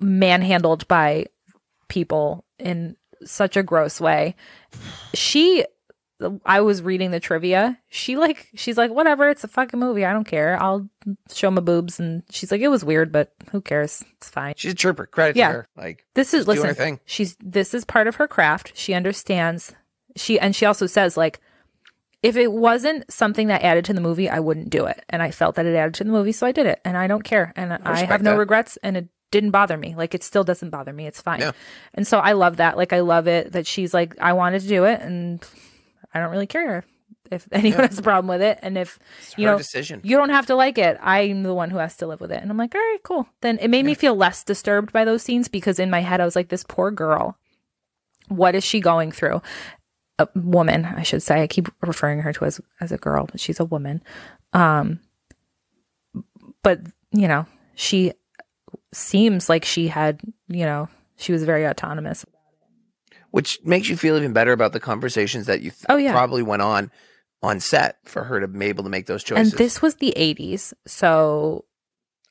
Speaker 2: manhandled by people in such a gross way. She I was reading the trivia. She like she's like whatever, it's a fucking movie. I don't care. I'll show my boobs and she's like it was weird, but who cares? It's fine.
Speaker 1: She's a trooper. Credit
Speaker 2: Yeah.
Speaker 1: to her. Like
Speaker 2: This is
Speaker 1: She's doing
Speaker 2: listen.
Speaker 1: her thing.
Speaker 2: She's this is part of her craft. She understands. She and she also says like, if it wasn't something that added to the movie, I wouldn't do it. And I felt that it added to the movie, so I did it. And I don't care. And I,
Speaker 1: respect
Speaker 2: have no
Speaker 1: that.
Speaker 2: regrets. And it didn't bother me. Like it still doesn't bother me. It's fine.
Speaker 1: Yeah.
Speaker 2: And so I love that. Like I love it that she's like, I wanted to do it, and I don't really care if anyone
Speaker 1: Yeah.
Speaker 2: has a problem with it. And if
Speaker 1: it's her
Speaker 2: you know,
Speaker 1: decision.
Speaker 2: you don't have to like it. I'm the one who has to live with it. And I'm like, all right, cool. Then it made me feel less disturbed by those scenes because in my head, I was like, this poor girl, what is she going through? A woman, I should say. I keep referring her to as, as a girl, but she's a woman. Um, but, you know, she seems like she had, you know, she was very autonomous.
Speaker 1: which makes you feel even better about the conversations that you th-
Speaker 2: Oh, yeah.
Speaker 1: probably went on on set for her to be able to make those choices.
Speaker 2: And this was the 80s. So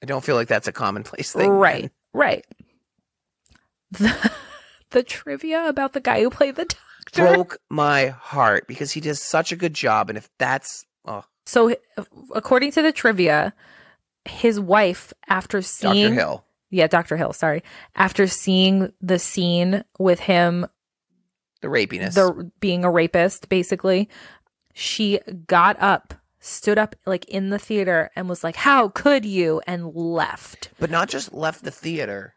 Speaker 1: I don't feel like that's a commonplace thing.
Speaker 2: Right, right. The, the trivia about the guy who played the doctor.
Speaker 1: Broke my heart because he does such a good job. And if that's oh,
Speaker 2: So, h- according to the trivia, his wife, after
Speaker 1: Dr.
Speaker 2: seeing,
Speaker 1: Hill,
Speaker 2: yeah, Doctor Hill, sorry, after seeing the scene with him,
Speaker 1: the rapiness.
Speaker 2: the being a rapist, basically, she got up, stood up like in the theater, and was like, "How could you?" and left.
Speaker 1: but not just left the theater.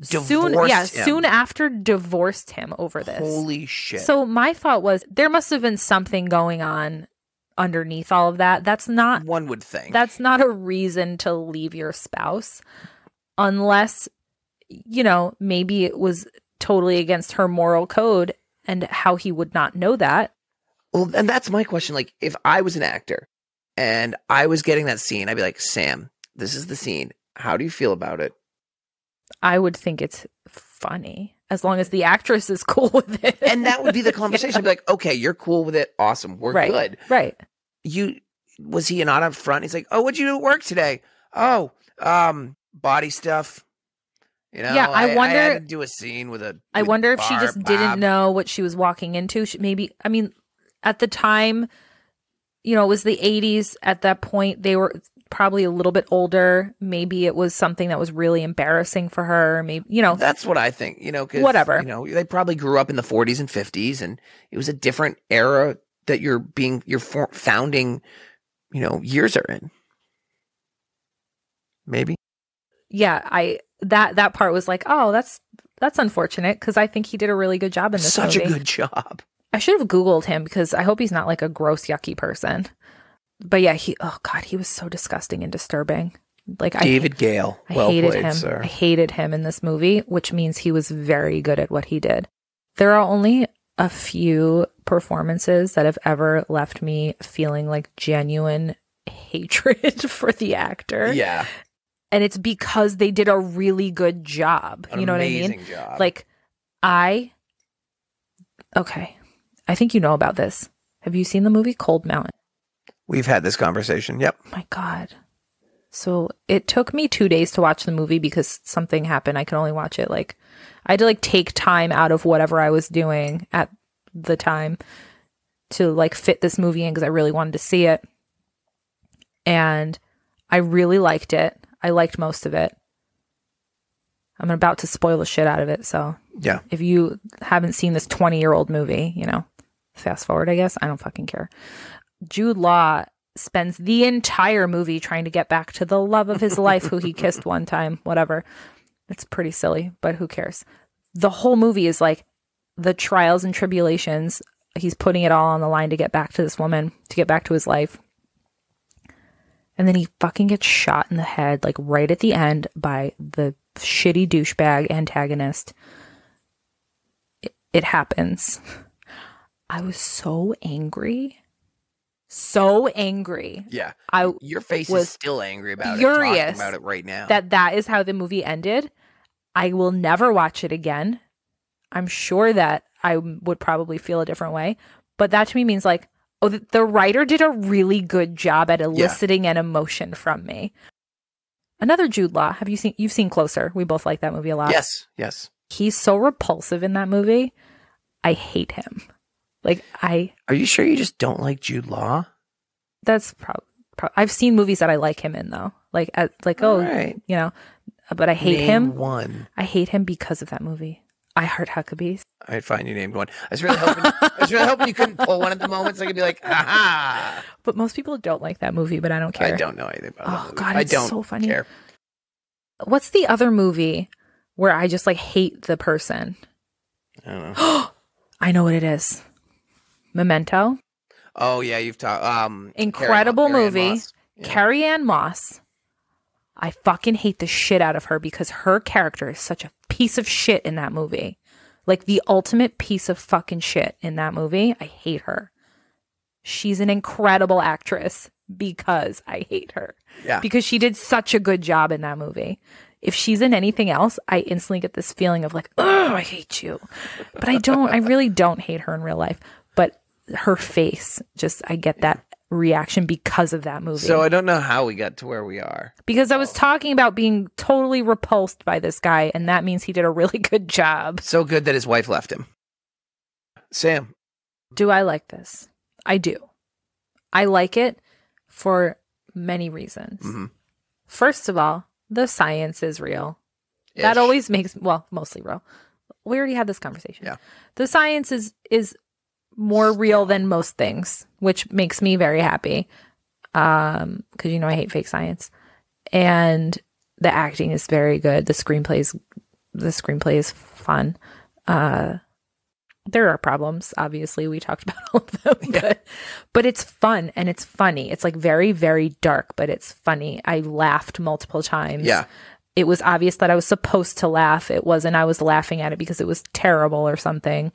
Speaker 1: Divorced
Speaker 2: soon, yeah,
Speaker 1: him.
Speaker 2: soon after, divorced him over this.
Speaker 1: Holy shit.
Speaker 2: So my thought was there must have been something going on underneath all of that. That's not
Speaker 1: one would think.
Speaker 2: that's not a reason to leave your spouse unless you know, maybe it was totally against her moral code and how he would not know that.
Speaker 1: Well, and that's my question. Like, if I was an actor and I was getting that scene, I'd be like, Sam, this is the scene. How do you feel about it?
Speaker 2: I would think it's funny as long as the actress is cool with it.
Speaker 1: And that would be the conversation. I'd be like, okay, you're cool with it. Awesome. We're
Speaker 2: Right.
Speaker 1: good.
Speaker 2: right.
Speaker 1: you was he not up front? He's like, oh, what'd you do at work today? Oh, um, body stuff. You know,
Speaker 2: Yeah, I
Speaker 1: I had
Speaker 2: wonder-
Speaker 1: to do a scene with a.
Speaker 2: I
Speaker 1: with
Speaker 2: wonder if she
Speaker 1: Barb,
Speaker 2: just didn't
Speaker 1: Bob.
Speaker 2: know what she was walking into. She, maybe, I mean, at the time, you know, it was the 80s. At that point, they were probably a little bit older. Maybe it was something that was really embarrassing for her. Maybe, you know,
Speaker 1: That's what I think. You know, 'cause,
Speaker 2: Whatever.
Speaker 1: You know, they probably grew up in the 40s and 50s, and it was a different era that you're being your for- founding. You know, years are in. Maybe
Speaker 2: yeah, I, that, that part was like, oh, that's, that's unfortunate because I think he did a really good job in this
Speaker 1: such
Speaker 2: movie.
Speaker 1: a good job.
Speaker 2: I should have Googled him because I hope he's not like a gross, yucky person. But yeah, he, oh God, he was so disgusting and disturbing. Like I
Speaker 1: David Gale.
Speaker 2: I
Speaker 1: well
Speaker 2: hated
Speaker 1: played,
Speaker 2: him.
Speaker 1: sir.
Speaker 2: I hated him in this movie, which means he was very good at what he did. There are only a few performances that have ever left me feeling like genuine hatred for the actor.
Speaker 3: Yeah.
Speaker 2: And it's because they did a really good job.
Speaker 3: An
Speaker 2: you know what I mean?
Speaker 3: amazing Job.
Speaker 2: Like I Okay. I think you know about this. Have you seen the movie Cold Mountain?
Speaker 1: We've had this conversation. Yep.
Speaker 2: my god. So it took me two days to watch the movie because something happened. I could only watch it like I had to like take time out of whatever I was doing at the time to like fit this movie in because I really wanted to see it. And I really liked it. I liked most of it. I'm about to spoil the shit out of it, so
Speaker 1: Yeah.
Speaker 2: if you haven't seen this 20 year old movie, you know, fast forward, I guess. I don't fucking care. Jude Law spends the entire movie trying to get back to the love of his life who he kissed one time, whatever. It's pretty silly, but who cares? The whole movie is like the trials and tribulations. He's putting it all on the line to get back to this woman, to get back to his life. And then he fucking gets shot in the head, like right at the end, by the shitty douchebag antagonist it happens. I was so angry. So angry.
Speaker 3: yeah.
Speaker 2: I
Speaker 3: Your face
Speaker 2: was
Speaker 3: is still angry about it.
Speaker 2: furious
Speaker 3: talking about it right
Speaker 1: Oh.
Speaker 3: now.
Speaker 2: that that is how the movie ended. I will never watch it again. I'm sure that I would probably feel a different way, but that to me means like, oh, the, the writer did a really good job at eliciting an emotion from me. Another Jude Law. Have you seen? You've seen Closer. We both like that movie a lot.
Speaker 1: Yes. Yes.
Speaker 2: He's so repulsive in that movie. I hate him. Like I
Speaker 1: Are you sure you just don't like Jude Law?
Speaker 2: that's probably. Pro- I've seen movies that I like him in though, like at, like oh,
Speaker 1: All right.
Speaker 2: you know, but I hate
Speaker 1: Name
Speaker 2: him.
Speaker 1: One.
Speaker 2: I hate him because of that movie. I Heart Huckabees.
Speaker 1: All right, fine. You named one.
Speaker 3: I was really hoping I was really hoping you couldn't pull one at the moment so I could be like, ha ha.
Speaker 2: But most people don't like that movie, but I don't care.
Speaker 3: I don't know anything about
Speaker 2: Oh,
Speaker 3: that movie.
Speaker 2: God,
Speaker 3: I
Speaker 2: it's
Speaker 3: don't
Speaker 2: so funny.
Speaker 3: care.
Speaker 2: What's the other movie where I just like hate the person?
Speaker 3: I don't know.
Speaker 2: I know what it is. Memento.
Speaker 3: Oh yeah, you've talked um Carrie Mo-
Speaker 2: Incredible
Speaker 3: Carrie Ann
Speaker 2: movie.
Speaker 3: Moss. Yeah.
Speaker 2: Carrie Ann Moss. I fucking hate the shit out of her because her character is such a piece of shit in that movie. Like the ultimate piece of fucking shit in that movie. I hate her. She's an incredible actress because I hate her.
Speaker 3: Yeah.
Speaker 2: Because she did such a good job in that movie. If she's in anything else, I instantly get this feeling of like, oh, I hate you. But I don't, I really don't hate her in real life. But her face, just, I get that reaction because of that movie
Speaker 3: So I don't know how we got to where we are.
Speaker 2: because I was talking about being totally repulsed by this guy, and that means he did a really good job.
Speaker 3: So good that his wife left him.
Speaker 1: Sam.
Speaker 2: Do I like this? I do. I like it for many reasons.
Speaker 3: Mhm.
Speaker 2: First of all, the science is real. That
Speaker 3: Ish.
Speaker 2: always makes well, mostly real. We already had this conversation.
Speaker 3: Yeah.
Speaker 2: The science is is more real than most things, which makes me very happy. Um, because you know I hate fake science. And the acting is very good. The screenplay is the screenplay is fun. Uh there are problems, obviously. We talked about all of them, but, but it's fun and it's funny. It's like very, very dark, but it's funny. I laughed multiple times
Speaker 3: Yeah.
Speaker 2: it was obvious that I was supposed to laugh. It wasn't I was laughing at it because it was terrible or something.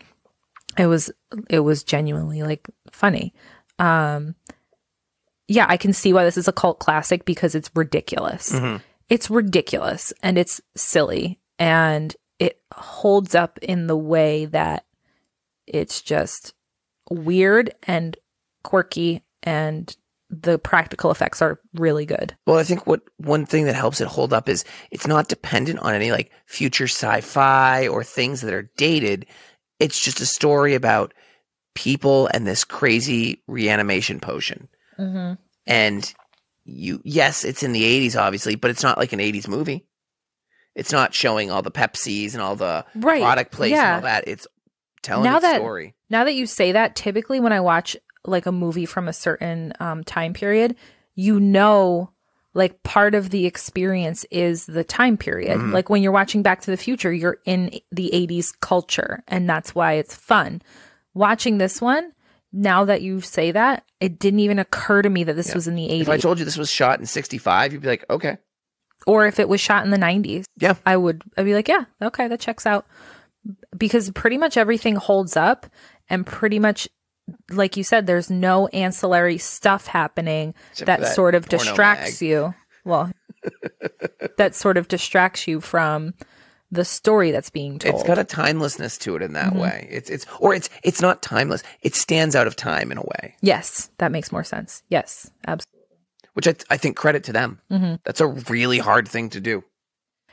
Speaker 2: It was it was genuinely like funny. Um yeah, I can see why this is a cult classic because it's ridiculous.
Speaker 1: Mhm.
Speaker 2: It's ridiculous and it's silly and it holds up in the way that it's just weird and quirky and the practical effects are really good.
Speaker 1: Well, I think what one thing that helps it hold up is it's not dependent on any like future sci-fi or things that are dated. It's just a story about people and this crazy reanimation potion.
Speaker 2: Mm-hmm.
Speaker 1: And you yes, it's in the 80s obviously, but it's not like an 80s movie. It's not showing all the Pepsis and all the
Speaker 2: Right.
Speaker 1: product place
Speaker 2: Yeah.
Speaker 1: and all that. It's telling
Speaker 2: Now
Speaker 1: its
Speaker 2: that-
Speaker 1: story.
Speaker 2: Now that you say that, typically when I watch like a movie from a certain um, time period, you know, like part of the experience is the time period.
Speaker 1: Mhm.
Speaker 2: Like when you're watching Back to the Future, you're in the 80s culture, and that's why it's fun. Watching this one, now that you say that, it didn't even occur to me that this
Speaker 1: Yeah.
Speaker 2: was in the
Speaker 1: If I
Speaker 2: 80s.
Speaker 1: told you this was shot in 65, you'd be like, okay.
Speaker 2: or if it was shot in the 90s
Speaker 1: Yeah.
Speaker 2: i would i'd be like yeah okay that checks out because pretty much everything holds up and pretty much like you said there's no ancillary stuff happening
Speaker 1: Except for
Speaker 2: that,
Speaker 1: that
Speaker 2: sort of
Speaker 1: porno
Speaker 2: distracts
Speaker 1: mag.
Speaker 2: you well that sort of distracts you from the story that's being told
Speaker 1: It's got a timelessness to it in that
Speaker 2: Mhm.
Speaker 1: way. It's it's or it's it's not timeless. It stands out of time in a way,
Speaker 2: yes that makes more sense yes absolutely
Speaker 1: which I, I think credit to them.
Speaker 2: Mm-hmm.
Speaker 1: That's a really hard thing to do.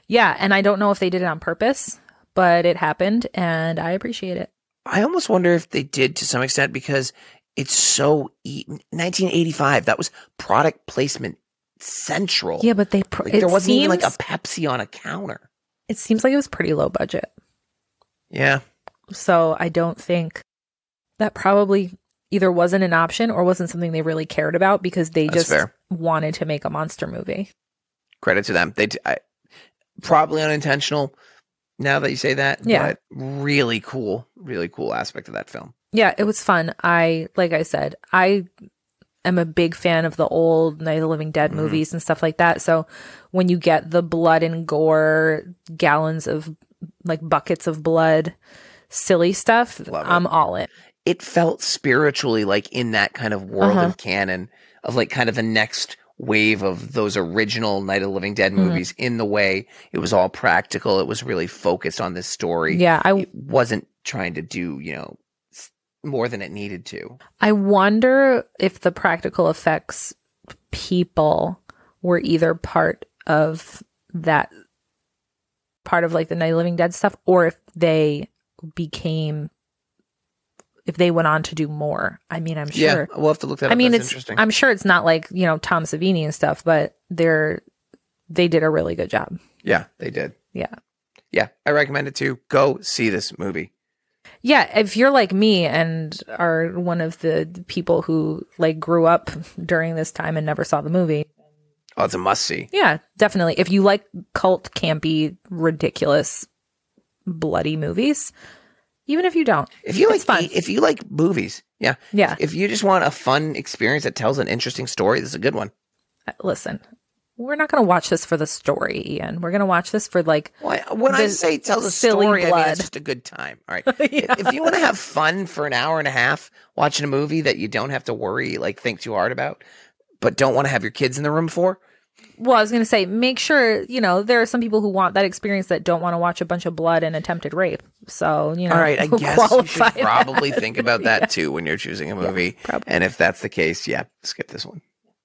Speaker 2: yeah and i don't know if they did it on purpose but it happened and i appreciate it
Speaker 1: I almost wonder if they did to some extent because it's so e- 1985. That was product placement central.
Speaker 2: yeah but they pr-
Speaker 1: like,
Speaker 2: it
Speaker 1: there wasn't even like a
Speaker 2: seems-
Speaker 1: Pepsi on a counter.
Speaker 2: it seems like it was pretty low budget.
Speaker 1: Yeah,
Speaker 2: So I don't think that probably either wasn't an option or wasn't something they really cared about because they
Speaker 1: That's
Speaker 2: just
Speaker 1: fair.
Speaker 2: wanted to make a monster movie.
Speaker 1: credit to them. They d I probably unintentional. Now that you say that,
Speaker 2: Yeah.
Speaker 1: but really cool, really cool aspect of that film.
Speaker 2: Yeah, it was fun. I like I said, I am a big fan of the old Night of the Living Dead
Speaker 1: Mhm.
Speaker 2: movies and stuff like that. So when you get the blood and gore, gallons of like buckets of blood, silly stuff,
Speaker 1: Love it.
Speaker 2: I'm all in.
Speaker 1: it felt spiritually like in that kind of world
Speaker 2: Uh-huh.
Speaker 1: of canon of like kind of the next wave of those original Night of the Living Dead
Speaker 2: Mhm.
Speaker 1: movies in the way it was all practical. It was really focused on this story.
Speaker 2: Yeah, I
Speaker 1: It wasn't trying to do, you know, s- more than it needed to.
Speaker 2: I wonder if the practical effects people were either part of that part of like the Night of the Living Dead stuff or if they became if they went on to do more. I mean, I'm
Speaker 1: Yeah.
Speaker 2: sure.
Speaker 1: We'll have to look that up.
Speaker 2: I mean,
Speaker 1: That's
Speaker 2: it's
Speaker 1: interesting.
Speaker 2: I'm sure it's not like, you know, Tom Savini and stuff, but they're they did a really good job.
Speaker 1: yeah, they did.
Speaker 2: Yeah.
Speaker 1: Yeah. I recommend it too. Go see this movie.
Speaker 2: Yeah, if you're like me and are one of the people who like grew up during this time and never saw the movie,
Speaker 1: Oh, it's a must see.
Speaker 2: Yeah, definitely. If you like cult, campy, ridiculous, bloody movies, even if you don't,
Speaker 1: If you like, e,
Speaker 2: It's fun.
Speaker 1: if you like movies, yeah.
Speaker 2: yeah,
Speaker 1: If you just want a fun experience that tells an interesting story, this is a good one.
Speaker 2: listen, we're not going to watch this for the story, Ian. We're going to watch this for like,
Speaker 1: Well, I- when I
Speaker 2: the
Speaker 1: say tells a
Speaker 2: silly
Speaker 1: story, I mean
Speaker 2: blood.
Speaker 1: it's just a good time. All right.
Speaker 2: Yeah.
Speaker 1: If you want to have fun for an hour and a half watching a movie that you don't have to worry, like think too hard about, but don't want to have your kids in the room for,
Speaker 2: well, I was going to say, make sure, you know, there are some people who want that experience that don't want to watch a bunch of blood and attempted rape. So, you know,
Speaker 1: all right, I
Speaker 2: who
Speaker 1: guess you should
Speaker 2: qualify that.
Speaker 1: probably think about that too when you're choosing a movie.
Speaker 2: probably.
Speaker 1: And if that's the case, yeah, skip this one.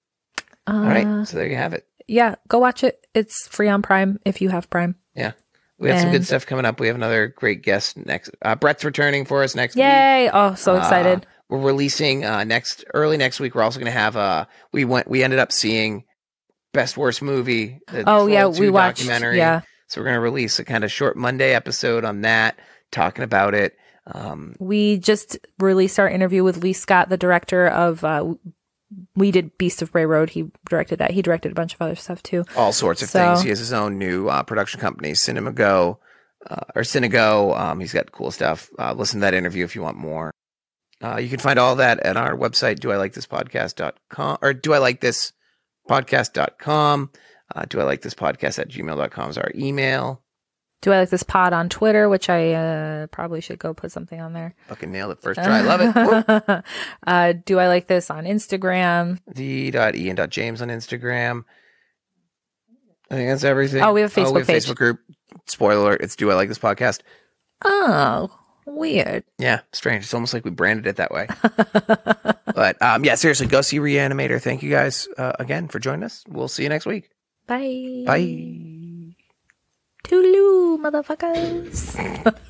Speaker 2: Uh,
Speaker 1: All right. So there you have it.
Speaker 2: Yeah, go watch it. It's free on Prime if you have Prime.
Speaker 1: We have some good
Speaker 2: and-
Speaker 1: stuff coming up. We have another great guest next. Uh, Brett's returning for us next week.
Speaker 2: Yay. Oh, so
Speaker 1: Uh,
Speaker 2: excited.
Speaker 1: we're releasing uh, next early next week. We're also going to have uh we went we ended up seeing best worst movie. the
Speaker 2: Oh,
Speaker 1: Troll
Speaker 2: yeah,
Speaker 1: 2
Speaker 2: we watched.
Speaker 1: documentary.
Speaker 2: Yeah.
Speaker 1: So we're going to release a kind of short Monday episode on that, talking about it. Um,
Speaker 2: We just released our interview with Lee Scott, the director of. Uh, we did Beast of Bray Road. He directed that. He directed a bunch of other stuff too.
Speaker 1: all sorts of
Speaker 2: So-
Speaker 1: things. He has his own new uh, production company, Cinemago uh, or Cinego. Um, he's got cool stuff. Uh, listen to that interview if you want more. Uh, you can find all that at our website, do I like this podcast.com or do I like this podcast.com. Uh, do I like this podcast at gmail.com is our email.
Speaker 2: Do I like this pod on Twitter? Which I uh, probably should go put something on there.
Speaker 1: Fucking nailed it first try. I love it. Woo.
Speaker 2: uh, do I like this on Instagram?
Speaker 1: The dot Ian dot James on Instagram. I think that's everything.
Speaker 2: Oh, we have a
Speaker 1: we
Speaker 2: Facebook page.
Speaker 1: Facebook group. Spoiler alert, it's Do I Like This Podcast.
Speaker 2: Oh, weird.
Speaker 1: Yeah, strange. It's almost like we branded it that way. but um, yeah, seriously, go see Reanimator. Thank you guys uh, again for joining us. We'll see you next week.
Speaker 2: Bye.
Speaker 1: Bye.
Speaker 2: Toodaloo, motherfuckers.